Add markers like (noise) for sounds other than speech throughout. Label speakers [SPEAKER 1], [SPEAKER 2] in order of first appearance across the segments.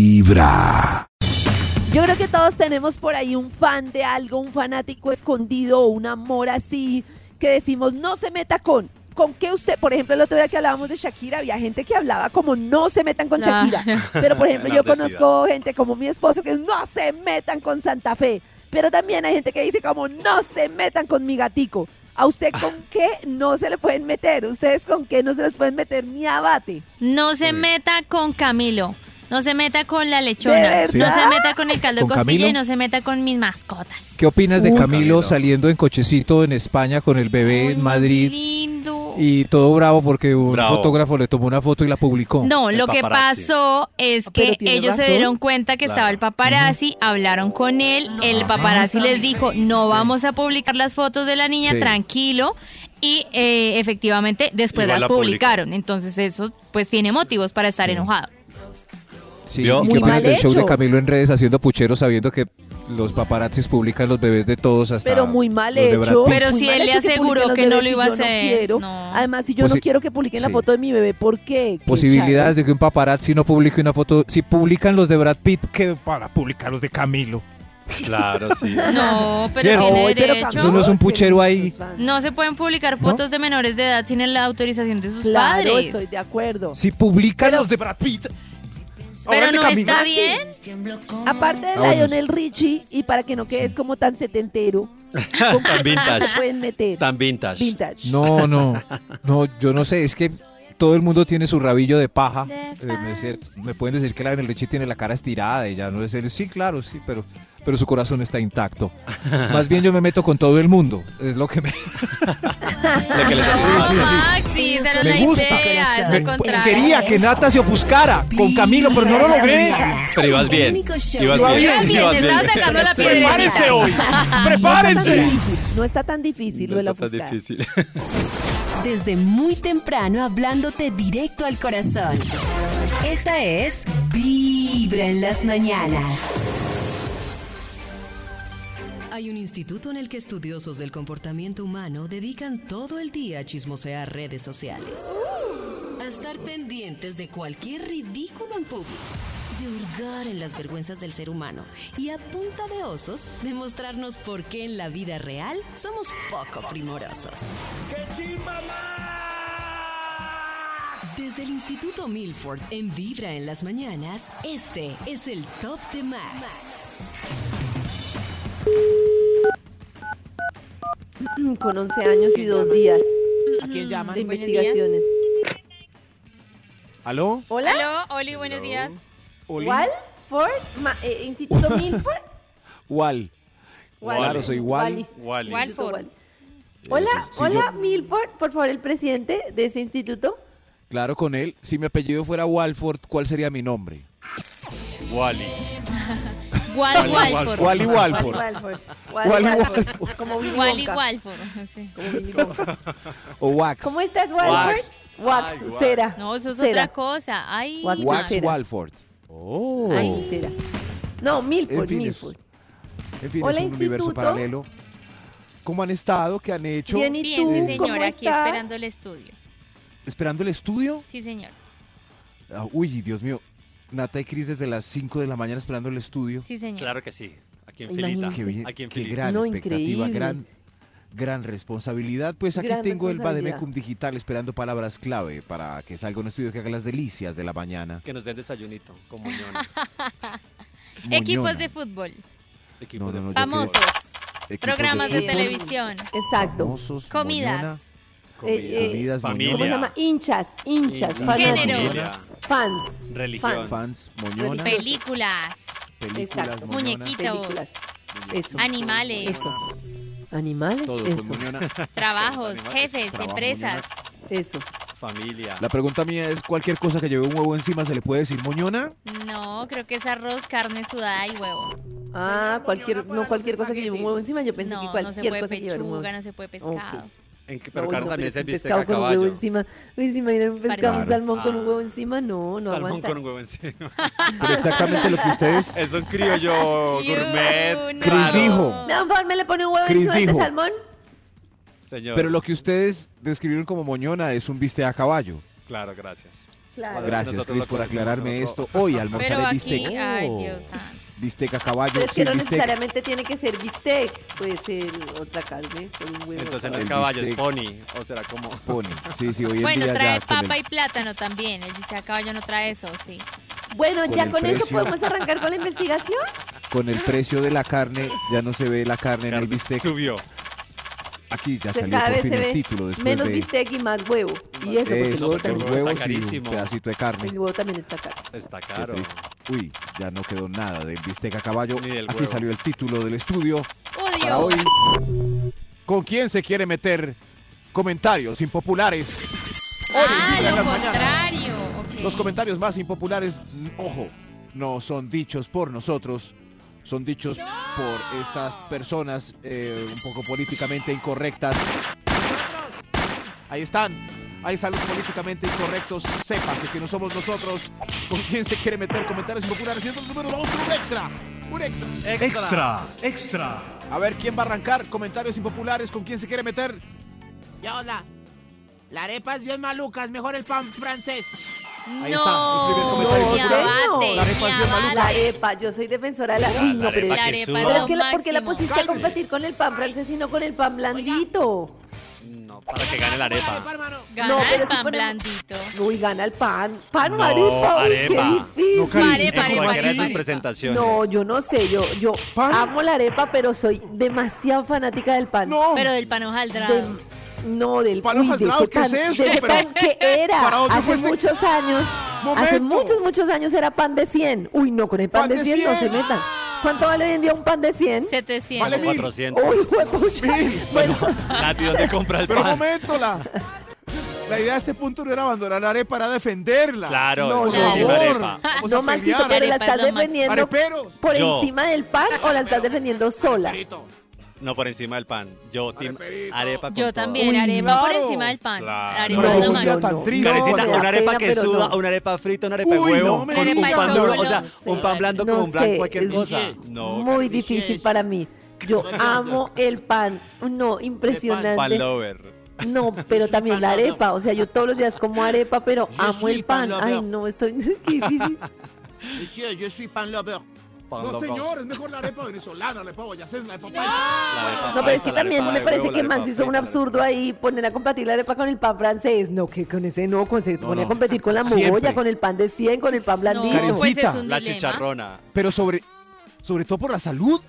[SPEAKER 1] vibra.
[SPEAKER 2] Yo creo que todos tenemos por ahí un fan de algo, un fanático escondido o un amor así que decimos no se meta con. ¿Con qué usted, por ejemplo, el otro día que hablábamos de Shakira, había gente que hablaba como no se metan con
[SPEAKER 3] No.
[SPEAKER 2] Shakira? Pero, por ejemplo,
[SPEAKER 4] La
[SPEAKER 2] yo
[SPEAKER 4] honestidad.
[SPEAKER 2] conozco gente como mi esposo que es no se metan con Santa Fe. Pero también hay gente que dice como no se metan con mi gatico. ¿A usted con qué no se le pueden meter? ¿Ustedes con qué no se les pueden meter ni abate?
[SPEAKER 3] No se meta con Camilo. No se meta con la lechona.
[SPEAKER 2] ¿De
[SPEAKER 3] No
[SPEAKER 2] verdad?
[SPEAKER 3] se meta con el caldo de
[SPEAKER 5] ¿Con
[SPEAKER 3] costilla
[SPEAKER 5] Camilo?
[SPEAKER 3] y no se meta con mis mascotas.
[SPEAKER 5] ¿Qué opinas de
[SPEAKER 2] Uy,
[SPEAKER 5] Camilo
[SPEAKER 4] Camilo.
[SPEAKER 5] saliendo en cochecito en España con el bebé
[SPEAKER 3] Ay,
[SPEAKER 5] en Madrid
[SPEAKER 3] Lindo.
[SPEAKER 5] y todo bravo porque un
[SPEAKER 4] Bravo.
[SPEAKER 5] fotógrafo le tomó una foto y la publicó?
[SPEAKER 3] No,
[SPEAKER 4] El
[SPEAKER 3] lo que
[SPEAKER 4] paparazzi.
[SPEAKER 3] pasó es
[SPEAKER 2] Ah, pero
[SPEAKER 3] que
[SPEAKER 2] tiene
[SPEAKER 3] ellos se
[SPEAKER 2] razón.
[SPEAKER 3] dieron cuenta que estaba
[SPEAKER 4] Claro.
[SPEAKER 3] el paparazzi, hablaron con él, el paparazzi les dijo, no vamos a publicar las fotos de la niña,
[SPEAKER 5] Sí.
[SPEAKER 3] tranquilo, y eh, efectivamente después las
[SPEAKER 4] Igual la publicó.
[SPEAKER 3] publicaron, entonces eso pues tiene motivos para estar enojado.
[SPEAKER 5] Sí,
[SPEAKER 4] ¿Vio? Muy
[SPEAKER 5] ¿y qué opinas
[SPEAKER 2] mal
[SPEAKER 5] del show
[SPEAKER 2] hecho.
[SPEAKER 5] de Camilo en redes haciendo pucheros sabiendo que los paparazzis publican los bebés de todos hasta
[SPEAKER 2] Pero muy mal
[SPEAKER 5] los de Brad
[SPEAKER 2] hecho.
[SPEAKER 5] Pitt?
[SPEAKER 3] Pero
[SPEAKER 2] Muy
[SPEAKER 3] si
[SPEAKER 2] mal
[SPEAKER 3] él le
[SPEAKER 2] hecho que
[SPEAKER 3] aseguró
[SPEAKER 2] publiquen los
[SPEAKER 3] que no
[SPEAKER 2] bebés
[SPEAKER 3] lo
[SPEAKER 2] y
[SPEAKER 3] iba a
[SPEAKER 2] yo no
[SPEAKER 3] hacer,
[SPEAKER 2] quiero.
[SPEAKER 3] no.
[SPEAKER 2] Además, si yo no
[SPEAKER 5] Posi-
[SPEAKER 2] quiero que publiquen la
[SPEAKER 5] sí.
[SPEAKER 2] foto de mi bebé, ¿por qué? Qué
[SPEAKER 5] Posibilidades de que un paparazzi no publique una foto. Si publican los de Brad Pitt, ¿qué para publicar los de Camilo?
[SPEAKER 4] Claro, sí.
[SPEAKER 3] No, pero
[SPEAKER 5] Cierto.
[SPEAKER 3] tiene
[SPEAKER 2] Ay, pero
[SPEAKER 3] derecho.
[SPEAKER 2] Camilo,
[SPEAKER 5] Eso no es un puchero ahí.
[SPEAKER 3] No se pueden publicar
[SPEAKER 5] ¿No?
[SPEAKER 3] fotos de menores de edad sin la autorización de sus
[SPEAKER 2] Claro,
[SPEAKER 3] padres.
[SPEAKER 2] estoy de acuerdo.
[SPEAKER 5] Si publican
[SPEAKER 2] Pero-
[SPEAKER 5] los de Brad Pitt. ahora
[SPEAKER 3] Pero
[SPEAKER 5] el de
[SPEAKER 3] no
[SPEAKER 5] Camilo.
[SPEAKER 3] está bien.
[SPEAKER 2] Aparte de
[SPEAKER 5] Ah, bueno,
[SPEAKER 2] Lionel Richie, y para que no quedes como tan setentero, ¿con qué
[SPEAKER 4] Tan vintage.
[SPEAKER 2] se pueden meter?
[SPEAKER 4] Tan vintage.
[SPEAKER 2] Vintage.
[SPEAKER 5] No, no, no, yo no sé, es que todo el mundo tiene su rabillo de paja.
[SPEAKER 3] De
[SPEAKER 5] Eh, me decir- me pueden decir que la del Richie tiene la cara estirada y ya no es él. Sí, claro, sí, pero, pero su corazón está intacto. Más bien yo me meto con todo el mundo, es lo que me...
[SPEAKER 4] Lo que
[SPEAKER 3] (laughs)
[SPEAKER 4] les hace-
[SPEAKER 3] No,
[SPEAKER 5] Sí, sí, sí.
[SPEAKER 3] Maxi, esa era
[SPEAKER 5] Me
[SPEAKER 3] la
[SPEAKER 5] gusta.
[SPEAKER 3] idea, es lo
[SPEAKER 5] me-
[SPEAKER 3] contrario.
[SPEAKER 5] quería que Nata se ofuscara con Camilo, pero no lo logré.
[SPEAKER 4] Pero ibas bien. Ibas
[SPEAKER 5] Iba
[SPEAKER 4] bien.
[SPEAKER 5] bien, te
[SPEAKER 4] ibas
[SPEAKER 3] estaba sacando la piedra.
[SPEAKER 5] Prepárense hoy,
[SPEAKER 2] No está tan
[SPEAKER 5] prepárense.
[SPEAKER 2] difícil, No está tan difícil lo
[SPEAKER 4] No
[SPEAKER 2] de la
[SPEAKER 4] está tan
[SPEAKER 2] ofuscada.
[SPEAKER 4] difícil.
[SPEAKER 6] Desde muy temprano hablándote directo al corazón. Esta es Vibra en las mañanas.
[SPEAKER 7] Hay un instituto en el que estudiosos del comportamiento humano dedican todo el día a chismosear redes sociales. A estar pendientes de cualquier ridículo en público. De hurgar en las vergüenzas del ser humano. Y a punta de osos, demostrarnos por qué en la vida real somos poco primorosos. Desde el Instituto Milford, en Vibra en las mañanas, este es el Top de Max.
[SPEAKER 2] Mm, Con 11 años y dos días
[SPEAKER 8] ¿A quién llaman?
[SPEAKER 2] de
[SPEAKER 3] Buenos
[SPEAKER 2] investigaciones.
[SPEAKER 5] ¿Aló?
[SPEAKER 2] ¿Hola?
[SPEAKER 3] Aló, Oli, buenos días.
[SPEAKER 5] Oli.
[SPEAKER 2] ¿Cuál? ¿Ford? Ma- eh,
[SPEAKER 5] (laughs)
[SPEAKER 2] ¿Instituto Milford?
[SPEAKER 5] Wal.
[SPEAKER 2] Wally.
[SPEAKER 5] Claro, soy Wally.
[SPEAKER 2] Wally.
[SPEAKER 4] Wally.
[SPEAKER 3] Wally. Milford.
[SPEAKER 2] Wally. Hola,
[SPEAKER 5] Eh, Sí, sí,
[SPEAKER 2] hola
[SPEAKER 5] yo-
[SPEAKER 2] Milford, por favor, el presidente de ese instituto.
[SPEAKER 5] Claro, con él. Si mi apellido fuera Walford, ¿cuál sería mi nombre?
[SPEAKER 4] Wally.
[SPEAKER 3] Wal
[SPEAKER 4] Wally
[SPEAKER 3] Walford.
[SPEAKER 4] Walford.
[SPEAKER 5] Wally Walford.
[SPEAKER 2] Wally Walford.
[SPEAKER 5] Wally
[SPEAKER 2] Walford. Como Willy
[SPEAKER 3] Wally
[SPEAKER 2] Wonka.
[SPEAKER 3] Walford. sí.
[SPEAKER 2] Como Willy Wonka.
[SPEAKER 5] O Wax.
[SPEAKER 2] ¿Cómo estás, Walford?
[SPEAKER 4] Wax.
[SPEAKER 2] Wax,
[SPEAKER 4] Ay, wax.
[SPEAKER 2] cera.
[SPEAKER 3] No, eso es
[SPEAKER 2] cera.
[SPEAKER 3] otra cosa. Ay,
[SPEAKER 2] What-
[SPEAKER 3] ma-
[SPEAKER 5] Wax
[SPEAKER 2] Cera.
[SPEAKER 5] Walford. Oh.
[SPEAKER 2] Ay, cera. No, Milford,
[SPEAKER 5] En fin, es-
[SPEAKER 2] Milford.
[SPEAKER 5] En fin,
[SPEAKER 2] Hola,
[SPEAKER 5] es un universo
[SPEAKER 2] instituto.
[SPEAKER 5] paralelo. ¿Cómo han estado? ¿Qué han hecho?
[SPEAKER 2] Bien, ¿y
[SPEAKER 3] Bien,
[SPEAKER 2] tú?
[SPEAKER 3] sí,
[SPEAKER 2] ¿Cómo
[SPEAKER 3] señor, aquí
[SPEAKER 2] estás?
[SPEAKER 3] esperando el estudio.
[SPEAKER 5] ¿Esperando el estudio?
[SPEAKER 3] Sí, señor.
[SPEAKER 5] Ah, uy, Dios mío. Nata y Cris desde las 5 de la mañana esperando el estudio.
[SPEAKER 3] Sí, señor.
[SPEAKER 4] Claro que sí. Aquí en
[SPEAKER 2] Imagínate.
[SPEAKER 4] filita.
[SPEAKER 5] Qué, bien,
[SPEAKER 4] Aquí en
[SPEAKER 5] qué
[SPEAKER 4] filita.
[SPEAKER 5] gran
[SPEAKER 2] No,
[SPEAKER 5] expectativa,
[SPEAKER 2] increíble.
[SPEAKER 5] gran, gran responsabilidad. Pues aquí
[SPEAKER 2] Gran
[SPEAKER 5] tengo el
[SPEAKER 2] responsabilidad.
[SPEAKER 5] Bademecum Digital esperando palabras clave para que salga un estudio que haga las delicias de la mañana.
[SPEAKER 4] Que nos den desayunito. Con
[SPEAKER 2] (laughs)
[SPEAKER 4] muñona.
[SPEAKER 3] Equipos
[SPEAKER 5] Moñona.
[SPEAKER 3] de fútbol,
[SPEAKER 4] Equipo
[SPEAKER 5] No, no,
[SPEAKER 4] de-
[SPEAKER 5] no, yo
[SPEAKER 3] famosos,
[SPEAKER 5] creo- equipos
[SPEAKER 3] programas de
[SPEAKER 2] fútbol.
[SPEAKER 3] televisión,
[SPEAKER 2] Exacto.
[SPEAKER 5] famosos, moñona,
[SPEAKER 3] comidas.
[SPEAKER 2] Eh, eh,
[SPEAKER 5] comidas,
[SPEAKER 4] familia.
[SPEAKER 2] ¿Cómo se llama? Hinchas, hinchas,
[SPEAKER 4] Hinchas.
[SPEAKER 3] Géneros.
[SPEAKER 2] fanáticos, fans,
[SPEAKER 4] Religión.
[SPEAKER 5] fans, moñona,
[SPEAKER 2] Religión.
[SPEAKER 3] Películas,
[SPEAKER 5] películas,
[SPEAKER 2] Exacto.
[SPEAKER 5] moñona,
[SPEAKER 3] Muñequitos.
[SPEAKER 2] películas, eso,
[SPEAKER 3] animales,
[SPEAKER 2] eso, animales,
[SPEAKER 5] todo con
[SPEAKER 2] eso,
[SPEAKER 5] moñona.
[SPEAKER 3] trabajos,
[SPEAKER 4] Animales,
[SPEAKER 3] jefes,
[SPEAKER 5] trabajo,
[SPEAKER 3] empresas.
[SPEAKER 2] eso.
[SPEAKER 4] Familia.
[SPEAKER 5] (laughs) La pregunta mía es, ¿cualquier cosa que lleve un huevo encima se le puede decir moñona?
[SPEAKER 3] No, creo que es arroz, carne sudada y huevo.
[SPEAKER 2] Ah, cualquier, no cualquier cosa que lleve un huevo encima, yo pensé que
[SPEAKER 3] No, no se
[SPEAKER 2] cualquier
[SPEAKER 3] puede
[SPEAKER 2] cosa que lleve un huevo
[SPEAKER 3] pechuga,
[SPEAKER 2] encima.
[SPEAKER 3] no se puede pescado.
[SPEAKER 4] En que- pero
[SPEAKER 2] Uy,
[SPEAKER 4] claro,
[SPEAKER 2] no, pero
[SPEAKER 4] también se
[SPEAKER 2] un
[SPEAKER 4] viste
[SPEAKER 2] pescado
[SPEAKER 4] a
[SPEAKER 2] con un huevo
[SPEAKER 4] caballo.
[SPEAKER 2] encima. Uy, se imaginan un pescado, un
[SPEAKER 5] Claro.
[SPEAKER 2] salmón con un
[SPEAKER 4] Ah.
[SPEAKER 2] huevo encima, no, no
[SPEAKER 4] Salmón
[SPEAKER 2] aguanta.
[SPEAKER 4] con huevo encima.
[SPEAKER 5] Pero
[SPEAKER 2] (laughs)
[SPEAKER 5] exactamente lo que
[SPEAKER 4] (laughs)
[SPEAKER 5] ustedes...
[SPEAKER 4] Es un criollo
[SPEAKER 3] Iu,
[SPEAKER 4] gourmet.
[SPEAKER 3] no.
[SPEAKER 5] Cris
[SPEAKER 4] raro.
[SPEAKER 5] dijo.
[SPEAKER 2] Mi amor, ¿me le pone un huevo
[SPEAKER 5] Cris
[SPEAKER 2] encima a este
[SPEAKER 5] dijo.
[SPEAKER 2] salmón?
[SPEAKER 4] Señor.
[SPEAKER 5] Pero lo que ustedes describieron como moñona es un bistec a caballo.
[SPEAKER 4] Claro, gracias.
[SPEAKER 2] Claro.
[SPEAKER 4] Cuando-
[SPEAKER 5] Gracias,
[SPEAKER 4] nosotros
[SPEAKER 5] Cris,
[SPEAKER 4] lo
[SPEAKER 5] por
[SPEAKER 4] conocemos,
[SPEAKER 5] aclararme
[SPEAKER 4] nosotros.
[SPEAKER 5] esto. Hoy
[SPEAKER 3] Pero
[SPEAKER 5] almorzaré
[SPEAKER 3] aquí,
[SPEAKER 5] bistec.
[SPEAKER 3] ay
[SPEAKER 5] Oh.
[SPEAKER 3] Dios santo.
[SPEAKER 5] Bistec a caballo,
[SPEAKER 2] Pero es
[SPEAKER 5] sí,
[SPEAKER 2] que no
[SPEAKER 5] bistec.
[SPEAKER 2] necesariamente tiene que ser bistec, puede ser otra carne con un huevo.
[SPEAKER 4] Entonces no
[SPEAKER 5] El
[SPEAKER 4] es caballo, es
[SPEAKER 5] bistec.
[SPEAKER 4] pony. O será como.
[SPEAKER 5] Pone. Sí, sí, hoy en
[SPEAKER 3] Bueno,
[SPEAKER 5] día
[SPEAKER 3] trae
[SPEAKER 5] ya con
[SPEAKER 3] papa
[SPEAKER 5] el-
[SPEAKER 3] y plátano también. El dice a caballo no trae eso, sí.
[SPEAKER 2] Bueno,
[SPEAKER 5] Con
[SPEAKER 2] ya
[SPEAKER 5] el
[SPEAKER 2] con eso
[SPEAKER 5] precio.
[SPEAKER 2] podemos arrancar con la investigación.
[SPEAKER 5] con el precio de la carne, ya no se ve la carne en el bistec.
[SPEAKER 4] Subió.
[SPEAKER 5] Aquí ya
[SPEAKER 2] O sea,
[SPEAKER 5] salió
[SPEAKER 2] Pues cada
[SPEAKER 5] por
[SPEAKER 2] vez
[SPEAKER 5] fin
[SPEAKER 2] se
[SPEAKER 5] el
[SPEAKER 2] ve
[SPEAKER 5] título después
[SPEAKER 2] Menos
[SPEAKER 5] de
[SPEAKER 2] bistec y más huevo. Y eso, porque el
[SPEAKER 5] Eso,
[SPEAKER 2] huevo,
[SPEAKER 4] luego
[SPEAKER 5] los
[SPEAKER 2] también,
[SPEAKER 4] también
[SPEAKER 5] huevos
[SPEAKER 4] está
[SPEAKER 5] y un
[SPEAKER 4] carísimo.
[SPEAKER 5] pedacito de
[SPEAKER 2] el
[SPEAKER 5] carne.
[SPEAKER 2] huevo también está caro.
[SPEAKER 4] Está
[SPEAKER 5] Qué
[SPEAKER 4] caro.
[SPEAKER 5] triste. Uy, ya no quedó nada del bistec a caballo.
[SPEAKER 4] Ni del
[SPEAKER 5] Aquí
[SPEAKER 4] huevo.
[SPEAKER 5] salió el título del estudio para
[SPEAKER 3] ¡Udio!
[SPEAKER 5] hoy. ¿Con quién se quiere meter? Comentarios impopulares.
[SPEAKER 3] Ah,
[SPEAKER 5] Hoy,
[SPEAKER 3] lo
[SPEAKER 5] en las mañanas.
[SPEAKER 3] contrario. ok.
[SPEAKER 5] Los comentarios más impopulares, n- ojo, no son dichos por nosotros, son dichos por estas personas eh, un poco políticamente incorrectas. Ahí están, ahí están los políticamente incorrectos. Sépase que no somos nosotros. ¿Con quién se quiere meter comentarios impopulares? Y otros números, vamos con un extra. Un extra.
[SPEAKER 9] Extra, extra.
[SPEAKER 5] A ver quién va a arrancar comentarios impopulares, con quién se quiere meter.
[SPEAKER 10] Ya hola. La arepa es bien maluca, es mejor el pan francés.
[SPEAKER 5] Ahí está, el primer
[SPEAKER 3] No,
[SPEAKER 5] comentario
[SPEAKER 3] mi
[SPEAKER 2] popular.
[SPEAKER 3] abate,
[SPEAKER 5] La
[SPEAKER 3] mi
[SPEAKER 5] arepa es bien maluca.
[SPEAKER 2] La
[SPEAKER 3] abate.
[SPEAKER 2] arepa, yo soy defensora de la... Uy, no, pero,
[SPEAKER 3] La arepa
[SPEAKER 4] sube.
[SPEAKER 3] es
[SPEAKER 2] pero es
[SPEAKER 3] lo
[SPEAKER 2] que la, porque la
[SPEAKER 3] máximo.
[SPEAKER 2] pusiste a competir con el pan francés y no con el pan blandito.
[SPEAKER 4] No, (laughs) para que gane la arepa.
[SPEAKER 10] hermano.
[SPEAKER 3] Gana
[SPEAKER 2] No, pero
[SPEAKER 3] el
[SPEAKER 2] si
[SPEAKER 3] pan
[SPEAKER 2] ponemos-
[SPEAKER 3] blandito.
[SPEAKER 2] Uy, gana el pan. Pan o
[SPEAKER 4] No,
[SPEAKER 2] arepa. Uy,
[SPEAKER 4] arepa.
[SPEAKER 2] qué difícil.
[SPEAKER 5] No, Cari,
[SPEAKER 3] Pare,
[SPEAKER 5] en
[SPEAKER 3] pare,
[SPEAKER 4] En cualquiera de
[SPEAKER 3] pare,
[SPEAKER 4] sus
[SPEAKER 3] pare.
[SPEAKER 4] presentaciones. (laughs)
[SPEAKER 2] No, yo no sé, yo, yo
[SPEAKER 5] ¿Pan?
[SPEAKER 2] amo la arepa, pero soy demasiado fanática del pan.
[SPEAKER 5] No.
[SPEAKER 3] Pero del pan hojaldrado.
[SPEAKER 2] Del- no, del
[SPEAKER 5] Pan
[SPEAKER 2] uy, de
[SPEAKER 5] hojaldrado,
[SPEAKER 2] ese
[SPEAKER 5] ¿qué es
[SPEAKER 2] pan-
[SPEAKER 5] eso?
[SPEAKER 2] de ese
[SPEAKER 5] Pero-
[SPEAKER 2] pan
[SPEAKER 5] (laughs)
[SPEAKER 2] que
[SPEAKER 5] ¿Para
[SPEAKER 2] era
[SPEAKER 5] dónde
[SPEAKER 2] hace
[SPEAKER 5] fuiste?
[SPEAKER 2] muchos años. Hace
[SPEAKER 5] Momento.
[SPEAKER 2] muchos, muchos años era pan de 100. Uy, no, con el pan, de 100, no se metan. ¿Cuánto vale hoy en día un pan de 100?
[SPEAKER 3] 700.
[SPEAKER 5] Vale,
[SPEAKER 4] Como
[SPEAKER 5] mil.
[SPEAKER 4] 400.
[SPEAKER 2] Uy, juepucha. Bueno,
[SPEAKER 4] Nati, ¿dónde compra el
[SPEAKER 5] Pero un
[SPEAKER 4] pan?
[SPEAKER 5] momento, la, la idea de este punto no era abandonar la arepa, era defenderla.
[SPEAKER 4] Claro,
[SPEAKER 2] No,
[SPEAKER 4] no,
[SPEAKER 2] por
[SPEAKER 4] la
[SPEAKER 5] favor.
[SPEAKER 4] arepa.
[SPEAKER 5] Vamos
[SPEAKER 2] (laughs)
[SPEAKER 5] a
[SPEAKER 2] no, Maxito, pero
[SPEAKER 5] pelear.
[SPEAKER 2] la
[SPEAKER 3] Arepa es
[SPEAKER 2] estás
[SPEAKER 3] lo máximo.
[SPEAKER 2] defendiendo
[SPEAKER 5] Areperos.
[SPEAKER 2] por
[SPEAKER 4] Yo.
[SPEAKER 2] encima del pan o la estás defendiendo sola.
[SPEAKER 4] No, por encima del pan. Yo, team, arepa con
[SPEAKER 3] Yo
[SPEAKER 4] todo.
[SPEAKER 3] también,
[SPEAKER 5] Uy,
[SPEAKER 3] arepa
[SPEAKER 5] claro.
[SPEAKER 3] por encima del pan.
[SPEAKER 4] Claro.
[SPEAKER 3] Arepa
[SPEAKER 5] Pero
[SPEAKER 3] es lo
[SPEAKER 5] un día
[SPEAKER 3] máximo.
[SPEAKER 5] tan triste.
[SPEAKER 4] Karencita,
[SPEAKER 2] No, me
[SPEAKER 4] una
[SPEAKER 2] da
[SPEAKER 4] arepa
[SPEAKER 2] pena,
[SPEAKER 4] que
[SPEAKER 2] pero
[SPEAKER 4] suda,
[SPEAKER 2] no.
[SPEAKER 4] una arepa frita, una arepa de
[SPEAKER 5] Uy,
[SPEAKER 4] huevo,
[SPEAKER 5] no me
[SPEAKER 4] con un
[SPEAKER 3] digas.
[SPEAKER 4] pan duro, o sea,
[SPEAKER 3] Arepa
[SPEAKER 4] un pan blando
[SPEAKER 2] No
[SPEAKER 4] con un blanco,
[SPEAKER 2] sé,
[SPEAKER 4] cualquier
[SPEAKER 2] es
[SPEAKER 4] cosa. No,
[SPEAKER 2] Muy
[SPEAKER 10] Karencita,
[SPEAKER 2] difícil
[SPEAKER 10] sí.
[SPEAKER 2] para mí. Yo amo el pan. No,
[SPEAKER 4] pan
[SPEAKER 2] impresionante.
[SPEAKER 4] lover.
[SPEAKER 2] No,
[SPEAKER 5] (laughs)
[SPEAKER 2] pero también
[SPEAKER 10] pan
[SPEAKER 2] la
[SPEAKER 10] no, no.
[SPEAKER 2] arepa. O sea, yo todos los días como arepa, pero
[SPEAKER 10] Yo
[SPEAKER 2] amo
[SPEAKER 10] soy
[SPEAKER 2] el pan.
[SPEAKER 10] pan
[SPEAKER 2] Ay,
[SPEAKER 10] lover.
[SPEAKER 2] no, estoy. (laughs) Qué difícil.
[SPEAKER 10] Monsieur, yo soy pan lover.
[SPEAKER 4] Pan
[SPEAKER 5] No,
[SPEAKER 4] lover.
[SPEAKER 5] señor, es mejor la arepa venezolana, la arepa boyacés, la arepa paisa.
[SPEAKER 4] La arepa
[SPEAKER 2] No, pero es
[SPEAKER 4] paisa,
[SPEAKER 2] que
[SPEAKER 4] la
[SPEAKER 2] también
[SPEAKER 4] arepa
[SPEAKER 2] me
[SPEAKER 4] de
[SPEAKER 2] parece
[SPEAKER 4] huevo, la
[SPEAKER 2] que
[SPEAKER 4] arepa
[SPEAKER 2] Max hizo un
[SPEAKER 4] frita, la
[SPEAKER 2] absurdo ahí poner a compartir la arepa con el pan francés. No, que con ese no, con- se
[SPEAKER 5] No,
[SPEAKER 2] pone a
[SPEAKER 5] no.
[SPEAKER 2] competir con la
[SPEAKER 5] Siempre.
[SPEAKER 2] mogolla, con el pan de 100, con el pan blandito.
[SPEAKER 3] No, pues es
[SPEAKER 5] Karencita,
[SPEAKER 3] un
[SPEAKER 4] La
[SPEAKER 3] dilema.
[SPEAKER 4] chicharrona.
[SPEAKER 5] Pero sobre, sobre todo por la salud,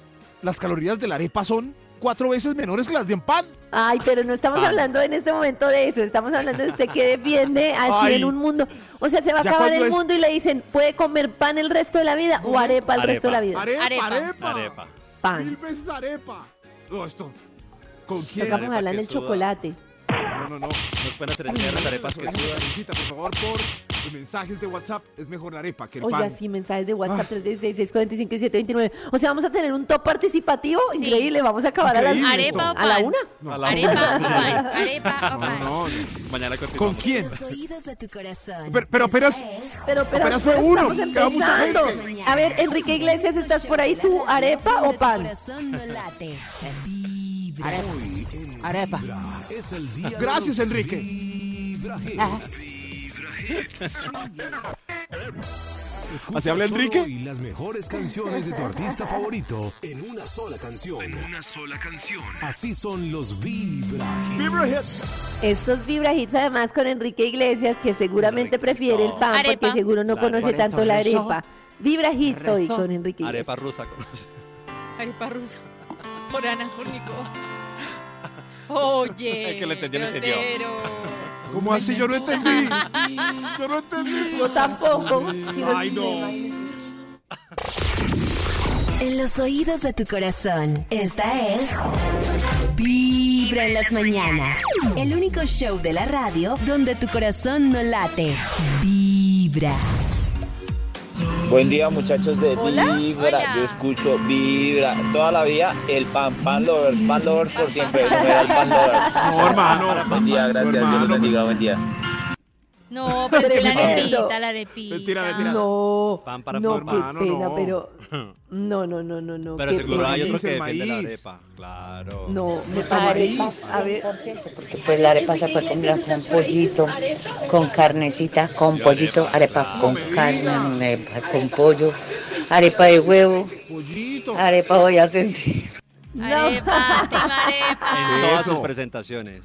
[SPEAKER 5] las calorías de la arepa son cuatro veces menores que las de un pan.
[SPEAKER 2] Ay, pero no estamos
[SPEAKER 4] Pan.
[SPEAKER 2] hablando en este momento de eso. Estamos hablando de usted que defiende así
[SPEAKER 5] Ay.
[SPEAKER 2] en un mundo. O sea, se va a
[SPEAKER 5] Ya
[SPEAKER 2] acabar
[SPEAKER 5] cuando
[SPEAKER 2] el
[SPEAKER 5] es-
[SPEAKER 2] mundo y le dicen, puede comer pan el resto de la vida o arepa el resto de la vida.
[SPEAKER 5] Arepa,
[SPEAKER 3] Arepa.
[SPEAKER 5] arepa.
[SPEAKER 4] Arepa.
[SPEAKER 2] Pan.
[SPEAKER 5] Mil veces arepa. No, esto. ¿Con quién?
[SPEAKER 2] Toca
[SPEAKER 4] arepa
[SPEAKER 2] mojarla en
[SPEAKER 4] que
[SPEAKER 2] el
[SPEAKER 4] suda.
[SPEAKER 2] chocolate.
[SPEAKER 5] No, no, no.
[SPEAKER 4] Nos pueden hacer entender las arepas que sudan.
[SPEAKER 5] Karencita, por favor, por mensajes de WhatsApp, es mejor la arepa que el pan. Ah.
[SPEAKER 2] Oiga, sí, mensajes de WhatsApp 316 45 y 729. O sea, vamos a tener un top participativo
[SPEAKER 3] Sí.
[SPEAKER 2] increíble. Vamos a acabar a las
[SPEAKER 5] Increíble
[SPEAKER 3] Arepa o
[SPEAKER 2] a la
[SPEAKER 3] pan.
[SPEAKER 2] una.
[SPEAKER 4] A la
[SPEAKER 3] Arepa
[SPEAKER 4] una.
[SPEAKER 3] o pan. Arepa o pan.
[SPEAKER 5] No, no.
[SPEAKER 4] Mañana continuamos.
[SPEAKER 5] ¿Con quién?
[SPEAKER 6] Los oídos de tu corazón.
[SPEAKER 5] Pero- pero apenas-
[SPEAKER 6] Esta es
[SPEAKER 2] Pero, pero,
[SPEAKER 5] Apenas fue
[SPEAKER 2] estamos
[SPEAKER 5] uno, queda mucha
[SPEAKER 2] empezando.
[SPEAKER 6] gente.
[SPEAKER 2] A ver, Enrique Iglesias, ¿estás por ahí tú? ¿Arepa o
[SPEAKER 6] Donde tu
[SPEAKER 2] pan?
[SPEAKER 6] corazón no late. Vibra.
[SPEAKER 10] Arepa.
[SPEAKER 9] Es el día. de
[SPEAKER 5] Gracias,
[SPEAKER 9] los
[SPEAKER 5] Enrique.
[SPEAKER 9] Vibra Hits. Escucha
[SPEAKER 5] ¿Así habla
[SPEAKER 9] solo
[SPEAKER 5] Enrique?
[SPEAKER 9] Y las mejores canciones de tu artista favorito en una sola canción. En una sola canción. Así son los Vibra Hits.
[SPEAKER 5] Vibra Hits.
[SPEAKER 2] Estos Vibra Hits, además, con Enrique Iglesias, que seguramente prefiere el pan,
[SPEAKER 3] Arepa.
[SPEAKER 2] porque seguro no
[SPEAKER 4] La
[SPEAKER 2] conoce
[SPEAKER 4] arepa.
[SPEAKER 2] tanto la arepa. Vibra Hits hoy con Enrique Iglesias.
[SPEAKER 4] Arepa rusa.
[SPEAKER 2] (laughs)
[SPEAKER 4] conoce.
[SPEAKER 3] Arepa rusa. (laughs) Por Ana Kournikova. Oye.
[SPEAKER 4] El que lo entendió, lo entendió.
[SPEAKER 3] grosero.
[SPEAKER 5] ¿Cómo así? Yo no (laughs) entendí. Yo no entendí.
[SPEAKER 2] Yo tampoco. si no es-
[SPEAKER 5] Ay, no.
[SPEAKER 6] En los oídos de tu corazón. Esta es Vibra en las mañanas. El único show de la radio donde tu corazón no late. Vibra.
[SPEAKER 11] Buen día muchachos de
[SPEAKER 2] Hola.
[SPEAKER 11] Vibra,
[SPEAKER 3] Hola.
[SPEAKER 11] yo escucho Vibra toda la vida el pan, pan lovers, pan lovers por (laughs) siempre, comer al pan lovers.
[SPEAKER 5] No, hermano.
[SPEAKER 11] Buen día,
[SPEAKER 5] No,
[SPEAKER 11] gracias, Dios
[SPEAKER 5] hermano.
[SPEAKER 11] los bendiga, buen día.
[SPEAKER 3] No, pero es que la
[SPEAKER 2] Tremendo.
[SPEAKER 3] arepita, la arepita.
[SPEAKER 5] Mentira, mentira.
[SPEAKER 2] No,
[SPEAKER 4] Pan para
[SPEAKER 2] Oh, no,
[SPEAKER 4] pan,
[SPEAKER 2] qué
[SPEAKER 5] mano,
[SPEAKER 2] pena,
[SPEAKER 5] no. (laughs)
[SPEAKER 2] pero... No, no, no, no, no.
[SPEAKER 4] Pero
[SPEAKER 2] qué
[SPEAKER 4] seguro hay
[SPEAKER 2] pena.
[SPEAKER 4] otro
[SPEAKER 5] dice
[SPEAKER 4] que
[SPEAKER 5] el
[SPEAKER 4] defiende la
[SPEAKER 5] maíz.
[SPEAKER 4] arepa. Claro.
[SPEAKER 2] No, me
[SPEAKER 12] La
[SPEAKER 2] parece...
[SPEAKER 12] arepa,
[SPEAKER 2] A ver,
[SPEAKER 12] 100%, porque pues la arepa se puede combinar con pollito, con carnecita, con pollito, arepa con carne, arepa con pollo, arepa de huevo,
[SPEAKER 5] Pollito.
[SPEAKER 12] arepa boyacense.
[SPEAKER 3] Arepa, team
[SPEAKER 4] En
[SPEAKER 3] arepa.
[SPEAKER 4] todas
[SPEAKER 5] Eso.
[SPEAKER 4] sus presentaciones.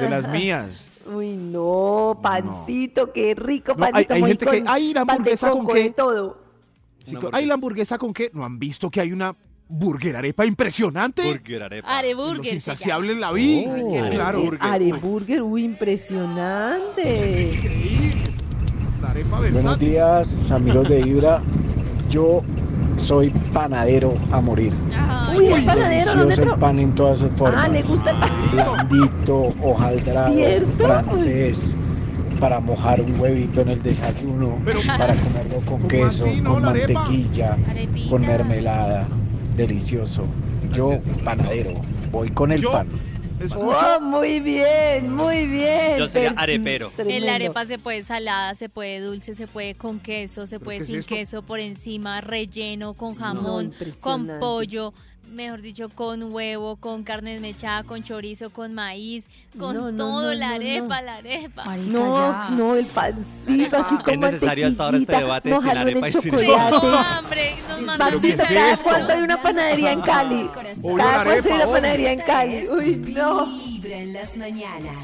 [SPEAKER 5] De las mías.
[SPEAKER 2] Uy, no, pancito, qué rico,
[SPEAKER 5] No, hay-
[SPEAKER 2] pancito.
[SPEAKER 5] hay
[SPEAKER 2] muy
[SPEAKER 5] gente que-
[SPEAKER 2] con
[SPEAKER 5] ay, la
[SPEAKER 2] pan de
[SPEAKER 5] hamburguesa con
[SPEAKER 2] coco,
[SPEAKER 5] qué.
[SPEAKER 2] de todo.
[SPEAKER 5] Sí,
[SPEAKER 4] Una
[SPEAKER 5] co-
[SPEAKER 4] hamburguesa.
[SPEAKER 5] ¿Hay la hamburguesa con qué? ¿No han visto que hay una burger arepa impresionante?
[SPEAKER 4] Burger arepa.
[SPEAKER 5] Los
[SPEAKER 3] Areburger. se llama.
[SPEAKER 5] insaciables la Ah, vi.
[SPEAKER 4] Oh.
[SPEAKER 5] claro.
[SPEAKER 4] Burger.
[SPEAKER 2] Areburger, uy, impresionante.
[SPEAKER 5] Increíble. La arepa
[SPEAKER 13] Buenos
[SPEAKER 5] versátil.
[SPEAKER 13] días, amigos de Ibra. Yo soy panadero a morir.
[SPEAKER 3] Ay,
[SPEAKER 2] Uy, es panadero, ¿dónde
[SPEAKER 13] Delicioso el
[SPEAKER 2] tra-
[SPEAKER 13] pan en todas sus formas.
[SPEAKER 2] Ah, le gusta el pan.
[SPEAKER 13] Blandito, hojaldrado,
[SPEAKER 2] ¿Cierto?
[SPEAKER 13] francés, para mojar un huevito en el desayuno,
[SPEAKER 5] Pero-
[SPEAKER 13] para comerlo con
[SPEAKER 5] ¿Cómo
[SPEAKER 13] queso,
[SPEAKER 5] así, no,
[SPEAKER 13] con
[SPEAKER 5] la arepa?
[SPEAKER 13] mantequilla,
[SPEAKER 3] Arepita.
[SPEAKER 13] con mermelada. Delicioso. Yo, panadero, voy con el
[SPEAKER 5] Yo-
[SPEAKER 13] pan.
[SPEAKER 5] Escucha.
[SPEAKER 2] Oh, muy bien, muy bien.
[SPEAKER 4] Yo sería
[SPEAKER 2] Pero-
[SPEAKER 4] arepero.
[SPEAKER 3] El
[SPEAKER 2] Tremendo.
[SPEAKER 3] arepa se puede salada, se puede dulce, se puede con queso, se
[SPEAKER 5] ¿Pero
[SPEAKER 3] puede
[SPEAKER 5] qué es
[SPEAKER 3] sin
[SPEAKER 5] esto?
[SPEAKER 3] queso por encima, relleno con
[SPEAKER 2] No,
[SPEAKER 3] jamón, con
[SPEAKER 2] impresionante.
[SPEAKER 3] pollo, mejor dicho, con huevo, con carne desmechada, con chorizo, con maíz, con
[SPEAKER 2] No, no,
[SPEAKER 3] todo,
[SPEAKER 2] no,
[SPEAKER 3] la
[SPEAKER 2] no,
[SPEAKER 3] arepa, la arepa.
[SPEAKER 2] No, no, el pancito así
[SPEAKER 4] Es
[SPEAKER 2] con
[SPEAKER 4] necesario hasta ahora este
[SPEAKER 2] mantequillita,
[SPEAKER 4] debate sin
[SPEAKER 2] mojarrón
[SPEAKER 4] arepa
[SPEAKER 2] de
[SPEAKER 4] y sin
[SPEAKER 3] Tengo
[SPEAKER 2] chocolate.
[SPEAKER 3] hambre, nos mandan
[SPEAKER 2] Pancito,
[SPEAKER 5] ¿qué es
[SPEAKER 2] cada
[SPEAKER 5] esto?
[SPEAKER 2] cuánto hay una panadería en Cali.
[SPEAKER 5] Hoy una
[SPEAKER 2] Cada cuánto hay
[SPEAKER 5] arepa,
[SPEAKER 2] una
[SPEAKER 5] hoy.
[SPEAKER 2] panadería en Cali. Uy, no.
[SPEAKER 6] Vibra en las mañanas.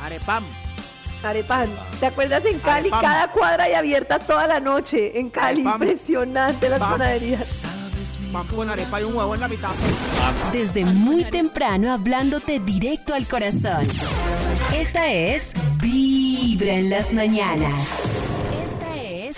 [SPEAKER 10] Arepam.
[SPEAKER 2] Arepan. ¿Te acuerdas en Cali?
[SPEAKER 10] Arepan.
[SPEAKER 2] Cada cuadra y abiertas toda la noche. En Cali,
[SPEAKER 10] Arepan.
[SPEAKER 2] impresionante las
[SPEAKER 10] Pam.
[SPEAKER 2] panaderías.
[SPEAKER 10] Pan con arepa y un huevo en la mitad.
[SPEAKER 6] Desde muy temprano hablándote directo al corazón. Esta es Vibra en las mañanas. Esta es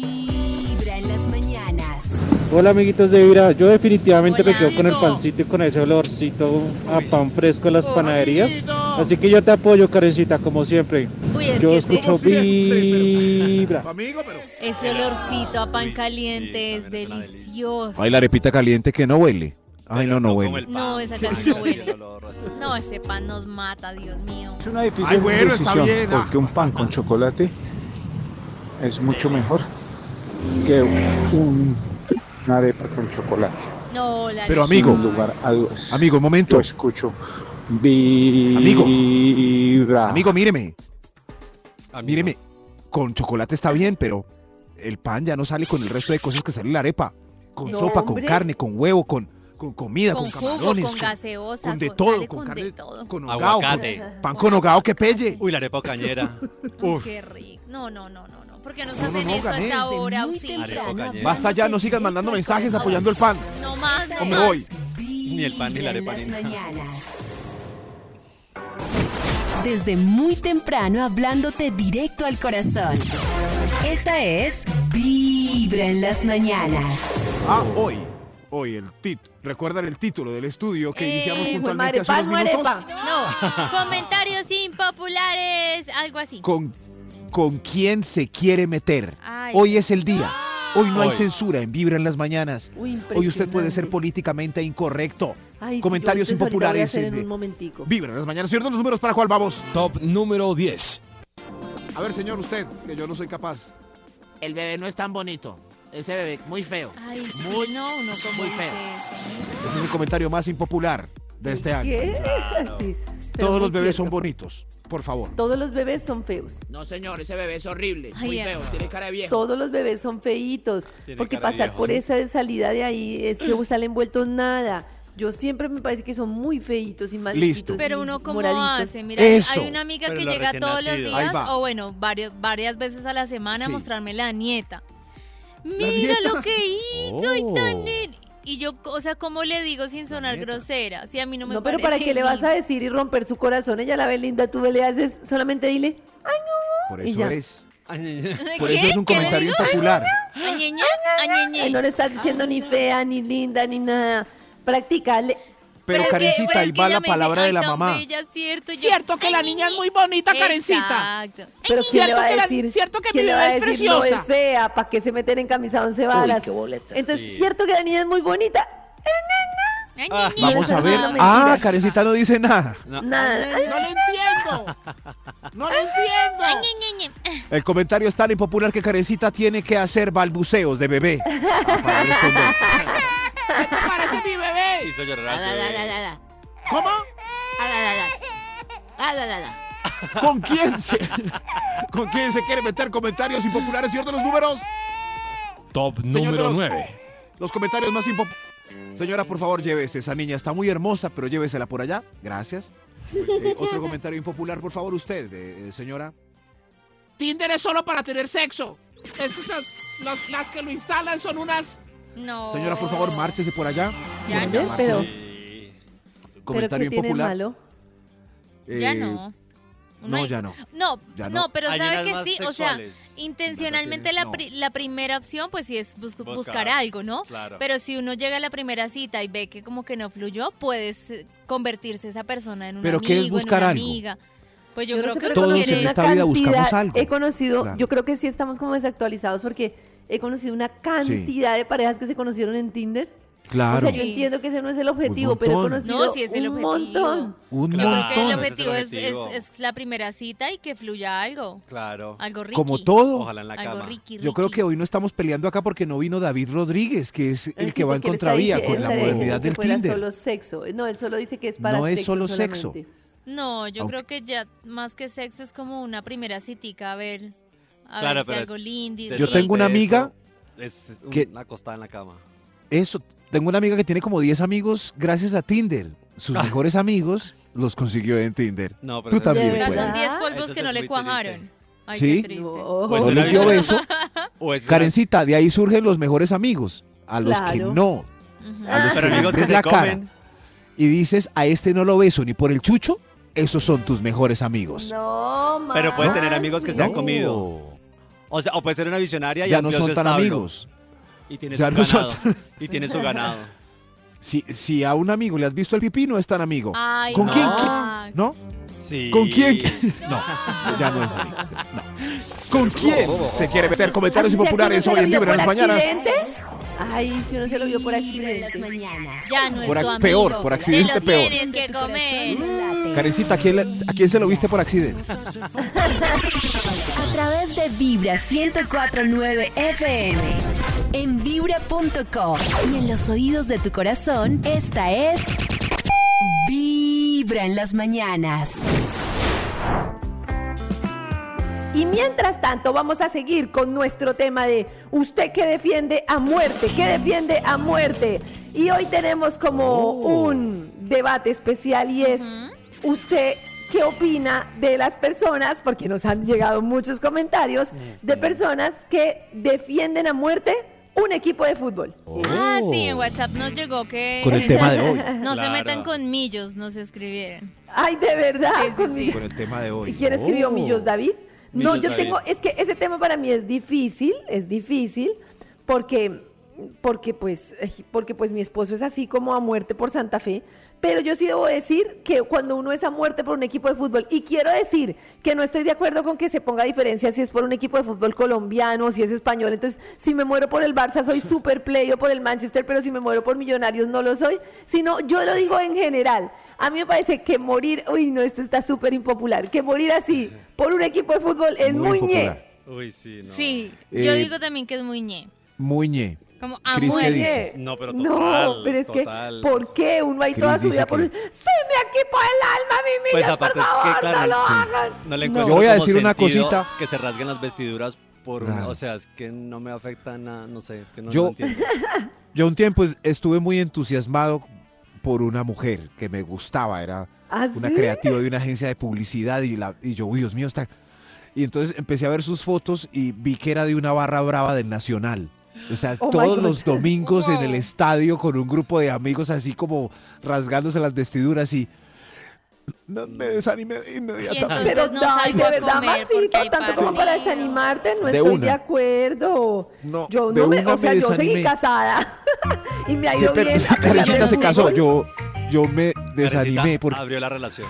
[SPEAKER 6] Vibra en las mañanas.
[SPEAKER 14] Hola amiguitos de Vibra, yo definitivamente me
[SPEAKER 3] Hola,
[SPEAKER 14] quedo con el
[SPEAKER 10] amigo.
[SPEAKER 14] pancito y con ese olorcito a pan fresco en las panaderías.
[SPEAKER 10] Amiguito.
[SPEAKER 14] Así que yo te apoyo, Karencita, como siempre.
[SPEAKER 3] Uy, es
[SPEAKER 14] Yo
[SPEAKER 3] que ese,
[SPEAKER 14] escucho
[SPEAKER 5] Como siempre,
[SPEAKER 3] (laughs)
[SPEAKER 14] Vibra.
[SPEAKER 5] Amigo, pero.
[SPEAKER 3] ese olorcito a pan
[SPEAKER 4] Uy, sí,
[SPEAKER 3] caliente es
[SPEAKER 4] también es una delicia.
[SPEAKER 3] delicioso.
[SPEAKER 15] Ay, la arepita caliente que no huele. Ay,
[SPEAKER 4] Pero
[SPEAKER 15] no, no
[SPEAKER 4] como el
[SPEAKER 15] huele.
[SPEAKER 4] pan.
[SPEAKER 3] No, esa
[SPEAKER 4] que
[SPEAKER 3] casi no
[SPEAKER 4] tiene así
[SPEAKER 3] huele.
[SPEAKER 4] el olor, así.
[SPEAKER 3] No, ese pan nos mata, Dios mío.
[SPEAKER 13] Es una difícil
[SPEAKER 5] Ay, bueno, está
[SPEAKER 13] decisión
[SPEAKER 5] bien, ah.
[SPEAKER 13] porque un pan con chocolate es mucho mejor que un- una arepa con chocolate.
[SPEAKER 3] No, la
[SPEAKER 5] Pero,
[SPEAKER 3] leche-
[SPEAKER 5] amigo,
[SPEAKER 13] Sin lugar a dudas.
[SPEAKER 5] Amigo, un
[SPEAKER 13] yo
[SPEAKER 5] momento.
[SPEAKER 13] escucho vibra.
[SPEAKER 5] Amigo, míreme.
[SPEAKER 4] Amigo.
[SPEAKER 5] Míreme. Con chocolate está bien, pero el pan ya no sale con el resto de cosas que sale en la arepa. Con
[SPEAKER 2] No,
[SPEAKER 5] sopa, con
[SPEAKER 2] hombre.
[SPEAKER 5] carne, con huevo, con, con comida, con,
[SPEAKER 3] con jugo,
[SPEAKER 5] camarones.
[SPEAKER 3] con gaseosa,
[SPEAKER 5] con de
[SPEAKER 3] con-
[SPEAKER 5] todo,
[SPEAKER 3] sale
[SPEAKER 5] con
[SPEAKER 3] con de
[SPEAKER 5] carne-
[SPEAKER 3] todo.
[SPEAKER 5] con hogao, con-
[SPEAKER 4] Aguacate.
[SPEAKER 5] pan con hogao que pelle.
[SPEAKER 4] Uy, la arepa
[SPEAKER 5] (laughs)
[SPEAKER 4] cañera.
[SPEAKER 3] Uy,
[SPEAKER 5] Uf.
[SPEAKER 3] Qué rico. No, no, no, no, no. ¿Por qué nos
[SPEAKER 5] No, no,
[SPEAKER 3] hacen
[SPEAKER 5] no,
[SPEAKER 3] esto a
[SPEAKER 5] gané.
[SPEAKER 3] esta
[SPEAKER 6] Desde
[SPEAKER 3] hora?
[SPEAKER 6] muy
[SPEAKER 3] auxilio?
[SPEAKER 6] temprano
[SPEAKER 4] Cocañera.
[SPEAKER 5] Basta ya, no sigan mandando mensajes apoyando el pan.
[SPEAKER 3] No más, no
[SPEAKER 5] O me
[SPEAKER 3] más.
[SPEAKER 5] voy.
[SPEAKER 4] Ni el pan ni la arepa ni
[SPEAKER 6] Vibra en las
[SPEAKER 4] nada.
[SPEAKER 6] mañanas. Desde muy temprano hablándote directo al corazón. Esta es Vibra en las mañanas.
[SPEAKER 5] Ah, hoy. Hoy el título. ¿Recuerdan el título del estudio que
[SPEAKER 3] Eh,
[SPEAKER 5] iniciamos
[SPEAKER 3] hijo de
[SPEAKER 5] puntualmente
[SPEAKER 2] madre,
[SPEAKER 5] hace unos
[SPEAKER 2] pan o
[SPEAKER 5] minutos?
[SPEAKER 2] arepa.
[SPEAKER 3] No, comentarios impopulares, algo así.
[SPEAKER 5] con, con quién se quiere meter.
[SPEAKER 3] Ay.
[SPEAKER 5] Hoy es el día. Hoy no hay
[SPEAKER 4] Hoy.
[SPEAKER 5] censura en Vibra en las mañanas.
[SPEAKER 2] Uy,
[SPEAKER 5] Hoy usted puede ser
[SPEAKER 2] impresionante.
[SPEAKER 5] políticamente incorrecto.
[SPEAKER 2] Ay, sí, yo
[SPEAKER 5] Comentarios
[SPEAKER 2] ahorita ahorita voy a
[SPEAKER 5] impopulares.
[SPEAKER 2] hacer en
[SPEAKER 5] en-
[SPEAKER 2] un momentico.
[SPEAKER 5] Vibra en las mañanas. Señor, los números para cuál vamos.
[SPEAKER 16] Top número 10.
[SPEAKER 5] A ver, señor, usted, que yo no soy capaz.
[SPEAKER 10] El bebé no es tan bonito. Ese bebé, muy feo.
[SPEAKER 3] Ay, sí,
[SPEAKER 10] Muy-
[SPEAKER 3] no, uno como
[SPEAKER 10] muy
[SPEAKER 3] dice
[SPEAKER 10] feo.
[SPEAKER 3] eso.
[SPEAKER 5] Ese es el comentario más impopular de este año.
[SPEAKER 2] ¿Qué? Sí, pero muy
[SPEAKER 5] Todos los bebés son
[SPEAKER 2] cierto.
[SPEAKER 5] bonitos. Por favor.
[SPEAKER 2] Todos los bebés son feos.
[SPEAKER 10] No, señor, ese bebé es horrible. Muy
[SPEAKER 3] Ay,
[SPEAKER 10] feo, tiene cara de viejo.
[SPEAKER 2] Todos los bebés son feitos.
[SPEAKER 4] Tiene
[SPEAKER 2] Porque
[SPEAKER 4] cara de
[SPEAKER 2] pasar
[SPEAKER 4] viejo,
[SPEAKER 2] por
[SPEAKER 4] sí.
[SPEAKER 2] esa salida de ahí es que salen envueltos nada. Yo siempre me parece que son muy feitos y malditos.
[SPEAKER 5] Listo.
[SPEAKER 2] y
[SPEAKER 3] Pero uno como
[SPEAKER 2] moraditos.
[SPEAKER 3] hace, mira,
[SPEAKER 5] Eso.
[SPEAKER 3] hay una amiga
[SPEAKER 4] Pero
[SPEAKER 3] que
[SPEAKER 4] los
[SPEAKER 3] llega
[SPEAKER 4] recién
[SPEAKER 3] todos los
[SPEAKER 4] nacidos.
[SPEAKER 5] Ahí
[SPEAKER 3] días,
[SPEAKER 5] va.
[SPEAKER 3] o bueno, varios, varias veces a la semana a
[SPEAKER 5] Sí.
[SPEAKER 3] mostrarme la nieta. Mira
[SPEAKER 5] nieta?
[SPEAKER 3] lo que hizo y
[SPEAKER 16] Oh.
[SPEAKER 3] tan... nen-". Y yo, o sea, ¿cómo le digo sin sonar grosera? Si a mí no me
[SPEAKER 2] No, pero ¿para
[SPEAKER 3] parece
[SPEAKER 2] qué le vas a
[SPEAKER 3] lindo.
[SPEAKER 2] decir y romper su corazón? Ella la ve linda, tú le haces, solamente dile,
[SPEAKER 5] Por
[SPEAKER 2] Y
[SPEAKER 5] eso
[SPEAKER 2] ya.
[SPEAKER 5] es.
[SPEAKER 3] ¿Qué?
[SPEAKER 5] Por eso es un
[SPEAKER 3] ¿Qué le
[SPEAKER 5] comentario
[SPEAKER 3] digo?
[SPEAKER 5] impopular.
[SPEAKER 3] Añeña,
[SPEAKER 2] "Ay, no
[SPEAKER 3] añeñe.
[SPEAKER 2] le estás diciendo ni fea, ni linda, ni nada. Practicale.
[SPEAKER 3] es
[SPEAKER 5] Pero,
[SPEAKER 3] que-
[SPEAKER 5] Karencita,
[SPEAKER 3] pero es
[SPEAKER 5] ahí
[SPEAKER 3] que
[SPEAKER 5] va
[SPEAKER 3] ella
[SPEAKER 5] la
[SPEAKER 3] me dice,
[SPEAKER 5] palabra de
[SPEAKER 3] "Ay,
[SPEAKER 5] la
[SPEAKER 3] tan
[SPEAKER 5] mamá.
[SPEAKER 3] bella, cierto, Y yo,
[SPEAKER 10] Cierto que
[SPEAKER 3] "Ay,
[SPEAKER 10] la
[SPEAKER 3] ni,
[SPEAKER 10] niña es
[SPEAKER 3] ni".
[SPEAKER 10] muy bonita, Karencita.
[SPEAKER 3] Exacto. Ay,
[SPEAKER 2] Pero
[SPEAKER 3] ni-
[SPEAKER 2] ¿quién le va
[SPEAKER 10] cierto
[SPEAKER 2] a
[SPEAKER 10] que la-
[SPEAKER 2] decir?
[SPEAKER 10] cierto que
[SPEAKER 2] ¿quién
[SPEAKER 10] mi
[SPEAKER 2] le va a
[SPEAKER 10] bebé es
[SPEAKER 2] decir, No
[SPEAKER 10] preciosa"?
[SPEAKER 2] es fea, ¿para qué se meten en camisa once balas?
[SPEAKER 10] boleta.
[SPEAKER 2] Entonces,
[SPEAKER 4] Sí.
[SPEAKER 2] ¿cierto que la niña es muy bonita?
[SPEAKER 5] Vamos a ver. Ah, Carecita no dice nada.
[SPEAKER 2] Nada.
[SPEAKER 10] No lo entiendo. No lo entiendo.
[SPEAKER 1] El comentario es tan impopular que Carecita tiene que hacer balbuceos de bebé. para responder.
[SPEAKER 10] ¿Qué te parece mi bebé?
[SPEAKER 4] Hizo llorar al
[SPEAKER 10] Ah, da, da,
[SPEAKER 4] bebé.
[SPEAKER 10] da, da. ¿Cómo? Ah, da, da, da. Ah, da, da, da.
[SPEAKER 1] ¿Con quién se, con quién se quiere meter comentarios impopulares, señor de los números?
[SPEAKER 17] Top
[SPEAKER 1] Señor de
[SPEAKER 17] número
[SPEAKER 1] los-
[SPEAKER 17] 9.
[SPEAKER 1] Los comentarios más impopulares. Señora, por favor, llévese. Esa niña está muy hermosa, pero llévesela por allá. Gracias. Eh,
[SPEAKER 3] (laughs)
[SPEAKER 1] otro comentario impopular, por favor, usted, eh, eh, señora.
[SPEAKER 10] Tinder es solo para tener sexo. Estas las, las- las que lo instalan son unas.
[SPEAKER 3] No.
[SPEAKER 1] Señora, por favor, márchese por allá.
[SPEAKER 3] Ya
[SPEAKER 1] Por allá,
[SPEAKER 3] no.
[SPEAKER 1] márchese.
[SPEAKER 3] Pero-
[SPEAKER 1] Comentario impopular.
[SPEAKER 3] Ya
[SPEAKER 1] Eh,
[SPEAKER 3] no.
[SPEAKER 1] No, ya no.
[SPEAKER 3] No,
[SPEAKER 1] Ya
[SPEAKER 3] no,
[SPEAKER 1] no.
[SPEAKER 3] pero
[SPEAKER 1] Hay
[SPEAKER 3] sabe
[SPEAKER 1] unas
[SPEAKER 3] que
[SPEAKER 1] más
[SPEAKER 3] sí,
[SPEAKER 1] sexuales.
[SPEAKER 3] o sea, intencionalmente la,
[SPEAKER 1] No.
[SPEAKER 3] pri- la primera opción pues sí es bus- buscar,
[SPEAKER 4] Buscar,
[SPEAKER 3] algo, ¿no?
[SPEAKER 4] claro.
[SPEAKER 3] Pero si uno llega a la primera cita y ve que como que no fluyó, puedes eh, convertirse esa persona en un
[SPEAKER 5] ¿Pero qué es
[SPEAKER 3] amigo, en
[SPEAKER 5] buscar
[SPEAKER 3] una
[SPEAKER 5] algo?
[SPEAKER 3] amiga. Pues yo,
[SPEAKER 2] Yo no
[SPEAKER 3] creo
[SPEAKER 2] sé,
[SPEAKER 3] que
[SPEAKER 2] pero
[SPEAKER 3] uno
[SPEAKER 5] Todos
[SPEAKER 3] quiere-
[SPEAKER 5] en esta vida buscamos algo.
[SPEAKER 2] He conocido,
[SPEAKER 5] Claro.
[SPEAKER 2] yo creo que sí estamos como desactualizados porque he conocido una cantidad de parejas que se conocieron en Tinder.
[SPEAKER 5] Claro.
[SPEAKER 2] O sea, yo entiendo que ese no es el objetivo,
[SPEAKER 5] Un
[SPEAKER 2] pero he
[SPEAKER 5] montón.
[SPEAKER 2] conocido
[SPEAKER 3] No, sí es el
[SPEAKER 2] un
[SPEAKER 3] objetivo.
[SPEAKER 2] montón.
[SPEAKER 5] Un
[SPEAKER 3] Yo creo que el
[SPEAKER 5] montón.
[SPEAKER 3] objetivo es,
[SPEAKER 4] Ese es el
[SPEAKER 3] es- es la primera cita y que fluya algo.
[SPEAKER 4] Claro.
[SPEAKER 3] Algo rico.
[SPEAKER 5] Como todo.
[SPEAKER 4] Ojalá en la
[SPEAKER 3] Algo
[SPEAKER 4] cama.
[SPEAKER 3] riqui,
[SPEAKER 5] Yo creo que hoy no estamos peleando acá porque no vino David Rodríguez, que es el,
[SPEAKER 2] El
[SPEAKER 5] que va en
[SPEAKER 2] tipo le está
[SPEAKER 5] contravía
[SPEAKER 2] diciendo-
[SPEAKER 5] con la
[SPEAKER 2] está diciendo
[SPEAKER 5] modernidad
[SPEAKER 2] que
[SPEAKER 5] del
[SPEAKER 2] fuera
[SPEAKER 5] Tinder.
[SPEAKER 2] solo sexo. No, él solo dice que es para
[SPEAKER 5] No es
[SPEAKER 2] sexo
[SPEAKER 5] solo sexo.
[SPEAKER 2] solamente.
[SPEAKER 3] No, yo
[SPEAKER 5] Aunque-
[SPEAKER 3] creo que ya más que sexo es como una primera citica a ver, a
[SPEAKER 4] Claro,
[SPEAKER 3] ver si
[SPEAKER 4] pero
[SPEAKER 3] algo lindo.
[SPEAKER 5] Yo tengo una amiga
[SPEAKER 4] Es
[SPEAKER 5] que-
[SPEAKER 4] una acostada en la cama.
[SPEAKER 5] Eso, tengo una amiga que tiene como 10 amigos gracias a Tinder. Sus mejores amigos los consiguió en Tinder.
[SPEAKER 4] Ah. No, pero eso
[SPEAKER 5] Tú
[SPEAKER 4] es-
[SPEAKER 5] también. pues.
[SPEAKER 4] Pero
[SPEAKER 5] Juan.
[SPEAKER 3] Son 10 polvos
[SPEAKER 4] Entonces
[SPEAKER 3] que no
[SPEAKER 4] es
[SPEAKER 3] le
[SPEAKER 4] muy
[SPEAKER 3] cuajaron. Ay,
[SPEAKER 5] Sí.
[SPEAKER 3] qué triste.
[SPEAKER 5] O
[SPEAKER 4] es
[SPEAKER 5] les
[SPEAKER 4] una
[SPEAKER 5] dio beso.
[SPEAKER 4] visión- Pues (laughs) o es una-
[SPEAKER 5] Karencita, de ahí surgen los mejores amigos. A los que
[SPEAKER 2] Claro.
[SPEAKER 5] no. A los
[SPEAKER 4] Pero
[SPEAKER 5] que
[SPEAKER 4] amigos que
[SPEAKER 5] ves
[SPEAKER 4] se
[SPEAKER 5] la
[SPEAKER 4] comen.
[SPEAKER 5] cara. Y dices, a este no lo beso ni por el chucho. Esos son tus mejores amigos.
[SPEAKER 2] No, man.
[SPEAKER 4] Pero puede tener amigos que se han
[SPEAKER 5] No.
[SPEAKER 4] comido. O sea, o puede ser una visionaria y
[SPEAKER 5] Ya no
[SPEAKER 4] amplió
[SPEAKER 5] son
[SPEAKER 4] su
[SPEAKER 5] tan
[SPEAKER 4] establo.
[SPEAKER 5] amigos.
[SPEAKER 4] Y tiene
[SPEAKER 5] Ya
[SPEAKER 4] su
[SPEAKER 5] no son
[SPEAKER 4] ganado. Y tiene su ganado.
[SPEAKER 5] Si, si a un amigo le has visto el pipí, no es tan amigo.
[SPEAKER 3] Ay,
[SPEAKER 5] ¿Con
[SPEAKER 3] no.
[SPEAKER 5] quién? qui- ¿No?
[SPEAKER 4] Sí.
[SPEAKER 5] ¿Con quién? qui- No, ya no es amigo. No.
[SPEAKER 1] ¿Con quién
[SPEAKER 5] oh,
[SPEAKER 1] se quiere meter comentarios
[SPEAKER 2] Así sea que
[SPEAKER 1] impopulares
[SPEAKER 2] uno
[SPEAKER 1] hoy
[SPEAKER 2] se
[SPEAKER 1] en
[SPEAKER 2] lo
[SPEAKER 1] Vibra en las
[SPEAKER 2] vio por
[SPEAKER 1] mañanas?
[SPEAKER 2] accidente. Ay, si uno se lo vio por accidente.
[SPEAKER 3] Ya no es
[SPEAKER 5] Por
[SPEAKER 3] tu
[SPEAKER 5] ac-
[SPEAKER 3] amigo.
[SPEAKER 5] peor, por accidente,
[SPEAKER 3] Te lo
[SPEAKER 5] peor. Mm.
[SPEAKER 3] tienes que comer.
[SPEAKER 5] Karencita, ¿a quién, le- ¿a quién se lo viste por accidente?
[SPEAKER 6] A través de Vibra 104.9 FM. En vibra.com. Y en los oídos de tu corazón, esta es... Vibra en las mañanas.
[SPEAKER 2] Y mientras tanto vamos a seguir con nuestro tema de usted que defiende a muerte, que defiende a muerte. Y hoy tenemos como
[SPEAKER 3] Oh.
[SPEAKER 2] un debate especial y es usted qué opina de las personas, porque nos han llegado muchos comentarios, de personas que defienden a muerte un equipo de fútbol.
[SPEAKER 3] Ah, sí, en WhatsApp nos llegó que.
[SPEAKER 5] Con el tema de
[SPEAKER 3] (laughs)
[SPEAKER 5] hoy.
[SPEAKER 3] No se
[SPEAKER 5] Claro.
[SPEAKER 3] metan con millos, nos escribieron.
[SPEAKER 2] Ay, de verdad.
[SPEAKER 3] Sí, sí,
[SPEAKER 2] Con mi-
[SPEAKER 5] Con el tema de hoy.
[SPEAKER 2] ¿Y quién escribió
[SPEAKER 5] Oh.
[SPEAKER 2] Millos David? No,
[SPEAKER 5] Millos
[SPEAKER 2] yo
[SPEAKER 5] David.
[SPEAKER 2] tengo, es que ese tema para mí es difícil, es difícil, porque, porque, pues, eh, porque pues mi esposo es así como a muerte por Santa Fe, pero yo sí debo decir que cuando uno es a muerte por un equipo de fútbol, y quiero decir que no estoy de acuerdo con que se ponga diferencia si es por un equipo de fútbol colombiano, si es español, entonces si me muero por el Barça soy super play o por el Manchester, pero si me muero por Millonarios no lo soy, sino yo lo digo en general. A mí me parece que morir, uy, no, esto está súper impopular, que morir así por un equipo de fútbol es muy, ñe.
[SPEAKER 4] Uy, sí, no.
[SPEAKER 3] Sí, yo
[SPEAKER 5] Eh,
[SPEAKER 3] digo también que es muy ñe.
[SPEAKER 5] Muñe.
[SPEAKER 3] Como a
[SPEAKER 5] Cris, ¿qué
[SPEAKER 3] muerte.
[SPEAKER 5] dice?
[SPEAKER 4] No, pero
[SPEAKER 2] No,
[SPEAKER 4] total,
[SPEAKER 2] pero es
[SPEAKER 4] total.
[SPEAKER 2] que, ¿por qué uno ahí toda
[SPEAKER 5] Cris
[SPEAKER 2] su
[SPEAKER 5] dice
[SPEAKER 2] vida por
[SPEAKER 5] que-
[SPEAKER 2] un... ¡Sí, mi equipo del alma, mi
[SPEAKER 4] Pues
[SPEAKER 2] Millos,
[SPEAKER 4] aparte
[SPEAKER 2] por
[SPEAKER 4] es que,
[SPEAKER 2] favor,
[SPEAKER 4] claro,
[SPEAKER 2] no lo
[SPEAKER 4] sí.
[SPEAKER 2] hagan!
[SPEAKER 4] No le
[SPEAKER 5] No.
[SPEAKER 4] encuentro
[SPEAKER 5] Yo voy a
[SPEAKER 4] como
[SPEAKER 5] decir una
[SPEAKER 4] sentido
[SPEAKER 5] cosita.
[SPEAKER 4] Que se rasguen las vestiduras por una- O sea, es que no me afecta nada. No sé, es que no
[SPEAKER 5] Yo-
[SPEAKER 4] lo
[SPEAKER 5] (laughs)
[SPEAKER 4] entiendo.
[SPEAKER 5] Yo un tiempo es- estuve muy entusiasmado por una mujer que me gustaba, era
[SPEAKER 2] ¿Ah,
[SPEAKER 5] una
[SPEAKER 2] sí?
[SPEAKER 5] creativa de una agencia de publicidad y, la, y yo, uy, Dios mío, está... Y entonces empecé a ver sus fotos y vi que era de una barra brava del Nacional. O sea,
[SPEAKER 2] Oh my
[SPEAKER 5] todos
[SPEAKER 2] God.
[SPEAKER 5] los domingos en el estadio con un grupo de amigos así como rasgándose las vestiduras y... No, me desanimé inmediatamente.
[SPEAKER 3] entonces
[SPEAKER 2] Pero
[SPEAKER 3] no
[SPEAKER 2] Dai,
[SPEAKER 3] salgo
[SPEAKER 2] de
[SPEAKER 3] a
[SPEAKER 2] verdad,
[SPEAKER 3] comer porque
[SPEAKER 2] Maxito,
[SPEAKER 3] hay
[SPEAKER 2] tanto como para
[SPEAKER 3] partido.
[SPEAKER 2] desanimarte, no
[SPEAKER 5] De
[SPEAKER 2] estoy de
[SPEAKER 5] una.
[SPEAKER 2] acuerdo.
[SPEAKER 5] No,
[SPEAKER 2] yo
[SPEAKER 5] de
[SPEAKER 2] no me,
[SPEAKER 5] una
[SPEAKER 2] o sea,
[SPEAKER 5] me
[SPEAKER 2] yo seguí
[SPEAKER 5] desanimé.
[SPEAKER 2] casada
[SPEAKER 5] (laughs)
[SPEAKER 2] (laughs) y me ha
[SPEAKER 5] Sí,
[SPEAKER 2] ido
[SPEAKER 5] pero
[SPEAKER 2] bien. a pesar de
[SPEAKER 5] Karencita
[SPEAKER 2] los
[SPEAKER 5] se casó,
[SPEAKER 2] hijos.
[SPEAKER 5] yo, yo me
[SPEAKER 4] Karencita Ah,
[SPEAKER 5] desanimé porque...
[SPEAKER 4] Abrió la relación.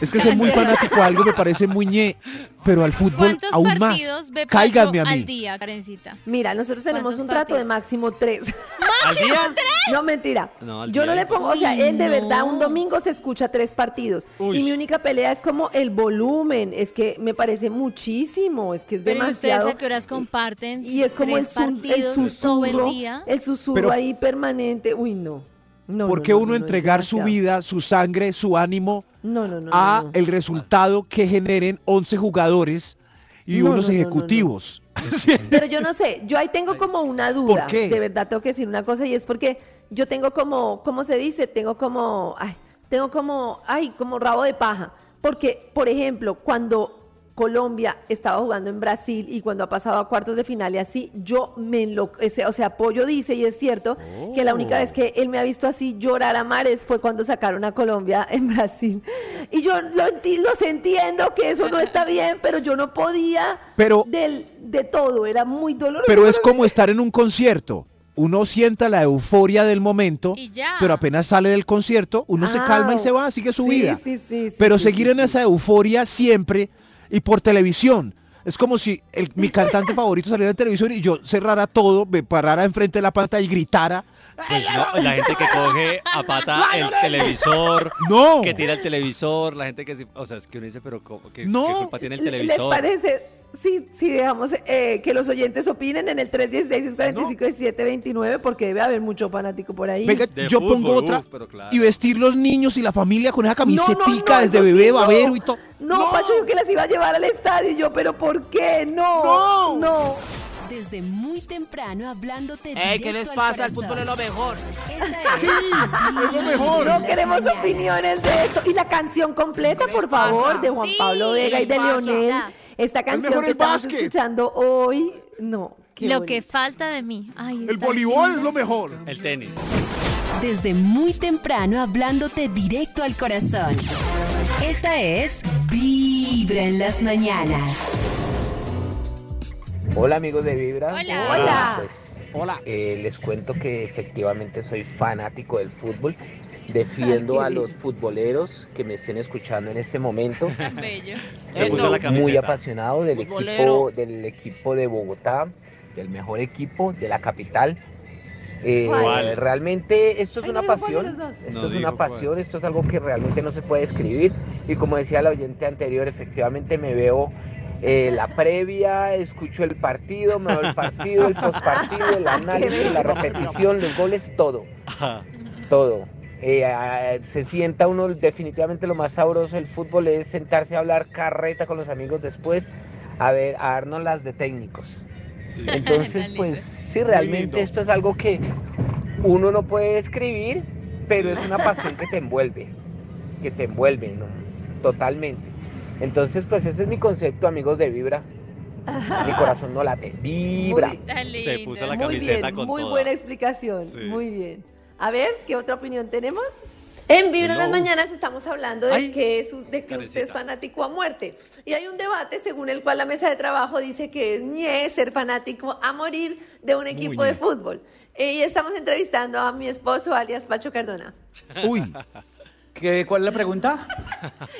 [SPEAKER 5] Es que soy
[SPEAKER 2] (laughs)
[SPEAKER 5] muy fanático a algo, me parece muy ñe, pero al fútbol
[SPEAKER 3] ¿Cuántos
[SPEAKER 5] aún más.
[SPEAKER 3] partidos ve Pacho
[SPEAKER 5] Cáiganme a
[SPEAKER 3] al
[SPEAKER 5] mí.
[SPEAKER 3] día, Karencita?
[SPEAKER 2] Mira, nosotros tenemos
[SPEAKER 3] ¿Cuántos
[SPEAKER 2] un trato de máximo tres. (laughs)
[SPEAKER 3] ¿Máximo ¿Al día? tres?
[SPEAKER 2] No, mentira.
[SPEAKER 3] No, al
[SPEAKER 2] Yo
[SPEAKER 3] día
[SPEAKER 2] no le
[SPEAKER 3] hay
[SPEAKER 2] pongo, o
[SPEAKER 3] dos.
[SPEAKER 2] sea,
[SPEAKER 3] Uy,
[SPEAKER 2] él de
[SPEAKER 3] no.
[SPEAKER 2] verdad un domingo se escucha tres partidos.
[SPEAKER 3] Uy.
[SPEAKER 2] Y mi única pelea es como el volumen. Es que me parece muchísimo, es que es
[SPEAKER 3] Pero ¿y ustedes
[SPEAKER 2] demasiado.
[SPEAKER 3] a qué horas comparten?
[SPEAKER 2] Y es como el,
[SPEAKER 3] tres
[SPEAKER 2] sus- el
[SPEAKER 3] partidos todo
[SPEAKER 2] susurro,
[SPEAKER 3] el día.
[SPEAKER 2] el susurro
[SPEAKER 1] Pero-
[SPEAKER 2] ahí permanente. Uy, no. No,
[SPEAKER 1] ¿Por
[SPEAKER 2] no,
[SPEAKER 1] qué
[SPEAKER 2] no,
[SPEAKER 1] uno
[SPEAKER 2] no, no, es
[SPEAKER 1] entregar su
[SPEAKER 2] demasiado.
[SPEAKER 1] vida, su sangre, su ánimo
[SPEAKER 2] No, no, no. no,
[SPEAKER 1] a
[SPEAKER 3] Ah,
[SPEAKER 2] no.
[SPEAKER 1] el resultado que generen 11 jugadores y
[SPEAKER 2] No,
[SPEAKER 1] unos
[SPEAKER 2] no, no, no, no.
[SPEAKER 1] ejecutivos?
[SPEAKER 2] (laughs) Pero yo no sé, yo ahí tengo como una duda.
[SPEAKER 1] ¿Por qué?
[SPEAKER 2] De verdad tengo que decir una cosa y es porque yo tengo como, ¿cómo se dice? Tengo como, ay, tengo como, ay, como rabo de paja. Porque, por ejemplo, cuando Colombia estaba jugando en Brasil y cuando ha pasado a cuartos de final y así, yo me enloquece, o sea, Pollo dice, y es cierto, que la
[SPEAKER 1] Oh.
[SPEAKER 2] única vez que él me ha visto así llorar a mares fue cuando sacaron a Colombia en Brasil. Y yo lo enti- los entiendo que eso no está bien, pero yo no podía
[SPEAKER 1] Pero-
[SPEAKER 2] del, de todo, era muy doloroso.
[SPEAKER 1] Pero es
[SPEAKER 2] para mí.
[SPEAKER 1] como estar en un concierto. Uno sienta la euforia del momento,
[SPEAKER 3] ya.
[SPEAKER 1] pero apenas sale del concierto, uno se
[SPEAKER 2] Ah,
[SPEAKER 1] calma y se va, sigue su
[SPEAKER 2] sí,
[SPEAKER 1] vida.
[SPEAKER 2] sí, sí, sí,
[SPEAKER 1] pero
[SPEAKER 2] sí,
[SPEAKER 1] seguir
[SPEAKER 2] sí,
[SPEAKER 1] en esa euforia siempre y por televisión. Es como si el- mi cantante (laughs) favorito saliera en televisión y yo cerrara todo, me parara enfrente de la pantalla y gritara.
[SPEAKER 4] Pues no, la gente que coge a pata el televisor, que tira el televisor, la gente que se- o sea, es que uno dice, pero ¿cómo, qué, qué culpa tiene el
[SPEAKER 2] ¿Les
[SPEAKER 4] televisor?
[SPEAKER 2] parece? Sí, sí, dejamos eh, que los oyentes opinen en el 316-645-1729 porque debe haber mucho fanático por ahí.
[SPEAKER 1] Ah, Venga, yo pongo otra y vestir los niños y la familia con esa camisetica
[SPEAKER 2] no,
[SPEAKER 1] desde
[SPEAKER 2] eso sí,
[SPEAKER 1] bebé,
[SPEAKER 2] no.
[SPEAKER 1] babero y todo.
[SPEAKER 2] No, Pacho, yo que las iba a llevar al estadio y yo, pero ¿por qué? No, no.
[SPEAKER 6] Desde muy temprano hablándote
[SPEAKER 10] Ey, Eh, ¿qué
[SPEAKER 6] directo
[SPEAKER 10] les
[SPEAKER 6] al
[SPEAKER 10] pasa? El
[SPEAKER 6] corazón.
[SPEAKER 10] fútbol es lo mejor.
[SPEAKER 6] Esta es
[SPEAKER 10] Sí,
[SPEAKER 6] Vibra
[SPEAKER 10] es lo mejor.
[SPEAKER 6] en
[SPEAKER 2] No
[SPEAKER 6] las
[SPEAKER 2] queremos
[SPEAKER 6] mañanas.
[SPEAKER 2] opiniones de esto. Y la canción completa, por favor,
[SPEAKER 10] pasa?
[SPEAKER 2] de Juan
[SPEAKER 10] Sí,
[SPEAKER 2] Pablo
[SPEAKER 10] ¿qué
[SPEAKER 2] Vega y
[SPEAKER 10] les
[SPEAKER 2] de
[SPEAKER 10] pasa?
[SPEAKER 2] Leonel. Esta
[SPEAKER 10] mejor
[SPEAKER 2] canción
[SPEAKER 10] el
[SPEAKER 2] que estamos
[SPEAKER 10] básquet.
[SPEAKER 2] escuchando hoy. No. qué
[SPEAKER 3] Lo
[SPEAKER 2] bonito.
[SPEAKER 3] que falta de mí. Ay, está bien.
[SPEAKER 1] mejor.
[SPEAKER 4] El tenis.
[SPEAKER 6] Desde muy temprano hablándote directo al corazón. Esta es Vibra en las mañanas.
[SPEAKER 17] Hola amigos de Vibra.
[SPEAKER 6] Hola.
[SPEAKER 2] Hola.
[SPEAKER 17] Pues, eh, les cuento que efectivamente soy fanático del fútbol. Defiendo
[SPEAKER 18] Ay,
[SPEAKER 17] a
[SPEAKER 18] qué
[SPEAKER 17] los futboleros que me estén escuchando en este momento.
[SPEAKER 18] (laughs) Bello.
[SPEAKER 17] Soy
[SPEAKER 18] Eso.
[SPEAKER 17] muy apasionado del
[SPEAKER 18] Futbolero.
[SPEAKER 17] equipo, del equipo de Bogotá, del mejor equipo de la capital. Eh,
[SPEAKER 18] ¿Cuál?
[SPEAKER 17] realmente esto es
[SPEAKER 18] Ay,
[SPEAKER 17] una
[SPEAKER 18] no dijo cuál de
[SPEAKER 17] pasión,
[SPEAKER 18] los dos.
[SPEAKER 17] esto
[SPEAKER 18] No
[SPEAKER 17] es
[SPEAKER 18] dijo
[SPEAKER 17] una
[SPEAKER 18] cuál.
[SPEAKER 17] pasión, esto es algo que realmente no se puede describir y como decía la oyente anterior, efectivamente me veo eh, la previa, escucho el partido, me veo el
[SPEAKER 18] (laughs)
[SPEAKER 17] partido, el postpartido, el análisis, la repetición, los goles, todo todo. Eh, ah, se sienta uno, definitivamente lo más sabroso del fútbol es sentarse a hablar carreta con los amigos después, a ver, a darnos las de técnicos. (laughs) Entonces, pues sí,
[SPEAKER 18] lindo.
[SPEAKER 17] realmente esto es algo que uno no puede escribir, pero es una pasión que te envuelve, que te envuelve, ¿no? Totalmente. Entonces, pues ese es mi concepto, amigos de Vibra. Mi corazón no late, vibra.
[SPEAKER 2] Muy-
[SPEAKER 4] Se puso la
[SPEAKER 2] Muy
[SPEAKER 4] camiseta
[SPEAKER 2] bien,
[SPEAKER 4] con
[SPEAKER 2] Muy
[SPEAKER 4] toda.
[SPEAKER 2] buena explicación,
[SPEAKER 4] Sí.
[SPEAKER 2] muy bien. A ver, ¿qué otra opinión tenemos? En Vibra en las
[SPEAKER 4] No.
[SPEAKER 2] Mañanas estamos hablando de que, es, u- de que usted es
[SPEAKER 4] Karencita.
[SPEAKER 2] fanático a muerte. Y hay un debate según el cual la mesa de trabajo dice que es ñe ser fanático a morir de un equipo de
[SPEAKER 1] ñe.
[SPEAKER 2] fútbol. Eh, Y estamos entrevistando a mi esposo, alias Pacho Cardona,
[SPEAKER 1] Uy.
[SPEAKER 11] ¿Qué, ¿Cuál es la pregunta?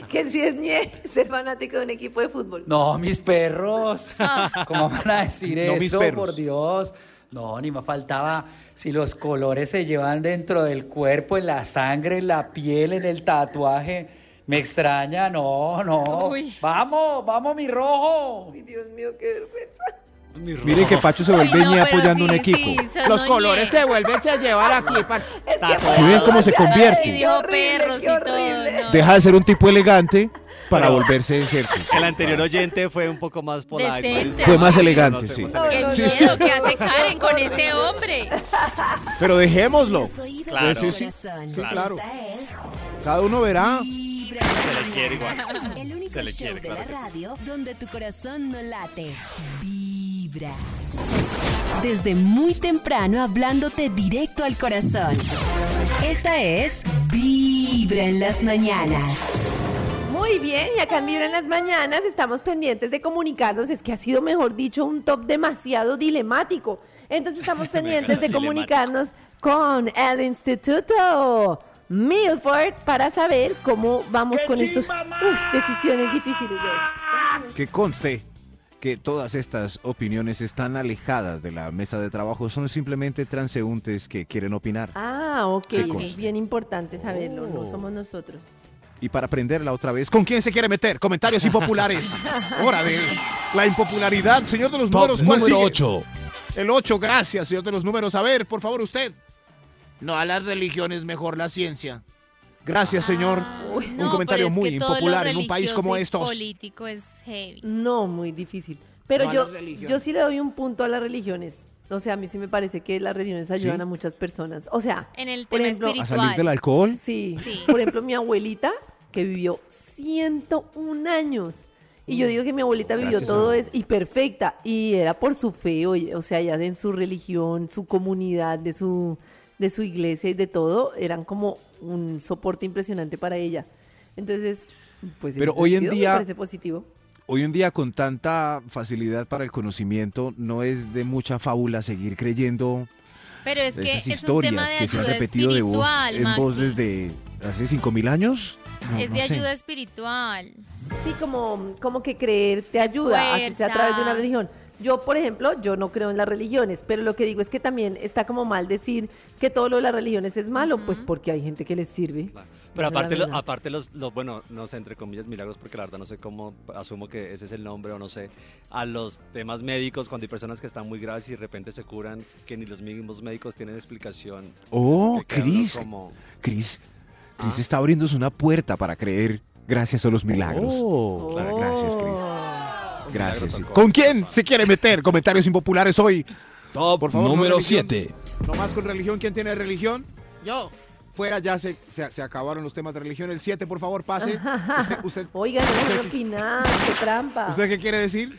[SPEAKER 2] que si es ñe ser fanático de un equipo de fútbol.
[SPEAKER 11] No, mis perros.
[SPEAKER 2] Ah.
[SPEAKER 11] ¿Cómo van a decir
[SPEAKER 2] No,
[SPEAKER 11] eso?
[SPEAKER 2] mis perros.
[SPEAKER 11] Por Dios. No, ni más faltaba. Si los colores se llevan dentro del cuerpo, en la sangre, en la piel, en el tatuaje. Me extraña, no, no.
[SPEAKER 2] Uy.
[SPEAKER 11] Vamos, vamos, mi
[SPEAKER 4] Oh.
[SPEAKER 11] rojo.
[SPEAKER 2] Ay, Dios mío, qué vergüenza.
[SPEAKER 5] Mire que Pacho se vuelve ñe apoyando un equipo.
[SPEAKER 10] Los colores se vuelven a llevar aquí. pa-
[SPEAKER 5] Si ven cómo se
[SPEAKER 3] Y
[SPEAKER 5] convierte.
[SPEAKER 3] dijo perros y todo. no.
[SPEAKER 5] Deja de ser un tipo elegante para volverse
[SPEAKER 1] (laughs)
[SPEAKER 5] en cierto.
[SPEAKER 4] El anterior oyente fue un poco más polaico.
[SPEAKER 3] Decente.
[SPEAKER 5] Fue más elegante, sí.
[SPEAKER 3] Qué
[SPEAKER 5] Sí, sí.
[SPEAKER 3] miedo que hace Karen con ese hombre.
[SPEAKER 1] Pero dejémoslo.
[SPEAKER 4] Claro.
[SPEAKER 1] Sí, sí, sí.
[SPEAKER 6] Corazón.
[SPEAKER 1] Sí, claro.
[SPEAKER 6] Esta es
[SPEAKER 1] Cada uno verá.
[SPEAKER 4] Se le quiere igual.
[SPEAKER 6] El único
[SPEAKER 4] Se le
[SPEAKER 6] show
[SPEAKER 4] quiere,
[SPEAKER 6] de
[SPEAKER 4] claro
[SPEAKER 6] la
[SPEAKER 4] que sí.
[SPEAKER 6] radio donde tu corazón no late. Vibra. Desde muy temprano hablándote directo al corazón. Esta es Vibra en las mañanas.
[SPEAKER 2] Muy bien, y acá en Vibra en las Mañanas estamos pendientes de comunicarnos. Es que ha sido, mejor dicho, un top demasiado dilemático.
[SPEAKER 3] (laughs)
[SPEAKER 2] Entonces estamos pendientes de
[SPEAKER 19] encanta.
[SPEAKER 2] comunicarnos con el Instituto Milford para saber cómo vamos con estas decisiones difíciles.
[SPEAKER 5] Que conste que todas estas opiniones están alejadas de la mesa de trabajo, son simplemente transeúntes que quieren opinar.
[SPEAKER 2] Ah, ok,
[SPEAKER 5] Que
[SPEAKER 2] es
[SPEAKER 5] conste.
[SPEAKER 2] bien importante saberlo,
[SPEAKER 3] Oh.
[SPEAKER 2] no somos nosotros.
[SPEAKER 5] Y para aprenderla otra vez, ¿con quién se quiere meter?
[SPEAKER 2] (laughs)
[SPEAKER 5] Comentarios impopulares. Hora de la impopularidad, señor de los
[SPEAKER 1] Top
[SPEAKER 5] números. ¿cuál
[SPEAKER 1] número
[SPEAKER 5] sigue?
[SPEAKER 1] ocho.
[SPEAKER 5] El 8, gracias, señor de los números. A ver, por favor, usted.
[SPEAKER 10] No a las religiones, mejor la ciencia.
[SPEAKER 5] Gracias, señor.
[SPEAKER 3] No,
[SPEAKER 5] un comentario
[SPEAKER 3] pero es
[SPEAKER 5] muy
[SPEAKER 3] que todo lo
[SPEAKER 5] impopular en un país como
[SPEAKER 3] religioso y
[SPEAKER 5] estos.
[SPEAKER 3] político es heavy.
[SPEAKER 2] No, muy difícil. Pero
[SPEAKER 3] No a
[SPEAKER 2] yo,
[SPEAKER 3] las religiones.
[SPEAKER 2] yo sí le doy un punto a las religiones. O sea, a mí sí me parece que las religiones ayudan a muchas personas. O sea,
[SPEAKER 3] En el
[SPEAKER 2] por
[SPEAKER 3] tema
[SPEAKER 2] ejemplo,
[SPEAKER 5] ¿A salir del alcohol?
[SPEAKER 2] Sí. Por ejemplo, mi abuelita, que vivió 101 años. Y yo digo que mi abuelita vivió
[SPEAKER 5] Gracias a
[SPEAKER 2] todo eso y perfecta. Y era por su fe, oye, o sea, ya en su religión, su comunidad, de su, de su iglesia y de todo, eran como un soporte impresionante para ella. Entonces, pues
[SPEAKER 5] Pero
[SPEAKER 2] ese
[SPEAKER 5] hoy en
[SPEAKER 2] sentido
[SPEAKER 5] día-
[SPEAKER 2] me parece positivo.
[SPEAKER 5] Hoy en día con tanta facilidad para el conocimiento, no es de mucha fábula seguir creyendo
[SPEAKER 3] Pero es que
[SPEAKER 5] esas
[SPEAKER 3] es un tema
[SPEAKER 5] historias
[SPEAKER 3] de
[SPEAKER 5] que se han
[SPEAKER 3] ayuda
[SPEAKER 5] repetido de voz
[SPEAKER 3] espiritual,
[SPEAKER 5] en
[SPEAKER 3] Maxi.
[SPEAKER 5] voz desde hace 5.000 años. No,
[SPEAKER 3] es
[SPEAKER 5] no
[SPEAKER 3] de
[SPEAKER 5] sé.
[SPEAKER 3] ayuda espiritual.
[SPEAKER 2] Sí, como, como que creer te ayuda, así sea a través de una
[SPEAKER 3] Fuerza.
[SPEAKER 2] religión. Yo, por ejemplo, yo no creo en las religiones, pero lo que digo es que también está como mal decir que todo lo de las religiones es malo, pues porque hay gente que les sirve.
[SPEAKER 4] Pero
[SPEAKER 2] Esa es la
[SPEAKER 4] aparte, lo-
[SPEAKER 2] verdad.
[SPEAKER 4] aparte los, los, bueno, no sé, entre comillas, milagros, porque la verdad no sé cómo, asumo que ese es el nombre o no sé, a los temas médicos, cuando hay personas que están muy graves y de repente se curan, que ni los mismos médicos tienen explicación.
[SPEAKER 5] Oh,
[SPEAKER 4] Que queda uno
[SPEAKER 5] Cris.
[SPEAKER 4] como- Ah.
[SPEAKER 5] Cris. Cris está abriéndose una puerta para creer gracias a los milagros.
[SPEAKER 4] Oh.
[SPEAKER 5] Claro, gracias, Cris.
[SPEAKER 3] Oh.
[SPEAKER 5] Gracias. sí.
[SPEAKER 1] tocó.
[SPEAKER 5] ¿Con quién se quiere meter? Comentarios impopulares hoy.
[SPEAKER 1] Top número
[SPEAKER 5] religión.
[SPEAKER 1] 7.
[SPEAKER 5] Nomás con religión, ¿quién tiene religión?
[SPEAKER 10] Yo.
[SPEAKER 5] Fuera, ya se, se, se acabaron los temas de religión. El 7, por favor,
[SPEAKER 10] Ah,
[SPEAKER 5] pase. Usted,
[SPEAKER 10] Este,
[SPEAKER 2] (laughs)
[SPEAKER 5] usted,
[SPEAKER 2] Oigan, no dejen opinar, qué trampa.
[SPEAKER 5] ¿usted qué quiere decir?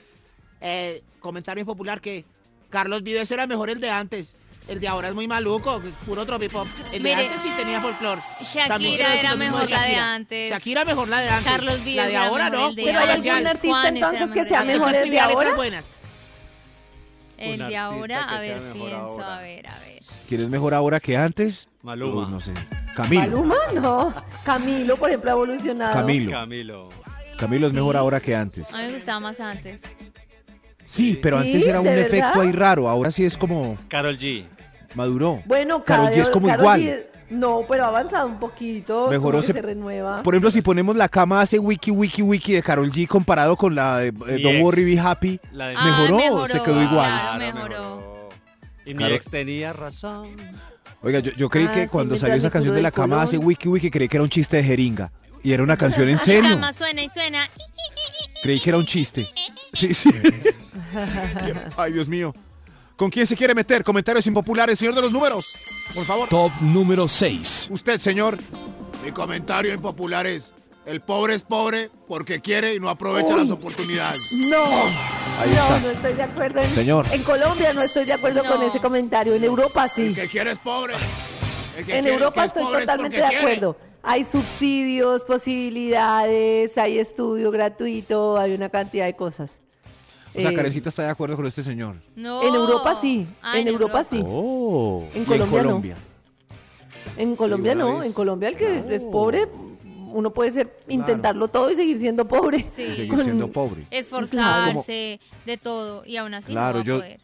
[SPEAKER 10] Eh, comentario impopular que Carlos Vives era mejor el de antes. El de ahora es muy maluco, que es puro tropipop. El
[SPEAKER 3] Mire,
[SPEAKER 10] de antes sí tenía folclore.
[SPEAKER 3] Shakira
[SPEAKER 10] También quiero decir
[SPEAKER 3] era
[SPEAKER 10] lo mismo de
[SPEAKER 3] mejor la de
[SPEAKER 10] Shakira.
[SPEAKER 3] antes.
[SPEAKER 10] Shakira mejor la de antes.
[SPEAKER 3] Carlos Vives
[SPEAKER 10] La de
[SPEAKER 3] era
[SPEAKER 10] ahora
[SPEAKER 3] mejor
[SPEAKER 10] no.
[SPEAKER 3] el de
[SPEAKER 10] fue
[SPEAKER 2] ¿Pero hay
[SPEAKER 10] comercial.
[SPEAKER 2] algún artista
[SPEAKER 3] Juanes era
[SPEAKER 2] entonces que
[SPEAKER 3] mejor
[SPEAKER 2] sea
[SPEAKER 3] el de
[SPEAKER 2] mejor
[SPEAKER 10] antes.
[SPEAKER 2] el de
[SPEAKER 10] Escribía letras
[SPEAKER 2] ahora?
[SPEAKER 10] buenas.
[SPEAKER 3] El
[SPEAKER 4] Un
[SPEAKER 3] de ahora,
[SPEAKER 4] artista
[SPEAKER 3] a
[SPEAKER 4] que sea
[SPEAKER 3] ver,
[SPEAKER 4] mejor
[SPEAKER 3] pienso,
[SPEAKER 4] ahora.
[SPEAKER 3] a ver, a ver.
[SPEAKER 5] ¿Quién es mejor ahora que antes?
[SPEAKER 4] Maluma.
[SPEAKER 5] Uy, no sé. Camilo.
[SPEAKER 2] ¿Maluma? No. Camilo, por ejemplo, ha evolucionado.
[SPEAKER 5] Camilo.
[SPEAKER 4] Camilo.
[SPEAKER 5] Camilo es mejor ahora que antes.
[SPEAKER 3] A mí me gustaba más antes.
[SPEAKER 5] Sí, pero
[SPEAKER 2] Sí,
[SPEAKER 5] antes era un
[SPEAKER 2] ¿de verdad?
[SPEAKER 5] efecto ahí raro. Ahora sí es como
[SPEAKER 4] Carol G.
[SPEAKER 5] maduró.
[SPEAKER 2] Bueno,
[SPEAKER 5] Karol G es como
[SPEAKER 2] Karol
[SPEAKER 5] igual.
[SPEAKER 2] G- no, pero ha avanzado un poquito.
[SPEAKER 5] Mejoró,
[SPEAKER 2] Mejoró. Se,
[SPEAKER 5] se-
[SPEAKER 2] renueva.
[SPEAKER 5] Por ejemplo, si ponemos la cama hace wiki, wiki, wiki de Carol G comparado con la de eh, Don't
[SPEAKER 4] ex.
[SPEAKER 5] Worry Be Happy,
[SPEAKER 4] La de-
[SPEAKER 5] ¿mejoró,
[SPEAKER 4] Ah,
[SPEAKER 5] o se quedó igual?
[SPEAKER 3] Claro, mejoró.
[SPEAKER 4] Y mi
[SPEAKER 5] Carol-
[SPEAKER 4] ex tenía razón.
[SPEAKER 5] Oiga, yo, yo creí
[SPEAKER 4] Ah,
[SPEAKER 5] que
[SPEAKER 4] sí,
[SPEAKER 5] cuando
[SPEAKER 4] mientras
[SPEAKER 5] salió esa
[SPEAKER 4] me
[SPEAKER 5] canción
[SPEAKER 4] curo
[SPEAKER 5] de
[SPEAKER 4] del
[SPEAKER 5] la cama hace
[SPEAKER 4] colon.
[SPEAKER 5] wiki, wiki, creí que era un chiste de jeringa. Y era una canción en
[SPEAKER 3] Mi
[SPEAKER 5] serio.
[SPEAKER 3] cama suena y suena.
[SPEAKER 5] (laughs) Creí que era un chiste. Sí, sí. Ay, Dios mío. ¿Con quién se quiere meter? Comentarios impopulares, señor de los números. Por favor.
[SPEAKER 1] Top número 6.
[SPEAKER 5] Usted, señor.
[SPEAKER 10] Mi comentario impopular es, el pobre es pobre porque quiere y no aprovecha
[SPEAKER 2] Uy.
[SPEAKER 10] las oportunidades.
[SPEAKER 2] No.
[SPEAKER 5] Ahí
[SPEAKER 2] no,
[SPEAKER 5] está.
[SPEAKER 2] no estoy de acuerdo. En,
[SPEAKER 5] Señor.
[SPEAKER 2] En Colombia no estoy de acuerdo con ese comentario. En Europa sí.
[SPEAKER 10] El que quiere es pobre. El que
[SPEAKER 2] En
[SPEAKER 10] quiere- el que
[SPEAKER 2] Europa
[SPEAKER 10] es
[SPEAKER 2] estoy
[SPEAKER 10] pobre es
[SPEAKER 2] totalmente de
[SPEAKER 10] porque quiere.
[SPEAKER 2] acuerdo. Hay subsidios, posibilidades, hay estudio gratuito, hay una cantidad de cosas.
[SPEAKER 5] O sea,
[SPEAKER 2] Eh,
[SPEAKER 5] Carecita está de acuerdo con este señor.
[SPEAKER 2] En Europa sí,
[SPEAKER 3] Ah,
[SPEAKER 2] en
[SPEAKER 3] en
[SPEAKER 2] Europa, sí.
[SPEAKER 5] Oh.
[SPEAKER 2] En
[SPEAKER 5] Y
[SPEAKER 2] Colombia no.
[SPEAKER 5] Colombia.
[SPEAKER 2] En Colombia
[SPEAKER 5] una
[SPEAKER 2] no,
[SPEAKER 5] vez.
[SPEAKER 2] en Colombia el que es pobre, uno puede ser intentarlo todo y seguir siendo pobre.
[SPEAKER 5] Y seguir siendo pobre.
[SPEAKER 3] Esforzarse de todo y aún así no
[SPEAKER 5] Claro,
[SPEAKER 3] va
[SPEAKER 5] yo-
[SPEAKER 3] a poder.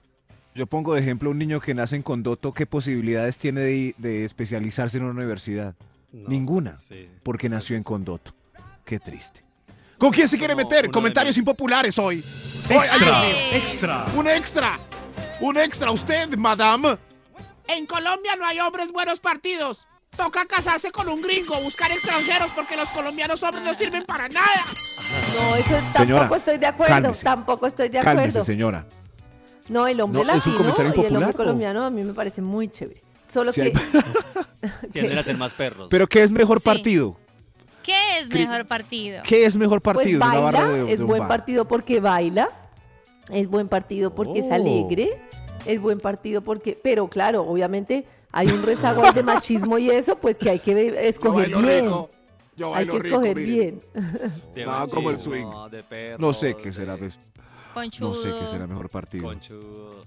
[SPEAKER 5] Yo pongo de ejemplo a un niño que nace en condoto, ¿qué posibilidades tiene de, de especializarse en una universidad? Ninguna, porque nació en condoto. Qué triste. ¿Con quién se quiere meter? Comentarios impopulares hoy.
[SPEAKER 10] Extra,
[SPEAKER 5] extra.
[SPEAKER 10] Un extra. Un extra usted, madame. En Colombia no hay hombres buenos partidos. Toca casarse con un gringo, buscar extranjeros porque los colombianos hombres no sirven para nada.
[SPEAKER 2] No, eso tampoco
[SPEAKER 5] Señora,
[SPEAKER 2] estoy de acuerdo.
[SPEAKER 5] cálmese.
[SPEAKER 2] tampoco estoy de acuerdo. (laughs)
[SPEAKER 5] Cálmese, señora.
[SPEAKER 2] No, el hombre
[SPEAKER 5] No, ¿es un
[SPEAKER 2] latino y
[SPEAKER 5] comentario
[SPEAKER 2] el hombre
[SPEAKER 5] impopular, o?
[SPEAKER 2] colombiano a mí me parece muy chévere. Solo
[SPEAKER 5] Sí,
[SPEAKER 2] que
[SPEAKER 5] hay-
[SPEAKER 2] (laughs)
[SPEAKER 4] Tienden a ser más perros.
[SPEAKER 5] Pero ¿qué es mejor partido?
[SPEAKER 3] ¿Qué es
[SPEAKER 5] Cri-
[SPEAKER 3] mejor partido?
[SPEAKER 5] ¿Qué es mejor partido?
[SPEAKER 2] pues
[SPEAKER 5] Una
[SPEAKER 2] baila,
[SPEAKER 5] barra de- de
[SPEAKER 2] es
[SPEAKER 5] un
[SPEAKER 2] buen
[SPEAKER 5] bar.
[SPEAKER 2] partido porque baila, es buen partido porque es
[SPEAKER 5] Oh.
[SPEAKER 2] alegre, es buen partido porque, pero claro, obviamente hay un rezago ahí de machismo y eso, pues que hay que ve- escoger
[SPEAKER 10] bailo
[SPEAKER 2] bien.
[SPEAKER 10] rico, yo
[SPEAKER 2] hay
[SPEAKER 10] bailo
[SPEAKER 2] que
[SPEAKER 10] rico,
[SPEAKER 2] escoger
[SPEAKER 10] miren.
[SPEAKER 2] (laughs) bien.
[SPEAKER 4] De
[SPEAKER 5] No, como el swing.
[SPEAKER 4] machismo, de perro,
[SPEAKER 5] No sé qué será. pues. No sé qué
[SPEAKER 3] Conchudo.
[SPEAKER 5] será mejor partido.
[SPEAKER 4] Conchudo.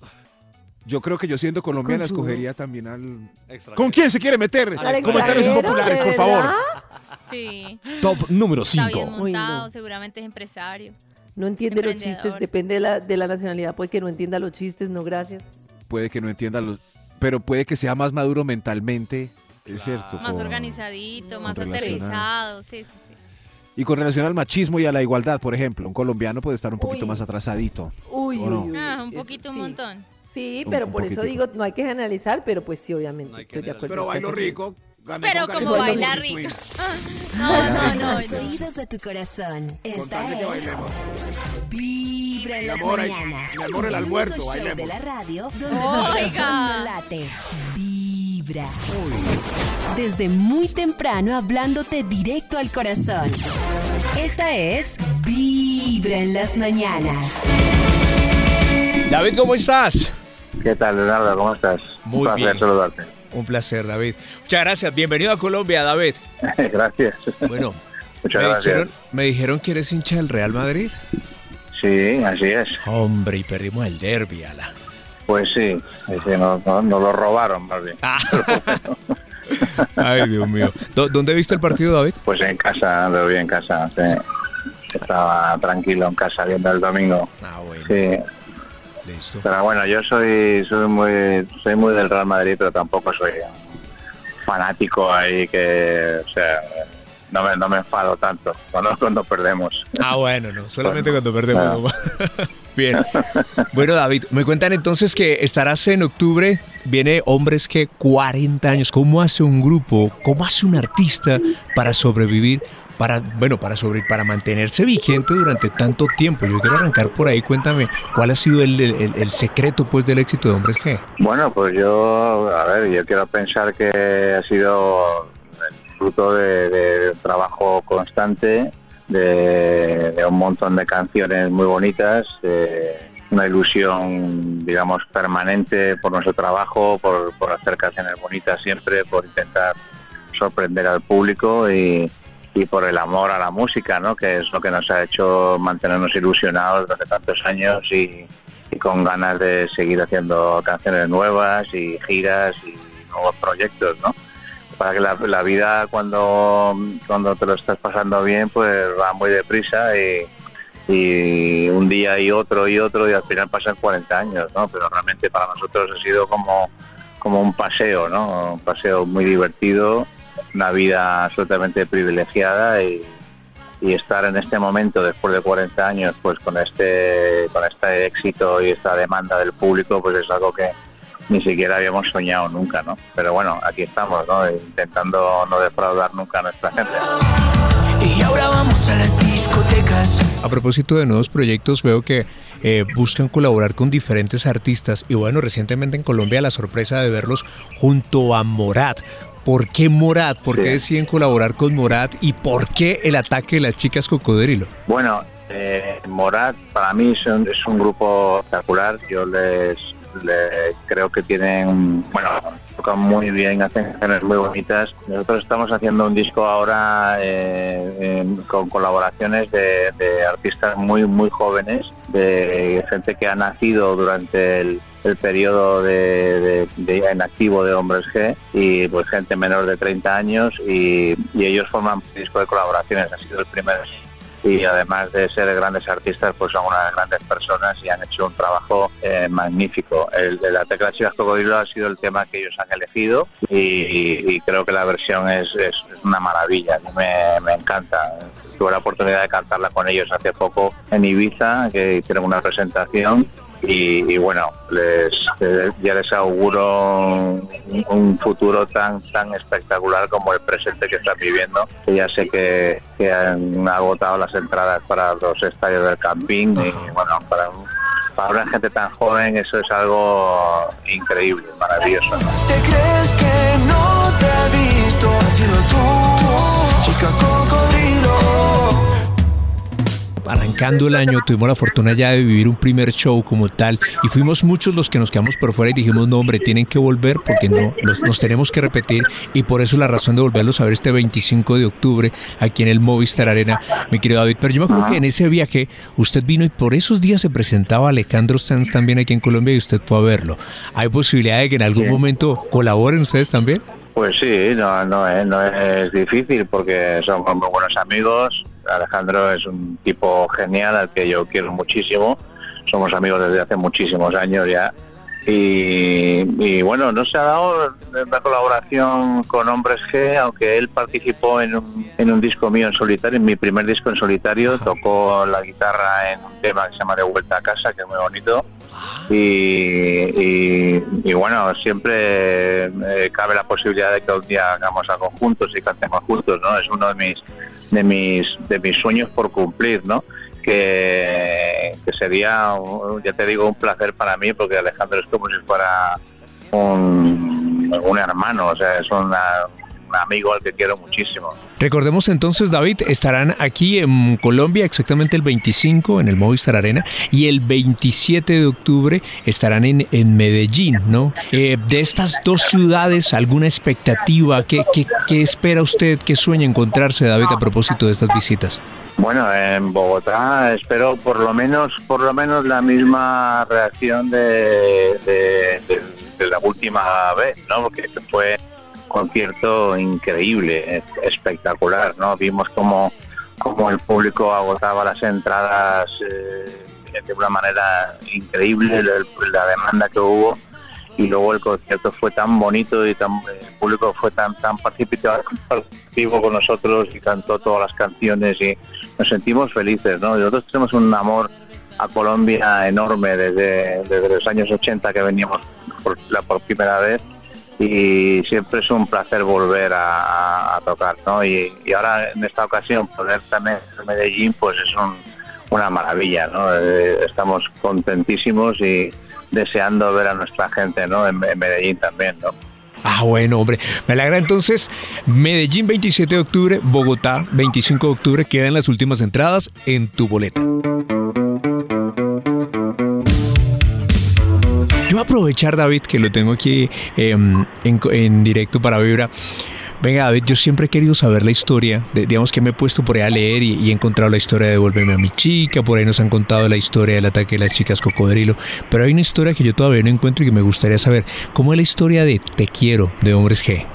[SPEAKER 5] Yo creo que yo siendo colombiana escogería también al...
[SPEAKER 4] Extranjero.
[SPEAKER 5] ¿Con quién se quiere meter?
[SPEAKER 2] Al
[SPEAKER 5] Comentarios
[SPEAKER 2] extranjero,
[SPEAKER 5] populares,
[SPEAKER 2] ¿de
[SPEAKER 5] por favor.
[SPEAKER 2] verdad?
[SPEAKER 3] Sí.
[SPEAKER 18] Top número
[SPEAKER 3] Está bien
[SPEAKER 18] 5.
[SPEAKER 3] montado, seguramente es empresario.
[SPEAKER 19] No entiende los chistes,
[SPEAKER 3] Emprendedor.
[SPEAKER 19] depende de la, de la nacionalidad, puede
[SPEAKER 2] pues
[SPEAKER 19] que no entienda los chistes, no gracias.
[SPEAKER 5] Puede que no entienda los... Pero puede que sea más maduro mentalmente, es cierto.
[SPEAKER 3] Más
[SPEAKER 5] con-
[SPEAKER 3] organizadito, más
[SPEAKER 5] relación a-
[SPEAKER 3] aterrizado. Sí, sí, sí.
[SPEAKER 5] Y con relación al machismo y a la igualdad, por ejemplo, un colombiano puede estar un poquito más atrasadito.
[SPEAKER 19] Uy,
[SPEAKER 5] ¿O no?
[SPEAKER 19] uy, uy.
[SPEAKER 3] Ah, un
[SPEAKER 19] Eso,
[SPEAKER 3] poquito, un
[SPEAKER 19] sí.
[SPEAKER 3] montón.
[SPEAKER 19] Sí,
[SPEAKER 5] Un-
[SPEAKER 19] pero
[SPEAKER 5] un
[SPEAKER 19] por eso
[SPEAKER 5] poquitico.
[SPEAKER 19] digo, no hay que generalizar, pero pues sí, obviamente. estoy de acuerdo.
[SPEAKER 1] Pero bailo rico. gané
[SPEAKER 3] Pero
[SPEAKER 1] con
[SPEAKER 3] como
[SPEAKER 1] Karen
[SPEAKER 3] baila
[SPEAKER 1] Swing.
[SPEAKER 3] rico.
[SPEAKER 6] No,
[SPEAKER 1] Ah, no,
[SPEAKER 6] no,
[SPEAKER 1] no,
[SPEAKER 6] Los oídos de tu corazón. Esta
[SPEAKER 1] tal de que
[SPEAKER 6] es.
[SPEAKER 1] bailemos.
[SPEAKER 6] Vibra en
[SPEAKER 1] Mi
[SPEAKER 6] las
[SPEAKER 1] amor, hay-
[SPEAKER 6] mañanas.
[SPEAKER 1] mi amor, el
[SPEAKER 6] único
[SPEAKER 1] almuerzo,
[SPEAKER 6] show
[SPEAKER 1] bailemos.
[SPEAKER 6] de la radio donde tu
[SPEAKER 3] Oiga.
[SPEAKER 6] corazón no late. Vibra. Desde muy temprano hablándote directo al corazón. Esta es Vibra en las mañanas.
[SPEAKER 9] David, ¿cómo estás?
[SPEAKER 20] ¿Qué tal, Leonardo? ¿Cómo estás?
[SPEAKER 9] Muy
[SPEAKER 20] Un placer
[SPEAKER 9] bien.
[SPEAKER 20] saludarte.
[SPEAKER 9] Un placer, David. Muchas gracias. Bienvenido a Colombia, David.
[SPEAKER 20] (laughs) gracias.
[SPEAKER 9] Bueno,
[SPEAKER 20] Muchas
[SPEAKER 9] me
[SPEAKER 20] gracias.
[SPEAKER 9] Dijeron, me dijeron que eres hincha del Real Madrid.
[SPEAKER 20] Sí, así es.
[SPEAKER 9] Hombre, y perdimos el derby, ala.
[SPEAKER 20] Pues sí, es que no- no- nos lo robaron más bien.
[SPEAKER 9] Ah. (laughs) Ay, Dios mío. ¿Dó- ¿Dónde viste el partido, David?
[SPEAKER 20] Pues en casa, lo vi en casa. sí. Estaba tranquilo en casa viendo el domingo.
[SPEAKER 9] Ah, bueno.
[SPEAKER 20] Sí.
[SPEAKER 9] Listo.
[SPEAKER 20] Pero bueno, yo soy soy muy soy muy del Real Madrid, pero tampoco soy un fanático ahí que, o sea, no me, no me enfado tanto cuando, (laughs) cuando perdemos.
[SPEAKER 9] Ah, bueno, no. Solamente cuando perdemos. nomás. (laughs) Bien. Bueno, David, me cuentan entonces que estarás en octubre. Viene Hombres que 40 años. ¿Cómo hace un grupo? ¿Cómo hace un artista para sobrevivir? Para, bueno, para sobrevivir, para mantenerse vigente durante tanto tiempo. Yo quiero arrancar por ahí. Cuéntame, ¿cuál ha sido el, el- el secreto pues del éxito de Hombres G?
[SPEAKER 20] Bueno, pues yo, a ver, yo quiero pensar que ha sido el fruto de, de trabajo constante, de, de un montón de canciones muy bonitas, de una ilusión, digamos, permanente por nuestro trabajo, por, por hacer canciones bonitas siempre, por intentar sorprender al público y, y por el amor a la música, ¿no? Que es lo que nos ha hecho mantenernos ilusionados durante tantos años y, y con ganas de seguir haciendo canciones nuevas y giras y nuevos proyectos, ¿no? Para que la, la vida cuando, cuando te lo estás pasando bien, pues va muy deprisa y, y un día y otro y otro y al final pasan 40 años, ¿no? Pero realmente para nosotros ha sido como, como un paseo, ¿no? Un paseo muy divertido, una vida absolutamente privilegiada y, y estar en este momento después de 40 años pues con este con este éxito y esta demanda del público pues es algo que ni siquiera habíamos soñado nunca, ¿no? Pero bueno, aquí estamos, ¿no? Intentando no defraudar nunca a nuestra gente.
[SPEAKER 21] Y ahora vamos a las discotecas.
[SPEAKER 9] A propósito de nuevos proyectos, veo que eh, buscan colaborar con diferentes artistas y bueno, recientemente en Colombia la sorpresa de verlos junto a Morat. ¿Por qué Morat? ¿Por qué deciden colaborar con Morat? ¿Y por qué el ataque de las chicas cocodrilo?
[SPEAKER 20] Bueno, eh, Morat para mí es un, es un grupo espectacular. Yo les, les- creo que tienen, bueno, tocan muy bien, hacen canciones muy bonitas. Nosotros estamos haciendo un disco ahora eh, en- con colaboraciones de, de artistas muy muy jóvenes, de gente que ha nacido durante el, el periodo de, de- de- en activo de Hombres G y pues gente menor de 30 años y, y ellos forman un disco de colaboraciones. Ha sido el primer y además de ser grandes artistas, pues son unas grandes personas y han hecho un trabajo eh, magnífico. El de la tecla Chivas Cocodrilo ha sido el tema que ellos han elegido y, y- y creo que la versión es, es una maravilla, a mí me, me encanta. Tuve la oportunidad de cantarla con ellos hace poco en Ibiza, que hicieron una presentación y, y bueno, les, eh, ya les auguro un, un futuro tan tan espectacular como el presente que están viviendo. Que ya sé que, que han agotado las entradas para los estadios del Campín y bueno, para, un- para una gente tan joven eso es algo increíble, maravilloso. ¿no?
[SPEAKER 21] ¿Te crees que no te he visto? Ha sido tú, chica cocodrilo.
[SPEAKER 9] arrancando el año, tuvimos la fortuna ya de vivir un primer show como tal y fuimos muchos los que nos quedamos por fuera y dijimos, no hombre, tienen que volver porque no, los- nos tenemos que repetir y por eso la razón de volverlos a ver este 25 de octubre aquí en el Movistar Arena, mi querido David. Pero yo me acuerdo que en ese viaje usted vino y por esos días se presentaba Alejandro Sanz también aquí en Colombia y usted fue a verlo. ¿Hay posibilidad de que en algún
[SPEAKER 20] Sí.
[SPEAKER 9] momento colaboren ustedes también?
[SPEAKER 20] Pues sí, no, no, es, no es difícil porque somos muy buenos amigos. Alejandro es un tipo genial al que yo quiero muchísimo. Somos amigos desde hace muchísimos años ya. Y, y bueno, no se ha dado la colaboración con Hombres G, aunque él participó en un, en un disco mío en solitario, en mi primer disco en solitario, tocó la guitarra en un tema que se llama De Vuelta a Casa, que es muy bonito. Y, y- y bueno, siempre eh, cabe la posibilidad de que un día hagamos algo juntos y cantemos juntos, ¿no? Es uno de mis, de mis, de mis sueños por cumplir, ¿no? Que, que sería, un- ya te digo, un placer para mí, porque Alejandro es como si fuera un, un hermano, o sea, es una- un amigo al que quiero muchísimo.
[SPEAKER 9] Recordemos entonces, David, estarán aquí en Colombia exactamente el 25 en el Movistar Arena y el 27 de octubre estarán en, en Medellín, ¿no? Eh, de estas dos ciudades, ¿alguna expectativa? ¿Qué, qué, qué espera usted? ¿Qué sueña encontrarse, David, a propósito de estas visitas?
[SPEAKER 20] Bueno, en Bogotá espero por lo menos, por lo menos la misma reacción de, de- de- de la última vez, ¿no? Porque este fue un concierto increíble, es- espectacular, ¿no? Vimos como como el público agotaba las entradas eh, de una manera increíble, la, la demanda que hubo y luego el concierto fue tan bonito y tan, eh, el público fue tan tan participa- participativo con nosotros y cantó todas las canciones y nos sentimos felices, ¿no? Nosotros tenemos un amor a Colombia enorme desde, desde los años 80 que veníamos por, la, por primera vez y siempre es un placer volver a, a- a tocar, ¿no? Y, y ahora en esta ocasión poder también en Medellín pues es un, una maravilla, ¿no? Eh, estamos contentísimos y deseando ver a nuestra gente, ¿no? En, en Medellín también, ¿no?
[SPEAKER 9] Ah, bueno, hombre. Me alegra entonces. Medellín 27 de octubre, Bogotá 25 de octubre. Quedan las últimas entradas en tu boleta. Yo voy a aprovechar, David, que lo tengo aquí eh, en, en directo para Vibra. Venga, David, yo siempre he querido saber la historia. de- digamos que me he puesto por ahí a leer y, y he encontrado la historia de Devuélveme a mi chica. Por ahí nos han contado la historia del ataque de las chicas cocodrilo. Pero hay una historia que yo todavía no encuentro y que me gustaría saber. ¿Cómo es la historia de Te Quiero de Hombres G?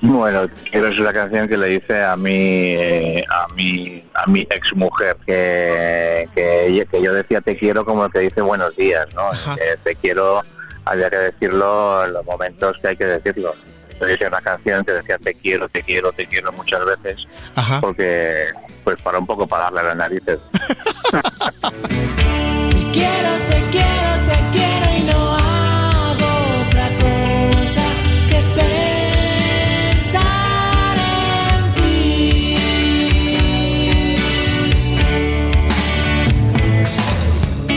[SPEAKER 20] Bueno, quiero es la canción que le hice a mi eh, a mi a mi ex mujer que, que, ella- que yo decía te quiero como el que dice buenos días, ¿no? Que te quiero había que decirlo en los momentos que hay que decirlo. Yo hice una canción que decía te quiero, te quiero, te quiero muchas veces porque pues para un poco para darle las narices.
[SPEAKER 21] Te quiero, te quiero, te quiero y no hago otra cosa que pensar en ti.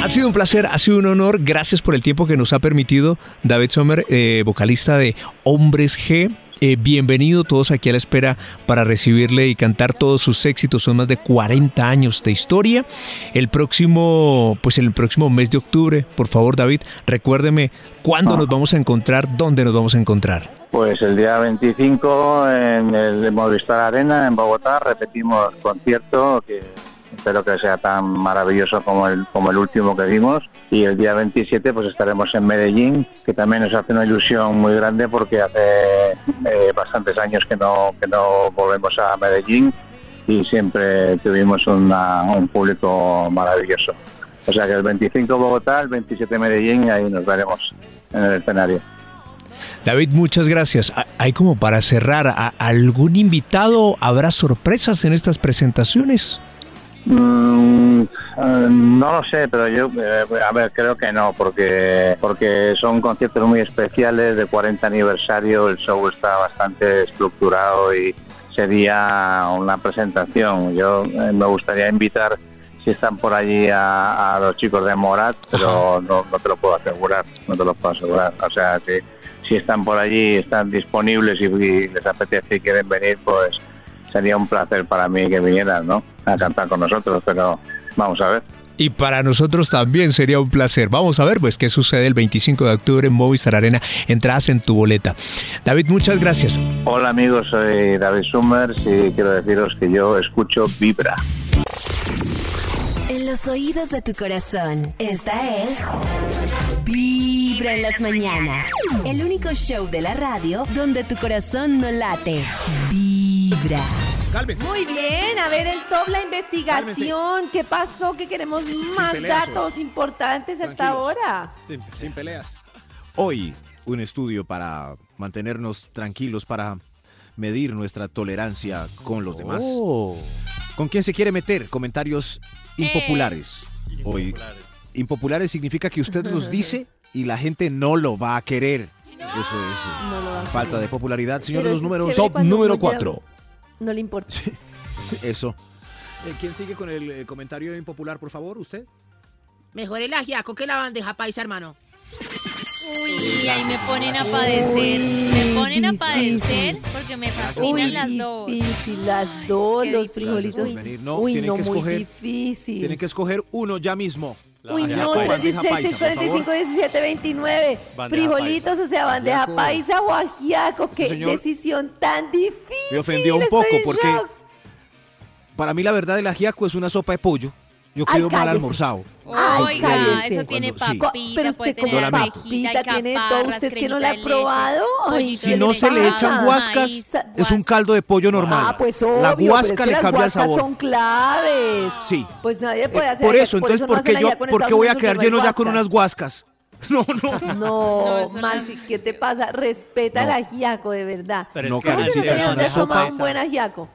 [SPEAKER 9] Ha sido un placer, ha sido un honor. Gracias por el tiempo que nos ha permitido David Sommer, eh, vocalista de Hombres G. Eh, bienvenido todos aquí a la espera para recibirle y cantar todos sus éxitos. Son más de 40 años de historia. El próximo, pues el próximo mes de octubre, por favor, David, recuérdeme cuándo nos vamos a encontrar, dónde nos vamos a encontrar.
[SPEAKER 20] Pues el día 25 en el Movistar Arena en Bogotá repetimos concierto que espero que sea tan maravilloso como el como el último que dimos y el día 27 pues estaremos en Medellín que también nos hace una ilusión muy grande porque hace eh, bastantes años que no que no volvemos a Medellín y siempre tuvimos una- un público maravilloso. O sea que el 25 Bogotá, el 27 Medellín y ahí nos veremos en el escenario.
[SPEAKER 9] David, muchas gracias. A- Hay como para cerrar, ¿a- ¿algún invitado? ¿Habrá sorpresas en estas presentaciones?
[SPEAKER 20] Mm, eh, no lo sé, pero yo, eh, a ver, creo que no, porque porque son conciertos muy especiales de 40 aniversario, el show está bastante estructurado y sería una presentación. Yo eh, me gustaría invitar, si están por allí, a, a los chicos de Morat, pero no, no te lo puedo asegurar, no te lo puedo asegurar. O sea, si, si están por allí, están disponibles y, y les apetece y quieren venir, pues sería un placer para mí que vinieras, ¿no? A cantar con nosotros, pero vamos a ver.
[SPEAKER 9] Y para nosotros también sería un placer. Vamos a ver, pues, qué sucede el 25 de octubre en Movistar Arena. Entradas en tu boleta. David, muchas gracias.
[SPEAKER 20] Hola amigos, soy David Summers y quiero deciros que yo escucho Vibra.
[SPEAKER 6] En los oídos de tu corazón, esta es Vibra en las mañanas. El único show de la radio donde tu corazón no late. Vibra.
[SPEAKER 2] Muy bien, a ver el top, la investigación. ¿Qué pasó? ¿Qué queremos más
[SPEAKER 5] peleas,
[SPEAKER 2] datos importantes hasta
[SPEAKER 5] Tranquilos.
[SPEAKER 2] ahora?
[SPEAKER 5] Sin, peleas. Hoy, un estudio para mantenernos tranquilos, para medir nuestra tolerancia con los demás.
[SPEAKER 2] Oh.
[SPEAKER 5] ¿Con quién se quiere meter? Comentarios
[SPEAKER 2] Eh.
[SPEAKER 5] impopulares. Hoy, impopulares significa que usted los dice y la gente no lo va a querer. Eso es eh,
[SPEAKER 2] No lo va a
[SPEAKER 5] falta de popularidad. Señor de
[SPEAKER 2] Pero
[SPEAKER 5] los
[SPEAKER 2] eso es
[SPEAKER 5] números.
[SPEAKER 2] chévere Top cuando número uno ya- cuatro. No le importa.
[SPEAKER 5] Eso. ¿Quién sigue con el eh, comentario impopular, por favor? ¿Usted?
[SPEAKER 10] Mejor el ajiaco que la bandeja paisa, hermano.
[SPEAKER 3] Uy, ahí me ponen a padecer. Me ponen a padecer porque me fascinan las dos.
[SPEAKER 22] Difícil, las dos,
[SPEAKER 3] qué
[SPEAKER 22] los
[SPEAKER 3] difícil.
[SPEAKER 22] frijolitos.
[SPEAKER 5] Gracias por venir. No,
[SPEAKER 22] Uy,
[SPEAKER 5] tienen
[SPEAKER 22] no,
[SPEAKER 5] que
[SPEAKER 22] muy
[SPEAKER 5] escoger-
[SPEAKER 22] difícil.
[SPEAKER 5] Tiene que escoger uno ya mismo.
[SPEAKER 2] Uy, no,
[SPEAKER 5] Bandeja
[SPEAKER 2] 3, 16,
[SPEAKER 5] paisa,
[SPEAKER 2] 6,
[SPEAKER 5] por favor.
[SPEAKER 2] 45, 17, 29.
[SPEAKER 5] Bandeja
[SPEAKER 2] Frijolitos, o sea, bandeja
[SPEAKER 5] Ajiaco.
[SPEAKER 2] paisa o ajiaco. Qué
[SPEAKER 5] señor
[SPEAKER 2] decisión tan difícil.
[SPEAKER 5] Me ofendió un
[SPEAKER 2] estoy
[SPEAKER 5] poco
[SPEAKER 2] en
[SPEAKER 5] porque
[SPEAKER 2] shock.
[SPEAKER 5] para mí la verdad el ajiaco es una sopa de pollo. Yo
[SPEAKER 2] Ay,
[SPEAKER 5] quedo mal
[SPEAKER 2] cállese.
[SPEAKER 5] almorzado.
[SPEAKER 2] Ay,
[SPEAKER 3] Oiga,
[SPEAKER 2] cállese.
[SPEAKER 3] eso tiene
[SPEAKER 5] Cuando- sí.
[SPEAKER 3] papita,
[SPEAKER 2] Pero usted
[SPEAKER 3] puede tener
[SPEAKER 5] como la
[SPEAKER 3] arvejita,
[SPEAKER 2] papita tiene todo,
[SPEAKER 3] caparras,
[SPEAKER 2] ¿usted que no
[SPEAKER 3] cremita
[SPEAKER 2] la ha
[SPEAKER 3] de leche,
[SPEAKER 2] probado? Ay,
[SPEAKER 3] pollito
[SPEAKER 5] Si
[SPEAKER 3] de
[SPEAKER 5] no se le
[SPEAKER 3] leche,
[SPEAKER 5] echan
[SPEAKER 3] maíz,
[SPEAKER 5] guascas, es un caldo de pollo normal.
[SPEAKER 2] Ah, pues obvio.
[SPEAKER 5] la
[SPEAKER 2] pero es
[SPEAKER 5] guasca
[SPEAKER 2] que
[SPEAKER 5] le
[SPEAKER 2] las
[SPEAKER 5] cambia el
[SPEAKER 2] guascas
[SPEAKER 5] sabor.
[SPEAKER 2] son claves.
[SPEAKER 5] Sí.
[SPEAKER 2] Pues nadie puede
[SPEAKER 5] Eh,
[SPEAKER 2] hacer
[SPEAKER 5] por
[SPEAKER 2] ajiaco,
[SPEAKER 5] eso, entonces,
[SPEAKER 2] no
[SPEAKER 5] ¿por qué
[SPEAKER 2] hacen
[SPEAKER 5] yo,
[SPEAKER 2] ajiaco en
[SPEAKER 5] por qué
[SPEAKER 2] Estados
[SPEAKER 5] voy a
[SPEAKER 2] Unidos
[SPEAKER 5] quedar
[SPEAKER 2] porque no
[SPEAKER 5] lleno
[SPEAKER 2] hay
[SPEAKER 5] ya con (laughs) unas guascas?
[SPEAKER 2] No,
[SPEAKER 3] eso
[SPEAKER 2] Maxi, ¿qué te pasa? Respeta el ajiaco, de verdad.
[SPEAKER 5] Pero es
[SPEAKER 2] ¿Cómo
[SPEAKER 5] que
[SPEAKER 2] se
[SPEAKER 5] Karencita,
[SPEAKER 2] le
[SPEAKER 5] es
[SPEAKER 2] dónde
[SPEAKER 5] una
[SPEAKER 2] toma
[SPEAKER 5] sopa.
[SPEAKER 2] un buen ajiaco?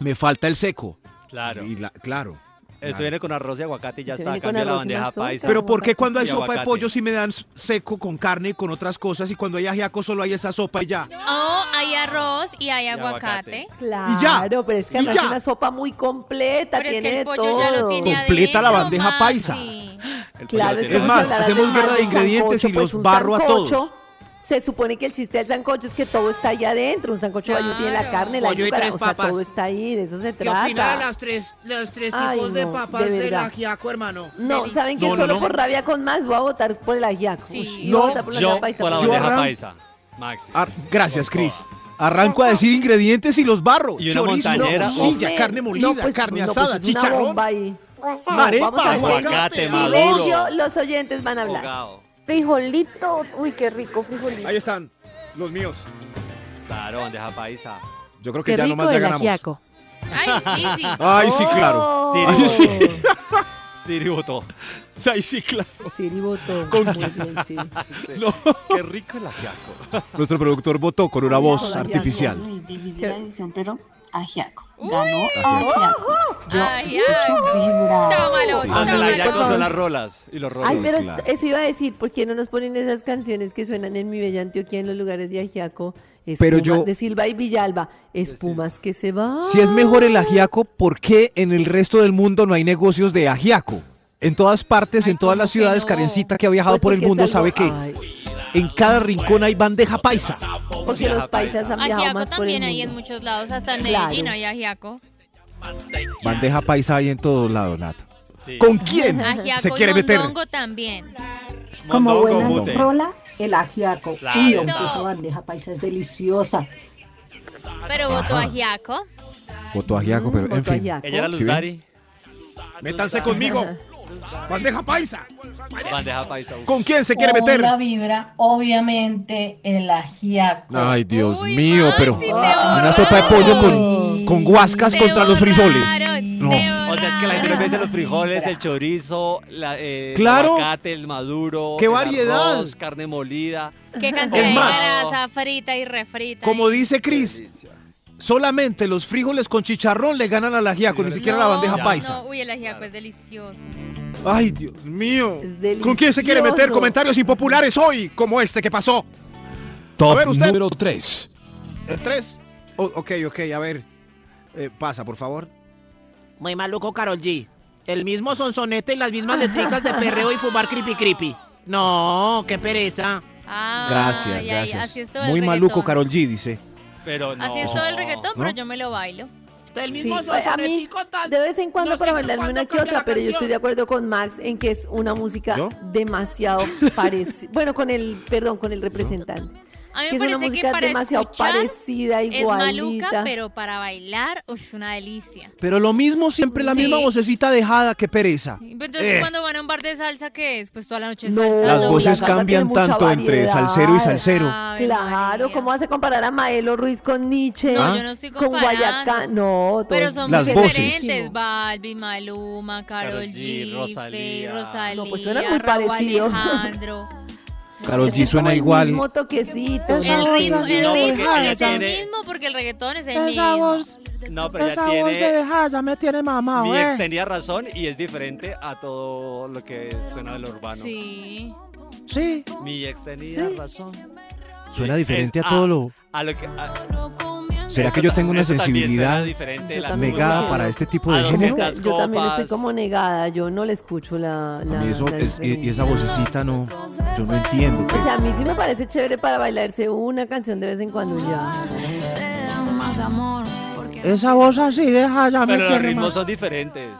[SPEAKER 5] Me falta el seco.
[SPEAKER 4] Claro.
[SPEAKER 5] Y la- claro.
[SPEAKER 4] Eso
[SPEAKER 5] Claro.
[SPEAKER 4] viene con arroz y aguacate y ya
[SPEAKER 5] Se
[SPEAKER 4] está.
[SPEAKER 5] viene
[SPEAKER 4] Cambia
[SPEAKER 5] con
[SPEAKER 4] la
[SPEAKER 5] arroz y
[SPEAKER 4] bandeja
[SPEAKER 5] mazorca.
[SPEAKER 4] paisa.
[SPEAKER 5] Pero ¿por qué cuando hay
[SPEAKER 4] y
[SPEAKER 5] sopa de
[SPEAKER 4] aguacate?
[SPEAKER 5] pollo sí me dan seco con carne y con otras cosas y cuando hay ajiaco solo hay esa sopa y ya?
[SPEAKER 3] Oh, hay arroz y hay aguacate.
[SPEAKER 2] Claro, pero es que
[SPEAKER 5] y
[SPEAKER 2] además
[SPEAKER 5] ya.
[SPEAKER 2] es una sopa muy completa,
[SPEAKER 3] Pero es
[SPEAKER 2] tiene
[SPEAKER 3] que el
[SPEAKER 2] de
[SPEAKER 3] pollo ya
[SPEAKER 2] todo.
[SPEAKER 3] lo tiene
[SPEAKER 5] Completa la bandeja paisa.
[SPEAKER 2] Claro,
[SPEAKER 5] es más, hacemos guerra de ingredientes y los barro a todos.
[SPEAKER 2] pues, Se supone que el chiste del sancocho es que todo está allá adentro. Un sancocho bayú tiene la carne, la
[SPEAKER 10] Pollo y
[SPEAKER 2] yuca,
[SPEAKER 10] tres
[SPEAKER 2] o sea,
[SPEAKER 10] papas.
[SPEAKER 2] todo está ahí, de eso se
[SPEAKER 10] ¿Qué opina
[SPEAKER 2] trata.
[SPEAKER 10] de las tres, los tres
[SPEAKER 2] Ay,
[SPEAKER 10] tipos de
[SPEAKER 2] no,
[SPEAKER 10] papas
[SPEAKER 2] de
[SPEAKER 10] del
[SPEAKER 2] verdad.
[SPEAKER 10] ajiaco, hermano?
[SPEAKER 2] No, ¿saben que
[SPEAKER 10] No, no,
[SPEAKER 2] Solo
[SPEAKER 10] no.
[SPEAKER 2] por rabia con más voy a votar por el ajiaco. Uy, voy a votar por la
[SPEAKER 4] Yo
[SPEAKER 2] bandeja paisa,
[SPEAKER 4] por la
[SPEAKER 2] porque-
[SPEAKER 4] bandeja
[SPEAKER 5] arran-
[SPEAKER 4] paisa. Maxi.
[SPEAKER 5] Ar- Gracias, Cris. Arranco a decir ingredientes y los barro.
[SPEAKER 4] Y una
[SPEAKER 5] Chorizo,
[SPEAKER 4] montañera.
[SPEAKER 5] morcilla,
[SPEAKER 4] Hombre,
[SPEAKER 5] carne molida,
[SPEAKER 4] no, pues,
[SPEAKER 5] carne
[SPEAKER 4] no, pues,
[SPEAKER 5] asada,
[SPEAKER 4] es
[SPEAKER 2] una
[SPEAKER 5] chicharrón.
[SPEAKER 2] bomba ahí.
[SPEAKER 5] Arepa,
[SPEAKER 2] Vamos a ver.
[SPEAKER 4] aguacate,
[SPEAKER 2] Silencio,
[SPEAKER 4] maduro.
[SPEAKER 2] los oyentes van a hablar. Frijolitos, uy, qué rico frijolitos.
[SPEAKER 5] Ahí están, los míos.
[SPEAKER 4] Claro, bandeja paisa.
[SPEAKER 5] Yo creo
[SPEAKER 4] que Qué ya rico nomás ya el ganamos. ajiaco.
[SPEAKER 3] Ay, sí, sí.
[SPEAKER 5] Ay, sí,
[SPEAKER 2] Oh.
[SPEAKER 5] claro.
[SPEAKER 4] Siri
[SPEAKER 5] Ay, sí. (laughs)
[SPEAKER 4] Siri votó.
[SPEAKER 5] Ay, sí, claro.
[SPEAKER 22] Siri votó. Muy
[SPEAKER 5] (laughs)
[SPEAKER 22] bien, Siri.
[SPEAKER 4] Qué rico el ajiaco.
[SPEAKER 5] Nuestro productor votó con una voz
[SPEAKER 23] Hola,
[SPEAKER 5] artificial.
[SPEAKER 23] Muy dividida la decisión, pero ajiaco.
[SPEAKER 3] Uy.
[SPEAKER 23] Ganó ajiaco. Yo
[SPEAKER 3] Ajiaco.
[SPEAKER 23] escucho vibra.
[SPEAKER 3] Tómalo,
[SPEAKER 4] Donde el
[SPEAKER 3] tómalo.
[SPEAKER 4] ajiaco son las rolas y los rolos.
[SPEAKER 2] Ay, pero eso iba a decir, ¿por qué no nos ponen esas canciones que suenan en Mi Bella Antioquia en los lugares de Ajiaco?
[SPEAKER 5] Pero
[SPEAKER 2] Espumas
[SPEAKER 5] yo-
[SPEAKER 2] de Silva y Villalba, espumas que se van.
[SPEAKER 5] Si es mejor el ajiaco, ¿por qué en el resto del mundo no hay negocios de ajiaco? En todas partes, en todas las ciudades, Karencita que ha viajado
[SPEAKER 2] Pues
[SPEAKER 5] por el
[SPEAKER 2] porque es
[SPEAKER 5] mundo
[SPEAKER 2] algo-
[SPEAKER 5] sabe que
[SPEAKER 2] Ay.
[SPEAKER 5] en cada rincón hay bandeja paisa.
[SPEAKER 2] Porque los paisas han viajado
[SPEAKER 3] Ajiaco
[SPEAKER 2] más por el
[SPEAKER 3] también hay en
[SPEAKER 2] mundo.
[SPEAKER 3] muchos lados, hasta en
[SPEAKER 2] Claro.
[SPEAKER 3] Medellín hay ajiaco.
[SPEAKER 5] Bandeja paisa hay en todos lados, Nata. ¿Con quién
[SPEAKER 3] Ajiaco
[SPEAKER 5] se quiere
[SPEAKER 3] y
[SPEAKER 5] meter?
[SPEAKER 3] mondongo también.
[SPEAKER 23] Como
[SPEAKER 5] Mondongo,
[SPEAKER 23] buena
[SPEAKER 5] mute.
[SPEAKER 23] rola, el ajiaco.
[SPEAKER 3] Claro.
[SPEAKER 23] Uy, aunque esa bandeja paisa es deliciosa.
[SPEAKER 3] Pero votó ajiaco.
[SPEAKER 5] Votó ajiaco, pero en
[SPEAKER 3] votó
[SPEAKER 5] fin.
[SPEAKER 3] ajiaco. Ella era
[SPEAKER 5] ¿Sí
[SPEAKER 4] Luz
[SPEAKER 5] ven?
[SPEAKER 4] Dari.
[SPEAKER 5] Métanse conmigo. Bandeja paisa.
[SPEAKER 4] Bandeja paisa. uf.
[SPEAKER 5] ¿Con quién se quiere meter?
[SPEAKER 24] La vibra, obviamente, el ajiaco.
[SPEAKER 5] Ay, Dios mío, pero
[SPEAKER 24] sí, te
[SPEAKER 5] una sopa de pollo con, Mm. con guascas contra los frisoles. No.
[SPEAKER 4] O sea, es que la gente no piensa en los frijoles, el chorizo, la, eh,
[SPEAKER 5] Claro.
[SPEAKER 4] el aguacate, el maduro.
[SPEAKER 5] ¡Qué
[SPEAKER 4] el
[SPEAKER 5] variedad!
[SPEAKER 4] arroz, carne molida.
[SPEAKER 3] Qué cantidad de
[SPEAKER 5] más.
[SPEAKER 3] grasa frita y refrita.
[SPEAKER 5] Como
[SPEAKER 3] y-
[SPEAKER 5] dice Cris, solamente los frijoles con chicharrón le ganan al ajiaco, ni siquiera la
[SPEAKER 3] No,
[SPEAKER 5] bandeja paisa.
[SPEAKER 3] No, uy, el ajiaco es delicioso.
[SPEAKER 5] Ay, Dios mío. ¿Con quién se quiere meter
[SPEAKER 3] delicioso.
[SPEAKER 5] comentarios impopulares hoy, como este que pasó?
[SPEAKER 25] Top
[SPEAKER 5] ver, usted.
[SPEAKER 25] número 3.
[SPEAKER 10] Eh,
[SPEAKER 5] El 3. ok, ok, a ver. Eh, pasa, por favor.
[SPEAKER 10] Muy maluco, Carol G. El mismo sonsonete y las mismas letricas de perreo y fumar creepy creepy. No, qué pereza.
[SPEAKER 3] Ah,
[SPEAKER 5] Gracias,
[SPEAKER 3] y ahí-
[SPEAKER 5] gracias.
[SPEAKER 3] así es todo el
[SPEAKER 5] Muy maluco,
[SPEAKER 3] reggaetón.
[SPEAKER 5] Carol G, dice.
[SPEAKER 4] Pero no.
[SPEAKER 3] Así es todo el reggaetón,
[SPEAKER 5] ¿No?
[SPEAKER 3] pero yo me lo bailo.
[SPEAKER 26] Del mismo
[SPEAKER 3] pues,
[SPEAKER 2] Sí, Pues, a mí,
[SPEAKER 26] sonetico tan-
[SPEAKER 2] de vez en cuando
[SPEAKER 26] no sé
[SPEAKER 2] para
[SPEAKER 26] en
[SPEAKER 2] bailarme
[SPEAKER 26] cuándo
[SPEAKER 2] una que
[SPEAKER 26] cambia
[SPEAKER 2] otra,
[SPEAKER 26] la
[SPEAKER 2] pero yo estoy
[SPEAKER 26] canción.
[SPEAKER 2] de acuerdo con Max en que es una música
[SPEAKER 10] (laughs)
[SPEAKER 2] demasiado parecida. Bueno, con el, perdón, con el representante.
[SPEAKER 3] A mí
[SPEAKER 2] que
[SPEAKER 3] me
[SPEAKER 2] es
[SPEAKER 3] parece
[SPEAKER 2] una
[SPEAKER 3] que
[SPEAKER 2] música
[SPEAKER 3] para
[SPEAKER 2] demasiado
[SPEAKER 3] escuchar
[SPEAKER 2] parecida,
[SPEAKER 3] es maluca,
[SPEAKER 2] igualita.
[SPEAKER 3] pero para bailar uy, es una delicia.
[SPEAKER 10] Pero lo mismo, siempre la
[SPEAKER 3] Sí.
[SPEAKER 10] misma vocecita dejada, qué pereza.
[SPEAKER 3] Y pues Entonces,
[SPEAKER 10] Eh.
[SPEAKER 3] cuando van a un bar de salsa, que es? Pues toda la noche
[SPEAKER 10] No,
[SPEAKER 3] salsa.
[SPEAKER 10] Las
[SPEAKER 3] doble,
[SPEAKER 10] voces
[SPEAKER 3] salsa,
[SPEAKER 10] cambian
[SPEAKER 3] tiene mucha
[SPEAKER 10] tanto entre
[SPEAKER 3] variedad.
[SPEAKER 10] salsero y salsero.
[SPEAKER 3] Ave
[SPEAKER 2] Claro, ¿cómo vas a comparar a Maelo Ruiz con Nietzsche?
[SPEAKER 3] No, yo no estoy
[SPEAKER 2] Con Guayacán, no.
[SPEAKER 3] Pero
[SPEAKER 2] todo-
[SPEAKER 3] son
[SPEAKER 10] ¿Ah? Las
[SPEAKER 3] muy
[SPEAKER 10] voces.
[SPEAKER 3] diferentes. Balbi, Maluma, Karol
[SPEAKER 4] Karol G,
[SPEAKER 3] G, Rosalía,
[SPEAKER 4] Rosalía.
[SPEAKER 3] Rosalía
[SPEAKER 2] No, pues suena muy
[SPEAKER 3] Raúl
[SPEAKER 2] parecido. (laughs)
[SPEAKER 3] Alejandro.
[SPEAKER 10] Karol G suena
[SPEAKER 2] Pues, El
[SPEAKER 10] igual.
[SPEAKER 2] mismo
[SPEAKER 3] El
[SPEAKER 2] toquecito.
[SPEAKER 3] ritmo, el
[SPEAKER 10] no,
[SPEAKER 3] ritmo
[SPEAKER 10] dejada,
[SPEAKER 3] es el
[SPEAKER 4] tiene-
[SPEAKER 3] mismo porque el reggaetón es el
[SPEAKER 10] Esa
[SPEAKER 3] mismo.
[SPEAKER 10] voz,
[SPEAKER 4] No, pero ya
[SPEAKER 10] esa voz de
[SPEAKER 4] tiene.
[SPEAKER 10] dejada ya me tiene mamado,
[SPEAKER 4] Mi ex
[SPEAKER 10] eh.
[SPEAKER 4] tenía razón y es diferente a todo lo que suena del urbano.
[SPEAKER 3] Sí.
[SPEAKER 10] Sí.
[SPEAKER 4] Mi ex tenía
[SPEAKER 10] Sí.
[SPEAKER 4] razón.
[SPEAKER 10] Suena diferente a
[SPEAKER 4] Ah,
[SPEAKER 10] todo lo...
[SPEAKER 4] A lo que. a-
[SPEAKER 10] ¿Será
[SPEAKER 4] Eso
[SPEAKER 10] que yo
[SPEAKER 4] ta-
[SPEAKER 10] tengo una
[SPEAKER 4] eso también suena
[SPEAKER 10] sensibilidad
[SPEAKER 4] diferente, la
[SPEAKER 10] negada
[SPEAKER 4] tusa,
[SPEAKER 10] para este tipo
[SPEAKER 4] a
[SPEAKER 10] de género?
[SPEAKER 4] 200
[SPEAKER 2] Yo también estoy
[SPEAKER 4] copas.
[SPEAKER 2] como negada, yo no le escucho la...
[SPEAKER 10] A
[SPEAKER 2] la-
[SPEAKER 10] mí eso,
[SPEAKER 2] la
[SPEAKER 10] es- eh, y, y
[SPEAKER 2] diferencia.
[SPEAKER 10] esa vocecita no, yo no entiendo.
[SPEAKER 2] O sea, a mí sí me parece chévere para bailarse una canción de vez en cuando y ya.
[SPEAKER 10] Esa voz así deja ya
[SPEAKER 4] Pero los ritmos son diferentes.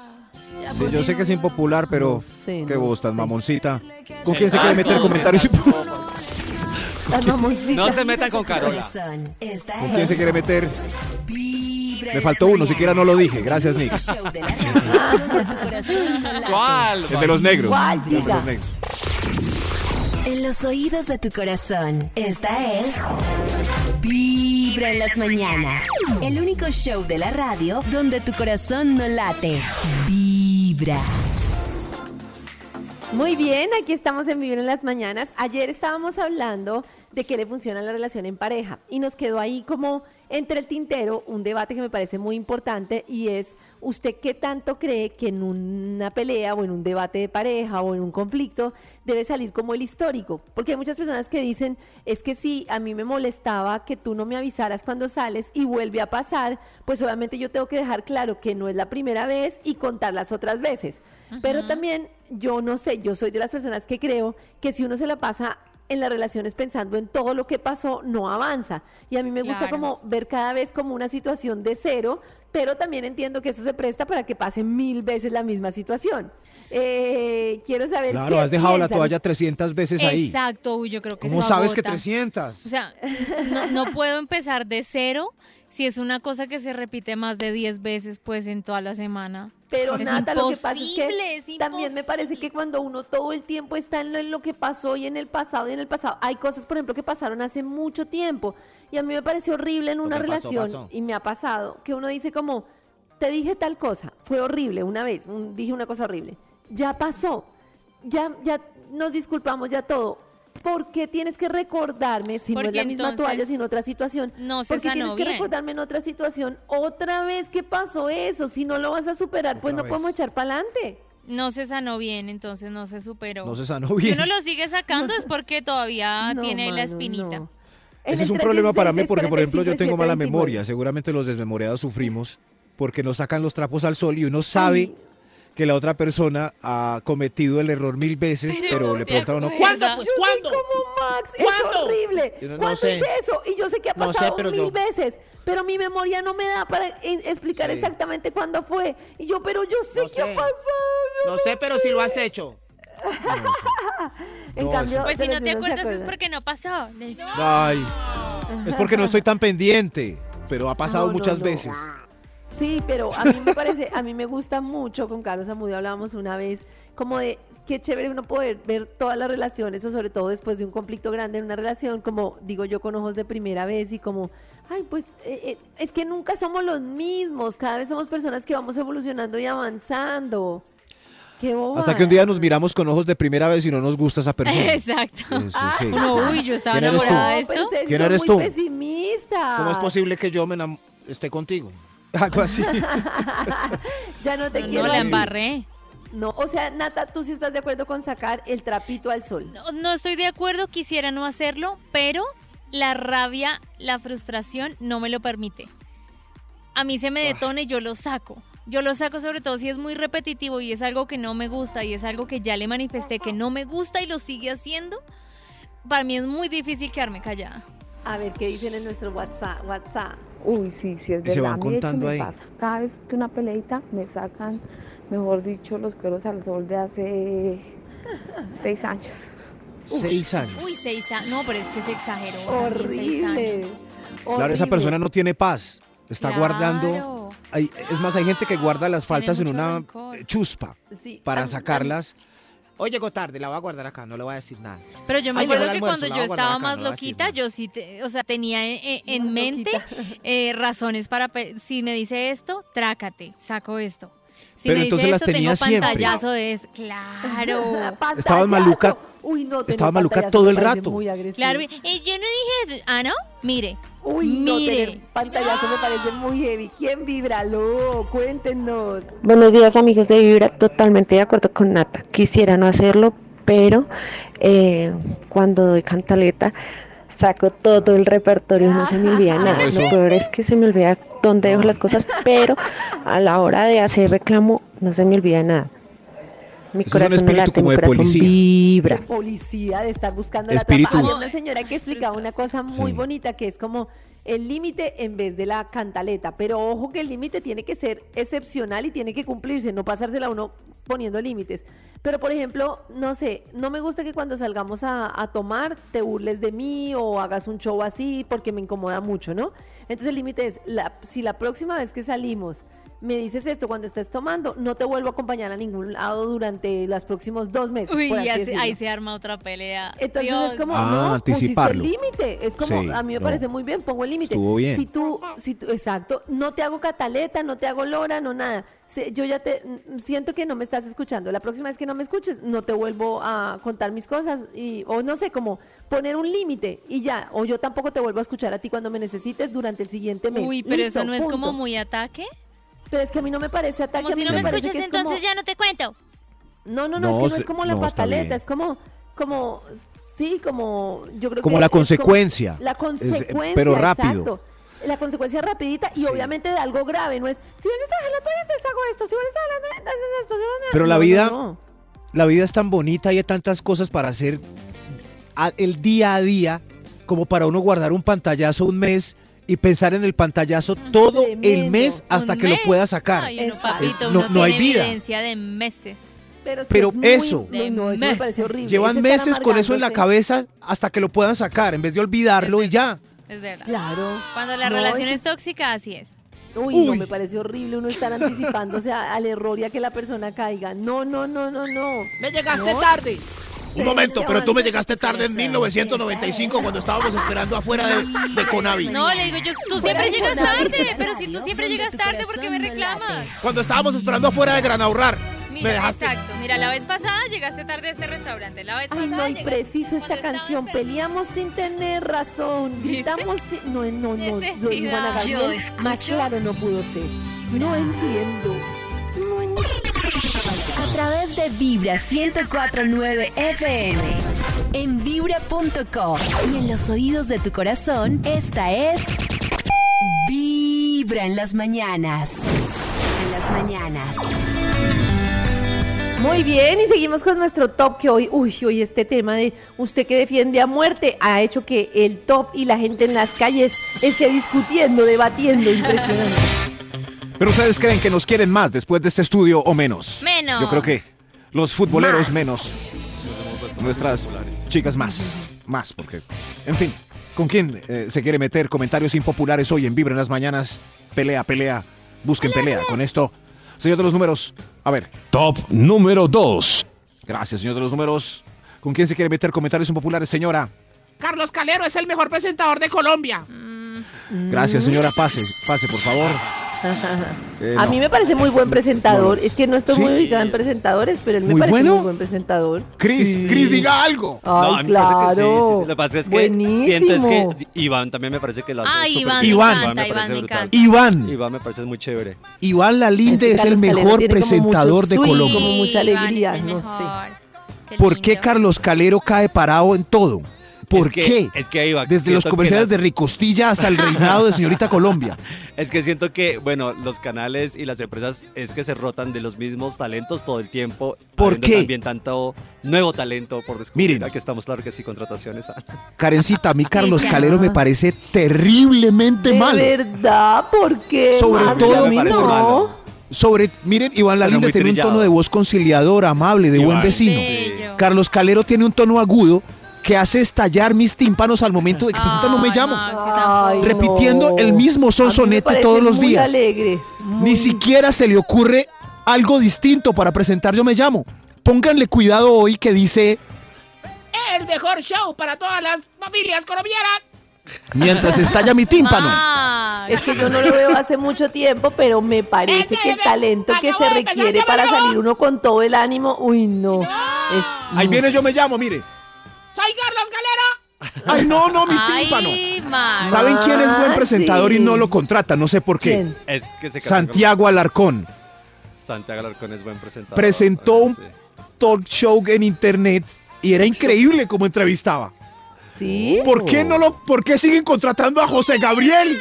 [SPEAKER 5] Sí, yo sé que es impopular, pero qué
[SPEAKER 2] no
[SPEAKER 5] voz tan mamoncita. ¿Con
[SPEAKER 4] El
[SPEAKER 5] quién se quiere meter
[SPEAKER 4] banco,
[SPEAKER 5] comentarios?
[SPEAKER 4] No se metan con Carola.
[SPEAKER 5] ¿Con quién se quiere meter?
[SPEAKER 6] Vibra
[SPEAKER 5] Me
[SPEAKER 6] en
[SPEAKER 5] faltó
[SPEAKER 6] las
[SPEAKER 5] uno, siquiera no lo dije. Gracias, Nick.
[SPEAKER 4] ¿Cuál?
[SPEAKER 5] El de los negros.
[SPEAKER 6] ¿Cuál,
[SPEAKER 5] El de los
[SPEAKER 6] diga?
[SPEAKER 5] negros.
[SPEAKER 6] En los oídos de tu corazón, esta es Vibra en las mañanas. El único show de la radio donde tu corazón no late. Vibra.
[SPEAKER 2] Muy bien, aquí estamos en Vivir en las Mañanas. Ayer estábamos hablando de qué le funciona a la relación en pareja y nos quedó ahí como entre el tintero un debate que me parece muy importante y es usted qué tanto cree que en una pelea o en un debate de pareja o en un conflicto debe salir como el histórico. Porque hay muchas personas que dicen, es que si a mí me molestaba que tú no me avisaras cuando sales y vuelve a pasar, pues obviamente yo tengo que dejar claro que no es la primera vez y contar las otras veces. Pero también yo no sé, yo soy de las personas que creo que si uno se la pasa en las relaciones pensando en todo lo que pasó, no avanza. Y a mí me gusta
[SPEAKER 3] Claro.
[SPEAKER 2] como ver cada vez como una situación de cero, pero también entiendo que eso se presta para que pase mil veces la misma situación. Eh, quiero saber...
[SPEAKER 5] Claro,
[SPEAKER 2] qué
[SPEAKER 5] has dejado la
[SPEAKER 2] piensan.
[SPEAKER 5] toalla 300 veces ahí.
[SPEAKER 3] Exacto, uy, yo creo que
[SPEAKER 5] ¿Cómo
[SPEAKER 3] eso
[SPEAKER 5] sabes que
[SPEAKER 3] agota.
[SPEAKER 5] 300?
[SPEAKER 3] O sea, no, no puedo empezar de cero si es una cosa que se repite más de 10 veces pues en toda la semana.
[SPEAKER 2] Pero
[SPEAKER 3] Es
[SPEAKER 2] nada, lo que pasa es
[SPEAKER 3] imposible,
[SPEAKER 2] que también me parece que cuando uno todo el tiempo está en lo, en lo que pasó y en el pasado y en el pasado, hay cosas, por ejemplo, que pasaron hace mucho tiempo. Y a mí me parece horrible en una
[SPEAKER 27] que pasó,
[SPEAKER 2] relación,
[SPEAKER 27] pasó.
[SPEAKER 2] y me ha pasado, que uno dice como, te dije tal cosa, fue horrible una vez, un- dije una cosa horrible, ya pasó, ya, ya nos disculpamos, ya todo. ¿Por qué tienes que recordarme si no
[SPEAKER 3] Porque
[SPEAKER 2] es la misma
[SPEAKER 3] entonces
[SPEAKER 2] toalla, sino otra situación?
[SPEAKER 3] no se
[SPEAKER 2] Porque
[SPEAKER 3] sanó
[SPEAKER 2] tienes que
[SPEAKER 3] bien.
[SPEAKER 2] recordarme en otra situación otra vez que pasó eso. Si no lo vas a superar, pues
[SPEAKER 5] Otra
[SPEAKER 2] no
[SPEAKER 5] vez.
[SPEAKER 2] podemos echar para adelante.
[SPEAKER 3] No se sanó bien, entonces no se superó.
[SPEAKER 5] No se sanó
[SPEAKER 3] Si
[SPEAKER 5] bien.
[SPEAKER 3] uno lo sigue sacando es porque todavía
[SPEAKER 2] (laughs) No,
[SPEAKER 3] tiene la
[SPEAKER 2] mano,
[SPEAKER 3] espinita.
[SPEAKER 5] Ese es un problema para mí porque, por ejemplo, yo tengo mala memoria. Seguramente los desmemoriados sufrimos porque nos sacan los trapos al sol y uno sabe que la otra persona ha cometido el error mil veces,
[SPEAKER 2] Pero
[SPEAKER 5] pero
[SPEAKER 2] no
[SPEAKER 5] le
[SPEAKER 2] se
[SPEAKER 5] preguntan a uno,
[SPEAKER 2] acuerda.
[SPEAKER 5] ¿cuándo?
[SPEAKER 2] Yo
[SPEAKER 26] pues,
[SPEAKER 2] soy
[SPEAKER 26] ¿cuándo?
[SPEAKER 2] como Max, es
[SPEAKER 26] ¿Cuándo?
[SPEAKER 2] horrible.
[SPEAKER 5] Yo no
[SPEAKER 2] ¿Cuándo
[SPEAKER 5] sé.
[SPEAKER 2] es eso? Y yo sé que ha
[SPEAKER 5] No sé,
[SPEAKER 2] pasado
[SPEAKER 5] pero
[SPEAKER 2] mil
[SPEAKER 5] yo-
[SPEAKER 2] veces, pero mi memoria no me da para eh, explicar
[SPEAKER 26] Sí.
[SPEAKER 2] exactamente cuándo fue. Y yo, pero yo sé
[SPEAKER 26] No
[SPEAKER 2] qué ha
[SPEAKER 26] sé.
[SPEAKER 2] pasado. yo
[SPEAKER 26] No sé, pero si lo has hecho.
[SPEAKER 2] En (laughs)
[SPEAKER 5] No,
[SPEAKER 2] cambio,
[SPEAKER 5] eso-
[SPEAKER 3] Pues si
[SPEAKER 2] pero
[SPEAKER 3] no te
[SPEAKER 2] se
[SPEAKER 3] acuerdas es
[SPEAKER 2] acuerda.
[SPEAKER 3] porque no pasó.
[SPEAKER 5] Ay, es porque no estoy tan pendiente, pero ha pasado
[SPEAKER 2] No, no,
[SPEAKER 5] muchas
[SPEAKER 2] no.
[SPEAKER 5] veces.
[SPEAKER 2] Sí, pero a mí me parece, a mí me gusta mucho, con Carlos Amudio hablábamos una vez, como de qué chévere uno poder ver todas las relaciones, o sobre todo después de un conflicto grande en una relación, como digo yo con ojos de primera vez y como, ay, pues eh, eh, es que nunca somos los mismos, cada vez somos personas que vamos evolucionando y avanzando. Qué boba.
[SPEAKER 5] Hasta que un día nos miramos con ojos de primera vez y no nos gusta esa
[SPEAKER 3] (laughs)
[SPEAKER 5] persona.
[SPEAKER 3] Exacto.
[SPEAKER 5] Eso sí.
[SPEAKER 3] No, uy, yo estaba
[SPEAKER 5] ¿Quién eres tú?
[SPEAKER 3] enamorada de
[SPEAKER 2] Pero
[SPEAKER 3] esto.
[SPEAKER 2] ustedes
[SPEAKER 5] ¿Quién
[SPEAKER 2] son
[SPEAKER 5] eres
[SPEAKER 2] muy
[SPEAKER 5] tú?
[SPEAKER 2] pesimistas.
[SPEAKER 10] Ah.
[SPEAKER 5] ¿Cómo es posible que yo me enam- esté contigo?
[SPEAKER 10] (laughs)
[SPEAKER 5] Algo así.
[SPEAKER 2] (laughs) Ya no te
[SPEAKER 3] No,
[SPEAKER 2] quiero.
[SPEAKER 3] la
[SPEAKER 2] así.
[SPEAKER 3] embarré.
[SPEAKER 2] No, o sea, Nata, tú sí estás de acuerdo con sacar el trapito al sol.
[SPEAKER 3] No, no estoy de acuerdo, quisiera no hacerlo, pero la rabia, la frustración no me lo permite. A mí se me detona y yo lo saco. Yo lo saco sobre todo si es muy repetitivo y es algo que no me gusta y es algo que ya le manifesté que no me gusta y lo sigue haciendo. Para mí es muy difícil quedarme callada.
[SPEAKER 2] A ver qué dicen en nuestro WhatsApp. WhatsApp.
[SPEAKER 28] Uy, sí, sí, es
[SPEAKER 5] Y se
[SPEAKER 28] verdad. A mí, de
[SPEAKER 5] van
[SPEAKER 28] hecho,
[SPEAKER 5] contando
[SPEAKER 28] me
[SPEAKER 5] ahí.
[SPEAKER 28] pasa. Cada vez que una peleita me sacan, mejor dicho, los cueros al sol de hace seis años.
[SPEAKER 5] Seis años.
[SPEAKER 3] Uy, seis años. No, pero es que se exageró. también, seis
[SPEAKER 28] Horrible.
[SPEAKER 3] años.
[SPEAKER 5] Claro, esa persona no tiene paz. Está
[SPEAKER 3] Claro.
[SPEAKER 5] guardando. hay- es más, hay gente que guarda las faltas en
[SPEAKER 10] mucho
[SPEAKER 5] una
[SPEAKER 10] rencor.
[SPEAKER 5] eh, chuspa
[SPEAKER 10] Sí.
[SPEAKER 5] para
[SPEAKER 10] Am- am-
[SPEAKER 5] sacarlas.
[SPEAKER 10] Hoy llegó tarde, la voy a guardar acá, no le voy a decir nada.
[SPEAKER 3] Pero yo me
[SPEAKER 10] Ay, llegó
[SPEAKER 3] acuerdo
[SPEAKER 10] el
[SPEAKER 3] que
[SPEAKER 10] almuerzo,
[SPEAKER 3] cuando
[SPEAKER 10] la
[SPEAKER 3] yo
[SPEAKER 10] voy a guardar
[SPEAKER 3] estaba
[SPEAKER 10] acá,
[SPEAKER 3] más
[SPEAKER 10] no le voy a decir
[SPEAKER 3] loquita, yo sí, te- o sea, tenía en, en- en mente eh, razones para, pe- si me dice esto, trácate, saco esto. Si
[SPEAKER 5] Pero
[SPEAKER 3] me dice
[SPEAKER 5] entonces las
[SPEAKER 3] esto,
[SPEAKER 5] tenía
[SPEAKER 3] tengo
[SPEAKER 5] siempre.
[SPEAKER 3] pantallazo de eso. Claro.
[SPEAKER 5] Estaba maluca.
[SPEAKER 2] Uy, no,
[SPEAKER 5] estaba maluca todo el rato.
[SPEAKER 3] Claro, y y yo no dije eso. Ah, ¿no? Mire.
[SPEAKER 2] Uy, no,
[SPEAKER 3] mire.
[SPEAKER 2] tener pantallazo me parece muy heavy. ¿Quién vibralo? Oh, Cuéntenos.
[SPEAKER 6] Buenos días amigos de Vibra, totalmente de acuerdo con Nata. Quisiera no hacerlo, pero eh, cuando doy cantaleta saco todo el repertorio y no se me
[SPEAKER 2] (laughs)
[SPEAKER 6] olvida nada.
[SPEAKER 5] Eso.
[SPEAKER 6] Lo peor es que se me olvida dónde dejo las cosas, pero a la hora Ah, de hacer reclamo no se me olvida nada. Mi
[SPEAKER 5] Eso es
[SPEAKER 6] corazón
[SPEAKER 5] un
[SPEAKER 6] no
[SPEAKER 5] espíritu
[SPEAKER 6] late,
[SPEAKER 5] como
[SPEAKER 6] mi
[SPEAKER 5] de
[SPEAKER 6] corazón
[SPEAKER 5] policía.
[SPEAKER 6] vibra.
[SPEAKER 2] Policía de estar buscando
[SPEAKER 5] Espíritu.
[SPEAKER 2] la trampa. Había una señora que explicaba una cosa muy bonita que es como el límite en vez de la cantaleta, pero ojo que el límite tiene que ser excepcional y tiene que cumplirse, no pasársela uno poniendo límites. Pero por ejemplo, no sé, no me gusta que cuando salgamos a, a tomar te burles de mí o hagas un show así porque me incomoda mucho, ¿no? Entonces el límite es, la- si la próxima vez que salimos me dices esto cuando estés tomando, no te vuelvo a acompañar a ningún lado durante los próximos dos meses.
[SPEAKER 3] Uy,
[SPEAKER 2] por
[SPEAKER 3] y así-
[SPEAKER 2] así
[SPEAKER 3] ahí
[SPEAKER 2] decirlo. Este
[SPEAKER 3] se arma otra pelea.
[SPEAKER 2] Entonces
[SPEAKER 3] Dios.
[SPEAKER 2] es como,
[SPEAKER 5] Ah,
[SPEAKER 2] no, pusiste
[SPEAKER 5] anticiparlo.
[SPEAKER 2] el límite. Es como,
[SPEAKER 5] Sí,
[SPEAKER 2] a mí me
[SPEAKER 5] no.
[SPEAKER 2] parece muy bien, pongo el límite.
[SPEAKER 5] Estuvo bien.
[SPEAKER 2] Si tú, si tú, exacto, no te hago cataleta, no te hago lora, no nada. Se- Yo ya te, mm, siento que no me estás escuchando. La próxima vez que no me escuches, no te vuelvo a contar mis cosas. Y, o no sé, como poner un límite y ya. O yo tampoco te vuelvo a escuchar a ti cuando me necesites durante el siguiente mes.
[SPEAKER 3] Uy, pero
[SPEAKER 2] Listo,
[SPEAKER 3] eso no es como
[SPEAKER 2] punto.
[SPEAKER 3] muy ataque.
[SPEAKER 2] Pero es que a mí no me parece ataque.
[SPEAKER 3] Como
[SPEAKER 2] a
[SPEAKER 3] si
[SPEAKER 2] mí
[SPEAKER 3] no me
[SPEAKER 2] parece
[SPEAKER 3] escuchas,
[SPEAKER 2] que es como-
[SPEAKER 3] entonces ya no te cuento.
[SPEAKER 2] no, no, no, es que
[SPEAKER 5] No,
[SPEAKER 2] no
[SPEAKER 5] se-
[SPEAKER 2] es como la
[SPEAKER 5] no, está bien.
[SPEAKER 2] pataleta, es como, como, sí, como, yo creo
[SPEAKER 5] Como
[SPEAKER 2] que
[SPEAKER 5] la
[SPEAKER 2] es
[SPEAKER 5] consecuencia.
[SPEAKER 2] la
[SPEAKER 5] Es, eh,
[SPEAKER 2] consecuencia,
[SPEAKER 5] pero rápido.
[SPEAKER 2] exacto. La consecuencia rapidita y obviamente de algo grave, no es, si vuelves a dejar la toalla, entonces hago esto, si vuelves a dejar la toalla, entonces haces esto. si vuelves a-
[SPEAKER 5] Pero
[SPEAKER 2] No,
[SPEAKER 5] la
[SPEAKER 2] no,
[SPEAKER 5] vida,
[SPEAKER 2] no.
[SPEAKER 5] la vida es tan bonita y hay tantas cosas para hacer a- el día a día como para uno guardar un pantallazo un mes y pensar en el pantallazo todo el mes hasta
[SPEAKER 3] Ah, Un
[SPEAKER 5] que
[SPEAKER 3] mes.
[SPEAKER 5] lo pueda sacar.
[SPEAKER 3] Ay, uno,
[SPEAKER 5] Eh,
[SPEAKER 3] papito,
[SPEAKER 5] no
[SPEAKER 3] uno
[SPEAKER 5] no hay
[SPEAKER 3] tiene
[SPEAKER 5] vida.
[SPEAKER 3] evidencia de meses.
[SPEAKER 2] Pero,
[SPEAKER 5] Pero eso,
[SPEAKER 3] de
[SPEAKER 2] no, eso me
[SPEAKER 3] meses.
[SPEAKER 2] parece horrible.
[SPEAKER 5] llevan
[SPEAKER 2] es estar
[SPEAKER 5] meses con eso en la cabeza hasta que lo puedan sacar, en vez de olvidarlo y ya.
[SPEAKER 3] Es verdad.
[SPEAKER 2] Claro.
[SPEAKER 3] Cuando la
[SPEAKER 2] No,
[SPEAKER 3] relación
[SPEAKER 2] ese
[SPEAKER 3] es tóxica, así es.
[SPEAKER 2] Uy, no, me parece horrible uno estar anticipándose a- al error y a que la persona caiga. No, no, no, no, no.
[SPEAKER 10] Me llegaste tarde. Un momento, pero tú me llegaste tarde en 1995 cuando estábamos esperando afuera de, de Conavi.
[SPEAKER 3] No, le digo yo, tú
[SPEAKER 10] Fuera
[SPEAKER 3] siempre
[SPEAKER 10] de
[SPEAKER 3] llegas
[SPEAKER 10] contacto.
[SPEAKER 3] tarde, pero si tú siempre llegas tarde, ¿por qué me reclamas?
[SPEAKER 10] Cuando estábamos esperando afuera de Granahorrar. Me
[SPEAKER 3] Mira,
[SPEAKER 10] dejaste.
[SPEAKER 3] exacto. Mira, la vez pasada llegaste tarde a este restaurante. La vez
[SPEAKER 2] Ay,
[SPEAKER 3] pasada
[SPEAKER 2] no, y
[SPEAKER 3] llegaste-
[SPEAKER 2] preciso esta canción. Peleamos sin tener razón. Gritamos sin... No, no, no. Lo dijo Ana
[SPEAKER 3] Necesidad. Yo
[SPEAKER 2] Gabriel, Más claro no pudo ser. No entiendo.
[SPEAKER 29] A través de Vibra 104.9 FM. En vibra.com. Y en los oídos de tu corazón, esta es... Vibra en las mañanas. En las mañanas.
[SPEAKER 2] Muy bien, y seguimos con nuestro top que hoy, uy, hoy este tema de usted que defiende a muerte ha hecho que el top y la gente en las calles esté discutiendo, debatiendo, impresionante.
[SPEAKER 5] Pero ustedes creen que nos quieren más después de este estudio o menos.
[SPEAKER 2] Menos.
[SPEAKER 5] Yo creo que los futboleros menos.
[SPEAKER 4] puesto
[SPEAKER 5] Nuestras chicas más. Más, porque. En fin, ¿con quién eh, se quiere meter comentarios impopulares hoy en Vibra en las mañanas? Pelea, pelea. Busquen pelea con esto. Señor de los números, a ver. Top número 2. Gracias, señor de los números. ¿Con quién se quiere meter comentarios impopulares, señora?
[SPEAKER 10] Carlos Calero es el mejor presentador de Colombia.
[SPEAKER 5] (laughs)
[SPEAKER 3] Mm.
[SPEAKER 2] (laughs)
[SPEAKER 5] Gracias, señora. Pase, pase, por favor. Eh,
[SPEAKER 2] Mm. a
[SPEAKER 5] no.
[SPEAKER 2] mí me parece muy buen presentador.
[SPEAKER 5] No lo
[SPEAKER 2] es que no estoy
[SPEAKER 5] ¿Sí?
[SPEAKER 2] muy ubicada en presentadores, pero él me
[SPEAKER 5] Muy
[SPEAKER 2] parece
[SPEAKER 5] bueno.
[SPEAKER 2] muy buen presentador.
[SPEAKER 5] Chris, Chris, diga algo.
[SPEAKER 2] Ay,
[SPEAKER 4] No, a mí me parece que
[SPEAKER 2] claro.
[SPEAKER 4] sí, sí, sí. Lo que pasa es que
[SPEAKER 2] Buenísimo.
[SPEAKER 4] siento es que Iván también me parece que lo hace
[SPEAKER 3] Ah,
[SPEAKER 4] súper
[SPEAKER 3] Iván, me
[SPEAKER 4] bien.
[SPEAKER 3] Iván. encanta, Iván, me
[SPEAKER 4] brutal.
[SPEAKER 3] encanta.
[SPEAKER 5] Iván.
[SPEAKER 4] Iván me parece muy chévere.
[SPEAKER 5] Iván Lalinde es, el
[SPEAKER 2] Este Carlos Calero tiene
[SPEAKER 5] mejor
[SPEAKER 2] como mucho
[SPEAKER 5] presentador de
[SPEAKER 2] swing,
[SPEAKER 5] Colombia.
[SPEAKER 2] Como mucha alegría, no sé.
[SPEAKER 5] ¿Por qué Carlos Calero cae parado en todo? ¿Por
[SPEAKER 4] que-
[SPEAKER 5] qué?
[SPEAKER 4] es que ahí va,
[SPEAKER 5] Desde
[SPEAKER 4] siento
[SPEAKER 5] los
[SPEAKER 4] que
[SPEAKER 5] comerciales
[SPEAKER 4] las-
[SPEAKER 5] de Ricostilla hasta el reinado de señorita
[SPEAKER 2] (laughs)
[SPEAKER 5] Colombia.
[SPEAKER 4] Es que siento que, bueno, los canales y las empresas es que se rotan de los mismos talentos todo el tiempo.
[SPEAKER 5] ¿Por
[SPEAKER 4] habiendo
[SPEAKER 5] qué?
[SPEAKER 4] También tanto nuevo talento por descubrir.
[SPEAKER 5] Miren.
[SPEAKER 4] Aquí estamos, claro que sí, contrataciones.
[SPEAKER 5] Karencita, a mí Carlos
[SPEAKER 4] ya.
[SPEAKER 5] Calero me parece terriblemente
[SPEAKER 2] De
[SPEAKER 5] malo.
[SPEAKER 2] verdad, ¿por qué?
[SPEAKER 5] Sobre
[SPEAKER 2] Max?
[SPEAKER 5] todo,
[SPEAKER 2] Eh, A mí no.
[SPEAKER 5] sobre, miren, Iván Lalinde
[SPEAKER 4] muy
[SPEAKER 5] tiene un
[SPEAKER 4] trillado.
[SPEAKER 5] tono de voz conciliador, amable, de buen
[SPEAKER 4] Iván.
[SPEAKER 5] vecino.
[SPEAKER 4] Bello.
[SPEAKER 5] Carlos Calero tiene un tono agudo que hace estallar mis tímpanos al momento de que presenta No me llamo.
[SPEAKER 2] Ay,
[SPEAKER 5] repitiendo
[SPEAKER 2] no.
[SPEAKER 5] el mismo
[SPEAKER 2] A mí me
[SPEAKER 5] sonsonete
[SPEAKER 2] parece
[SPEAKER 5] todos los
[SPEAKER 2] muy
[SPEAKER 5] días.
[SPEAKER 2] alegre.
[SPEAKER 5] Ni siquiera se le ocurre algo distinto para presentar Yo me llamo. Pónganle cuidado hoy que dice
[SPEAKER 10] El mejor show para todas las familias colombianas.
[SPEAKER 5] mientras estalla mi tímpano.
[SPEAKER 3] Ah.
[SPEAKER 2] Es que yo no lo veo hace mucho tiempo, pero me parece que el talento que se requiere para salir uno con todo el ánimo, uy, no. Es-
[SPEAKER 5] Ahí viene Yo me llamo, mire.
[SPEAKER 10] Soy Carlos Galera.
[SPEAKER 5] Ay, no, no, mi tímpano.
[SPEAKER 3] Ay, Max.
[SPEAKER 5] ¿Saben quién es buen
[SPEAKER 3] Ah,
[SPEAKER 5] presentador y
[SPEAKER 3] sí.
[SPEAKER 5] no lo contrata? No sé por qué.
[SPEAKER 3] ¿Quién?
[SPEAKER 4] Es que se
[SPEAKER 5] Santiago Alarcón
[SPEAKER 4] (laughs) Santiago Alarcón es buen presentador.
[SPEAKER 5] presentó un talk show en internet y era increíble cómo entrevistaba.
[SPEAKER 2] ¿Sí?
[SPEAKER 5] ¿Por qué no lo por qué siguen contratando a José Gabriel?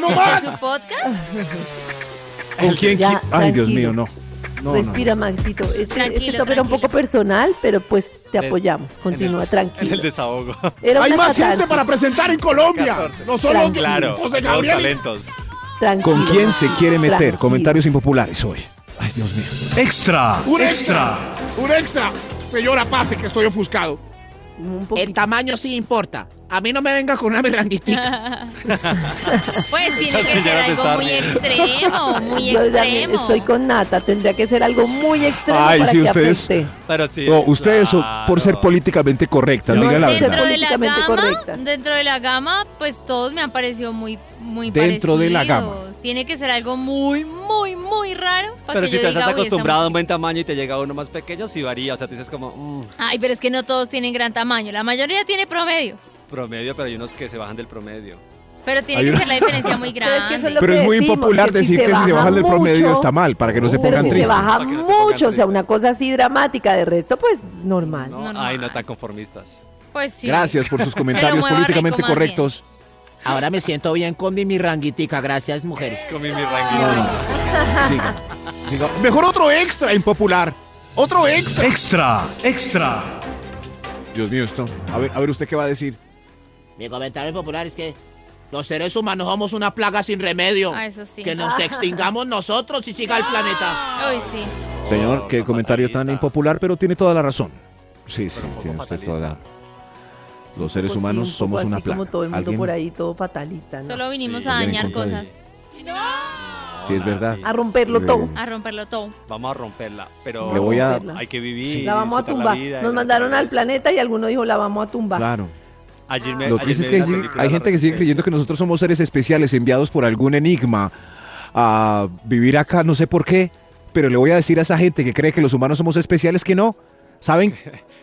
[SPEAKER 2] (laughs)
[SPEAKER 5] no más.
[SPEAKER 3] ¿En su podcast?
[SPEAKER 5] ¿Con quién?
[SPEAKER 2] Ya,
[SPEAKER 5] qui- Ay, Dios
[SPEAKER 2] tranquilo.
[SPEAKER 5] mío, no. No, no,
[SPEAKER 2] Respira, Maxito. Este, este
[SPEAKER 3] Tranquilo,
[SPEAKER 2] top era un poco personal, pero pues te apoyamos. Continúa,
[SPEAKER 4] En el
[SPEAKER 2] tranquilo.
[SPEAKER 4] desahogo.
[SPEAKER 2] Era
[SPEAKER 5] Hay
[SPEAKER 2] una
[SPEAKER 5] más gente
[SPEAKER 2] catarsis.
[SPEAKER 5] para presentar en Colombia. No solo
[SPEAKER 2] Tranquilo.
[SPEAKER 4] Claro,
[SPEAKER 5] José
[SPEAKER 4] nuevos
[SPEAKER 5] Gabriel.
[SPEAKER 4] talentos.
[SPEAKER 2] Tranquilo.
[SPEAKER 5] ¿Con quién se quiere meter?
[SPEAKER 2] Tranquilo.
[SPEAKER 5] Comentarios impopulares hoy. Ay, Dios mío. Extra,
[SPEAKER 10] Un extra. Un extra. Señora, pase que estoy ofuscado. El tamaño sí importa. A mí no me venga con una
[SPEAKER 2] (laughs)
[SPEAKER 10] berranguitica.
[SPEAKER 3] Pues tiene
[SPEAKER 10] Esa
[SPEAKER 3] que ser
[SPEAKER 10] señora
[SPEAKER 3] algo
[SPEAKER 10] está
[SPEAKER 3] muy
[SPEAKER 10] bien.
[SPEAKER 3] extremo, muy
[SPEAKER 2] Yo también
[SPEAKER 3] extremo.
[SPEAKER 2] estoy con Nata. Tendría que ser algo muy extremo
[SPEAKER 5] Ay,
[SPEAKER 2] para
[SPEAKER 5] sí,
[SPEAKER 2] que
[SPEAKER 5] ustedes.
[SPEAKER 2] apunte.
[SPEAKER 4] Pero sí.
[SPEAKER 5] No, ustedes son por ser políticamente correctas,
[SPEAKER 2] Sí,
[SPEAKER 5] diga la
[SPEAKER 2] dentro
[SPEAKER 5] verdad.
[SPEAKER 3] Dentro de la
[SPEAKER 2] políticamente
[SPEAKER 3] gama,
[SPEAKER 2] correcta.
[SPEAKER 3] dentro de la gama, pues todos me han parecido muy, muy
[SPEAKER 5] Dentro de la gama.
[SPEAKER 3] parecidos. Tiene que ser algo muy, muy, muy raro para
[SPEAKER 4] Pero
[SPEAKER 3] que
[SPEAKER 4] si
[SPEAKER 3] yo
[SPEAKER 4] te
[SPEAKER 3] diga,
[SPEAKER 4] estás
[SPEAKER 3] "Uy, esta
[SPEAKER 4] acostumbrado a un buen tamaño y te llega uno más pequeño, sí varía. O sea, tú dices como mm,
[SPEAKER 3] Ay, pero es que no todos tienen gran tamaño. La mayoría tiene promedio.
[SPEAKER 4] promedio, pero hay unos que se bajan del promedio.
[SPEAKER 3] Pero tiene
[SPEAKER 5] Hay
[SPEAKER 3] que
[SPEAKER 5] una-
[SPEAKER 3] ser
[SPEAKER 5] (laughs)
[SPEAKER 3] la diferencia muy grande.
[SPEAKER 5] Pero es muy impopular decir que si se bajan del promedio
[SPEAKER 2] mucho,
[SPEAKER 5] está mal, para que no se
[SPEAKER 2] Pero
[SPEAKER 5] pongan
[SPEAKER 2] si
[SPEAKER 5] tristes.
[SPEAKER 2] se baja mucho, o sea, una cosa así dramática, de resto, pues normal.
[SPEAKER 4] No, ay, no tan conformistas.
[SPEAKER 3] Pues sí.
[SPEAKER 5] Gracias por sus
[SPEAKER 3] Que lo
[SPEAKER 5] comentarios
[SPEAKER 3] mueva rico
[SPEAKER 5] políticamente
[SPEAKER 3] más bien.
[SPEAKER 5] correctos.
[SPEAKER 10] Ahora me siento bien con mi, mi ranguitica. Gracias, mujeres.
[SPEAKER 4] Con mi,
[SPEAKER 5] Siga, siga. Mejor otro extra impopular. Otro extra. Extra, extra. Dios mío, esto. A ver, a ver usted qué va a decir.
[SPEAKER 10] Mi comentario popular es que los seres humanos somos una plaga sin remedio.
[SPEAKER 3] Ah, eso sí.
[SPEAKER 10] Que
[SPEAKER 3] (laughs)
[SPEAKER 10] nos extingamos nosotros y siga el planeta.
[SPEAKER 3] Ay, sí.
[SPEAKER 5] Señor, qué comentario tan impopular, pero tiene toda la razón. Sí, sí, tiene usted toda la... Los seres
[SPEAKER 2] Pues sí,
[SPEAKER 5] humanos
[SPEAKER 2] un poco
[SPEAKER 5] somos
[SPEAKER 2] así
[SPEAKER 5] una plaga.
[SPEAKER 2] como todo el mundo
[SPEAKER 5] Alguien-
[SPEAKER 2] por ahí, todo fatalista. ¿no?
[SPEAKER 3] Solo vinimos
[SPEAKER 5] Sí,
[SPEAKER 3] a
[SPEAKER 5] alguien
[SPEAKER 3] dañar
[SPEAKER 5] en contra
[SPEAKER 3] cosas.
[SPEAKER 5] de- Sí, es verdad.
[SPEAKER 2] A romperlo
[SPEAKER 5] Eh,
[SPEAKER 2] todo.
[SPEAKER 3] A romperlo todo.
[SPEAKER 4] Vamos a romperla, pero
[SPEAKER 5] Le voy a-
[SPEAKER 4] hay que vivir.
[SPEAKER 2] La vamos a
[SPEAKER 4] disfrutar
[SPEAKER 2] tumbar.
[SPEAKER 4] vida y
[SPEAKER 2] Nos
[SPEAKER 4] la
[SPEAKER 2] mandaron al
[SPEAKER 4] naturaleza.
[SPEAKER 2] planeta y alguno dijo, la vamos a tumbar.
[SPEAKER 5] Claro.
[SPEAKER 4] Ayer me,
[SPEAKER 5] Lo triste es que hay, hay gente que sigue creyendo que nosotros somos seres especiales enviados por algún enigma a vivir acá, no sé por qué, pero le voy a decir a esa gente que cree que los humanos somos especiales que no. (laughs) ¿Saben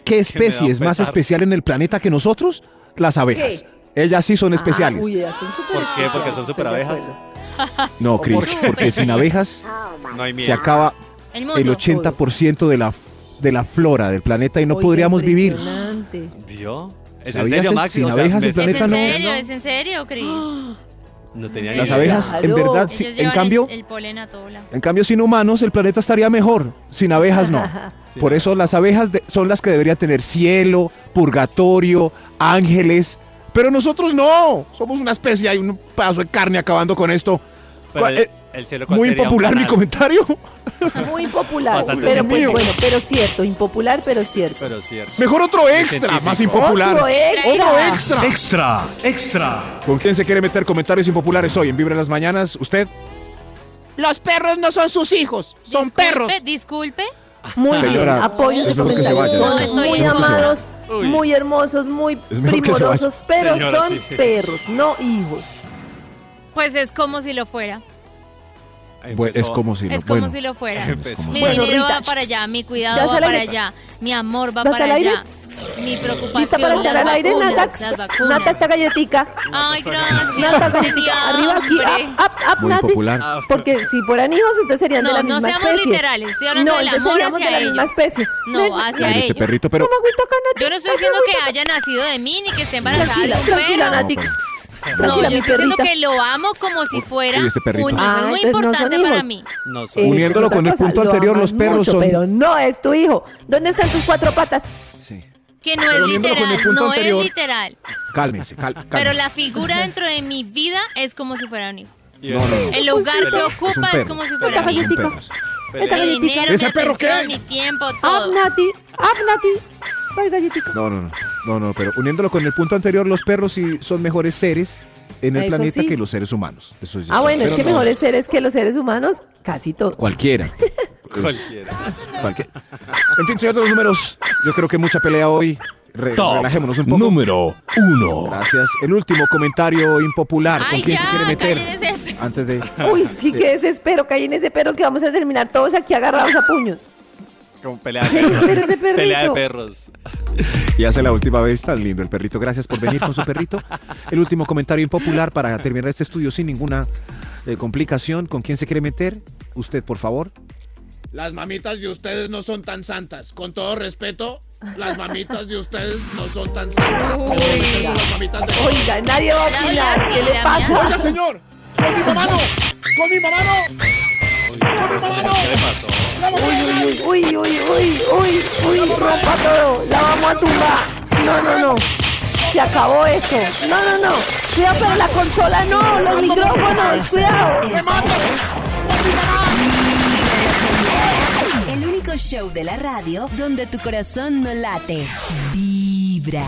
[SPEAKER 5] qué especie es más
[SPEAKER 4] pesar.
[SPEAKER 5] especial en el planeta que nosotros? Las abejas. Ellas sí son especiales.
[SPEAKER 2] Ah, uy, ellas son súper
[SPEAKER 4] ¿Por qué? Porque
[SPEAKER 2] especiales,
[SPEAKER 4] son
[SPEAKER 2] estoy
[SPEAKER 4] super abejas.
[SPEAKER 2] de acuerdo.
[SPEAKER 5] No, Cris,
[SPEAKER 2] Súper
[SPEAKER 5] porque sin
[SPEAKER 2] (laughs)
[SPEAKER 5] abejas
[SPEAKER 2] Ah,
[SPEAKER 4] No hay miel.
[SPEAKER 5] se acaba
[SPEAKER 2] El
[SPEAKER 5] el,
[SPEAKER 2] mundo.
[SPEAKER 5] 80% de la, de la flora del planeta y no
[SPEAKER 2] Oiga,
[SPEAKER 5] podríamos vivir.
[SPEAKER 2] impresionante.
[SPEAKER 4] ¿Vio? ¿Es en
[SPEAKER 5] ¿Sabías
[SPEAKER 4] serio,
[SPEAKER 5] es-
[SPEAKER 4] Maxi?
[SPEAKER 5] sin
[SPEAKER 4] O sea,
[SPEAKER 5] abejas
[SPEAKER 4] me
[SPEAKER 5] el
[SPEAKER 4] estás
[SPEAKER 3] ¿Es
[SPEAKER 5] planeta
[SPEAKER 3] en
[SPEAKER 5] no?
[SPEAKER 3] serio? ¿Es en serio, Cris?
[SPEAKER 4] No tenía ni
[SPEAKER 5] Las
[SPEAKER 4] idea.
[SPEAKER 5] abejas, en verdad, sí,
[SPEAKER 3] Ellos llevan
[SPEAKER 5] en
[SPEAKER 3] el-
[SPEAKER 5] cambio,
[SPEAKER 3] El, polen a todo lado.
[SPEAKER 5] en cambio sin humanos el planeta estaría mejor, sin
[SPEAKER 2] (laughs)
[SPEAKER 5] abejas no.
[SPEAKER 3] Sí,
[SPEAKER 5] Por eso las abejas de- son las que deberían tener cielo, purgatorio, ángeles, pero nosotros no, somos una especie hay un pedazo de carne acabando con esto.
[SPEAKER 4] Pero
[SPEAKER 5] ¿Cuál-
[SPEAKER 4] el,
[SPEAKER 5] eh,
[SPEAKER 4] el cielo ¿cuál
[SPEAKER 5] muy
[SPEAKER 4] sería?
[SPEAKER 5] impopular
[SPEAKER 4] Un
[SPEAKER 5] mi
[SPEAKER 4] canal.
[SPEAKER 5] comentario. (laughs)
[SPEAKER 2] Muy popular.
[SPEAKER 4] Bastante
[SPEAKER 2] pero pues,
[SPEAKER 4] sencillo.
[SPEAKER 2] bueno, pero cierto, impopular, pero cierto.
[SPEAKER 4] Pero cierto.
[SPEAKER 5] Mejor otro extra,
[SPEAKER 4] científico.
[SPEAKER 5] más impopular.
[SPEAKER 2] Otro extra.
[SPEAKER 5] Otro extra. Extra, extra. ¿Con quién se quiere meter comentarios impopulares hoy en Vibra en las Mañanas? ¿Usted?
[SPEAKER 10] Los perros no son sus hijos, son
[SPEAKER 3] Disculpe,
[SPEAKER 10] perros.
[SPEAKER 3] Disculpe.
[SPEAKER 2] Muy bien,
[SPEAKER 5] Señora,
[SPEAKER 2] apoyo
[SPEAKER 5] es
[SPEAKER 2] de
[SPEAKER 5] mejor que se
[SPEAKER 2] comentarios.
[SPEAKER 5] vaya.
[SPEAKER 2] Son
[SPEAKER 5] No,
[SPEAKER 2] muy
[SPEAKER 5] es mejor que se
[SPEAKER 2] amados,
[SPEAKER 5] vaya. Uy.
[SPEAKER 2] muy hermosos, muy
[SPEAKER 5] Es mejor que se
[SPEAKER 2] primorosos,
[SPEAKER 5] vaya.
[SPEAKER 2] pero
[SPEAKER 5] Señora,
[SPEAKER 2] son
[SPEAKER 5] sí.
[SPEAKER 2] perros, no hijos.
[SPEAKER 3] Pues es como si lo fuera.
[SPEAKER 5] Pues, es como si lo,
[SPEAKER 3] Es como
[SPEAKER 5] bueno,
[SPEAKER 3] si lo fuera.
[SPEAKER 5] Empezó.
[SPEAKER 3] Mi
[SPEAKER 5] Bueno,
[SPEAKER 3] dinero
[SPEAKER 5] Rita,
[SPEAKER 3] va para allá, mi
[SPEAKER 2] ¿Ya
[SPEAKER 3] cuidado
[SPEAKER 2] vas
[SPEAKER 3] va
[SPEAKER 2] al
[SPEAKER 3] para
[SPEAKER 2] aire?
[SPEAKER 3] allá, mi amor va
[SPEAKER 2] ¿Vas al
[SPEAKER 3] para
[SPEAKER 2] aire?
[SPEAKER 3] allá, mi preocupación.
[SPEAKER 2] ¿Lista para estar
[SPEAKER 3] las
[SPEAKER 2] al aire,
[SPEAKER 3] vacunas,
[SPEAKER 2] Nata?
[SPEAKER 3] las vacunas. Ah,
[SPEAKER 2] Nata está galletica.
[SPEAKER 3] Ay, gracias.
[SPEAKER 2] Nata galletica.
[SPEAKER 3] Diantre.
[SPEAKER 2] Arriba aquí. Ah, Up, up, up,
[SPEAKER 5] Muy
[SPEAKER 2] Nati.
[SPEAKER 5] popular.
[SPEAKER 2] Porque si fueran hijos, entonces serían de
[SPEAKER 3] No,
[SPEAKER 2] la
[SPEAKER 3] no
[SPEAKER 2] misma especie.
[SPEAKER 3] seamos literales, estoy hablando
[SPEAKER 2] No,
[SPEAKER 3] del
[SPEAKER 2] entonces
[SPEAKER 3] amor
[SPEAKER 2] seríamos
[SPEAKER 3] hacia
[SPEAKER 2] de la misma
[SPEAKER 3] ellos.
[SPEAKER 2] especie.
[SPEAKER 3] No, hacia
[SPEAKER 5] Mira, este
[SPEAKER 3] ellos.
[SPEAKER 5] perrito, pero
[SPEAKER 3] Yo no estoy diciendo que haya nacido de mí ni que esté embarazada de
[SPEAKER 2] Tranquila,
[SPEAKER 3] un
[SPEAKER 2] tranquila,
[SPEAKER 3] perro.
[SPEAKER 2] Nati.
[SPEAKER 3] No, yo
[SPEAKER 2] Tranquila, mi
[SPEAKER 3] estoy diciendo
[SPEAKER 2] perrita.
[SPEAKER 3] que lo amo como si fuera
[SPEAKER 5] uy, ese perrito.
[SPEAKER 3] un hijo.
[SPEAKER 2] Ah,
[SPEAKER 3] es muy
[SPEAKER 2] entonces no son
[SPEAKER 3] importante para
[SPEAKER 2] hijos.
[SPEAKER 3] mí.
[SPEAKER 4] No
[SPEAKER 2] Eso es
[SPEAKER 5] Uniéndolo
[SPEAKER 2] otra
[SPEAKER 5] con el
[SPEAKER 2] cosa,
[SPEAKER 5] punto
[SPEAKER 2] lo
[SPEAKER 5] anterior,
[SPEAKER 2] aman
[SPEAKER 5] los perros
[SPEAKER 2] mucho,
[SPEAKER 5] son-
[SPEAKER 2] Pero no es tu hijo. ¿Dónde están tus cuatro patas?
[SPEAKER 3] Que no es
[SPEAKER 2] Pero viéndolo con el
[SPEAKER 3] literal,
[SPEAKER 2] punto
[SPEAKER 3] no
[SPEAKER 2] anterior.
[SPEAKER 3] es literal.
[SPEAKER 5] cálmense, cal- cálmense.
[SPEAKER 3] Pero la figura dentro de mi vida es como si fuera un hijo.
[SPEAKER 5] No, no, no.
[SPEAKER 3] El lugar
[SPEAKER 5] Es un
[SPEAKER 3] que
[SPEAKER 5] perro.
[SPEAKER 3] ocupa es,
[SPEAKER 5] perro.
[SPEAKER 3] como si
[SPEAKER 5] Es
[SPEAKER 3] fuera
[SPEAKER 5] un
[SPEAKER 3] mi hijo.
[SPEAKER 5] perro.
[SPEAKER 2] Esta
[SPEAKER 3] Mi
[SPEAKER 2] galletica.
[SPEAKER 3] dinero,
[SPEAKER 5] ¿Ese
[SPEAKER 3] mi
[SPEAKER 5] perro qué?
[SPEAKER 3] atención, mi tiempo, todo.
[SPEAKER 2] Up, Nati. Up, Nati. Ay, galletica.
[SPEAKER 5] No, no, no, no, no, pero uniéndolo con el punto anterior, los perros sí son mejores seres en el
[SPEAKER 2] Eso
[SPEAKER 5] planeta
[SPEAKER 2] sí.
[SPEAKER 5] que los seres humanos. Eso sí
[SPEAKER 2] Ah,
[SPEAKER 5] es
[SPEAKER 2] bueno, es
[SPEAKER 5] cierto.
[SPEAKER 2] que
[SPEAKER 5] Pero no,
[SPEAKER 2] mejores seres que los seres humanos, casi todos.
[SPEAKER 5] Cualquiera.
[SPEAKER 4] Cualquiera.
[SPEAKER 5] Cualquier- En fin, señor de los números, yo creo que mucha pelea hoy. Re-
[SPEAKER 9] Top
[SPEAKER 5] relajémonos un poco. Número uno. Gracias. El último comentario impopular. ¿Con
[SPEAKER 2] Ay,
[SPEAKER 5] quién se
[SPEAKER 2] ya,
[SPEAKER 5] quiere
[SPEAKER 2] callen
[SPEAKER 5] meter? Ah,
[SPEAKER 2] ese perro.
[SPEAKER 5] Antes de.
[SPEAKER 2] Uy, sí, que desespero, caí en ese perro que vamos a terminar todos aquí agarrados a puños.
[SPEAKER 4] Como pelea de
[SPEAKER 2] Pero
[SPEAKER 4] perros.
[SPEAKER 2] ese perrito.
[SPEAKER 4] pelea de perros.
[SPEAKER 5] Y hace la última vez tan lindo el perrito. Gracias por venir con su perrito. El último comentario impopular para terminar este estudio sin ninguna eh, complicación. ¿Con quién se quiere meter? Usted, por favor.
[SPEAKER 10] Las mamitas de ustedes no son tan santas. Con todo respeto, las mamitas de ustedes no son tan santas. Como ustedes, las mamitas de-
[SPEAKER 2] Oiga, nadie va a opinar. ¿Qué le pasa?
[SPEAKER 10] Oiga, señor, con mi mamá no. Con mi mamá no.
[SPEAKER 4] ¿Qué le pasó?
[SPEAKER 2] Uy, uy, uy, uy, uy, uy, uy, rompa todo. La vamos a tumbar. No, no, no. Se acabó esto. No, no, no. Cuidado, pero la consola no, los micrófonos. Cuidado.
[SPEAKER 6] El único show de la radio donde tu corazón no late. Vibra.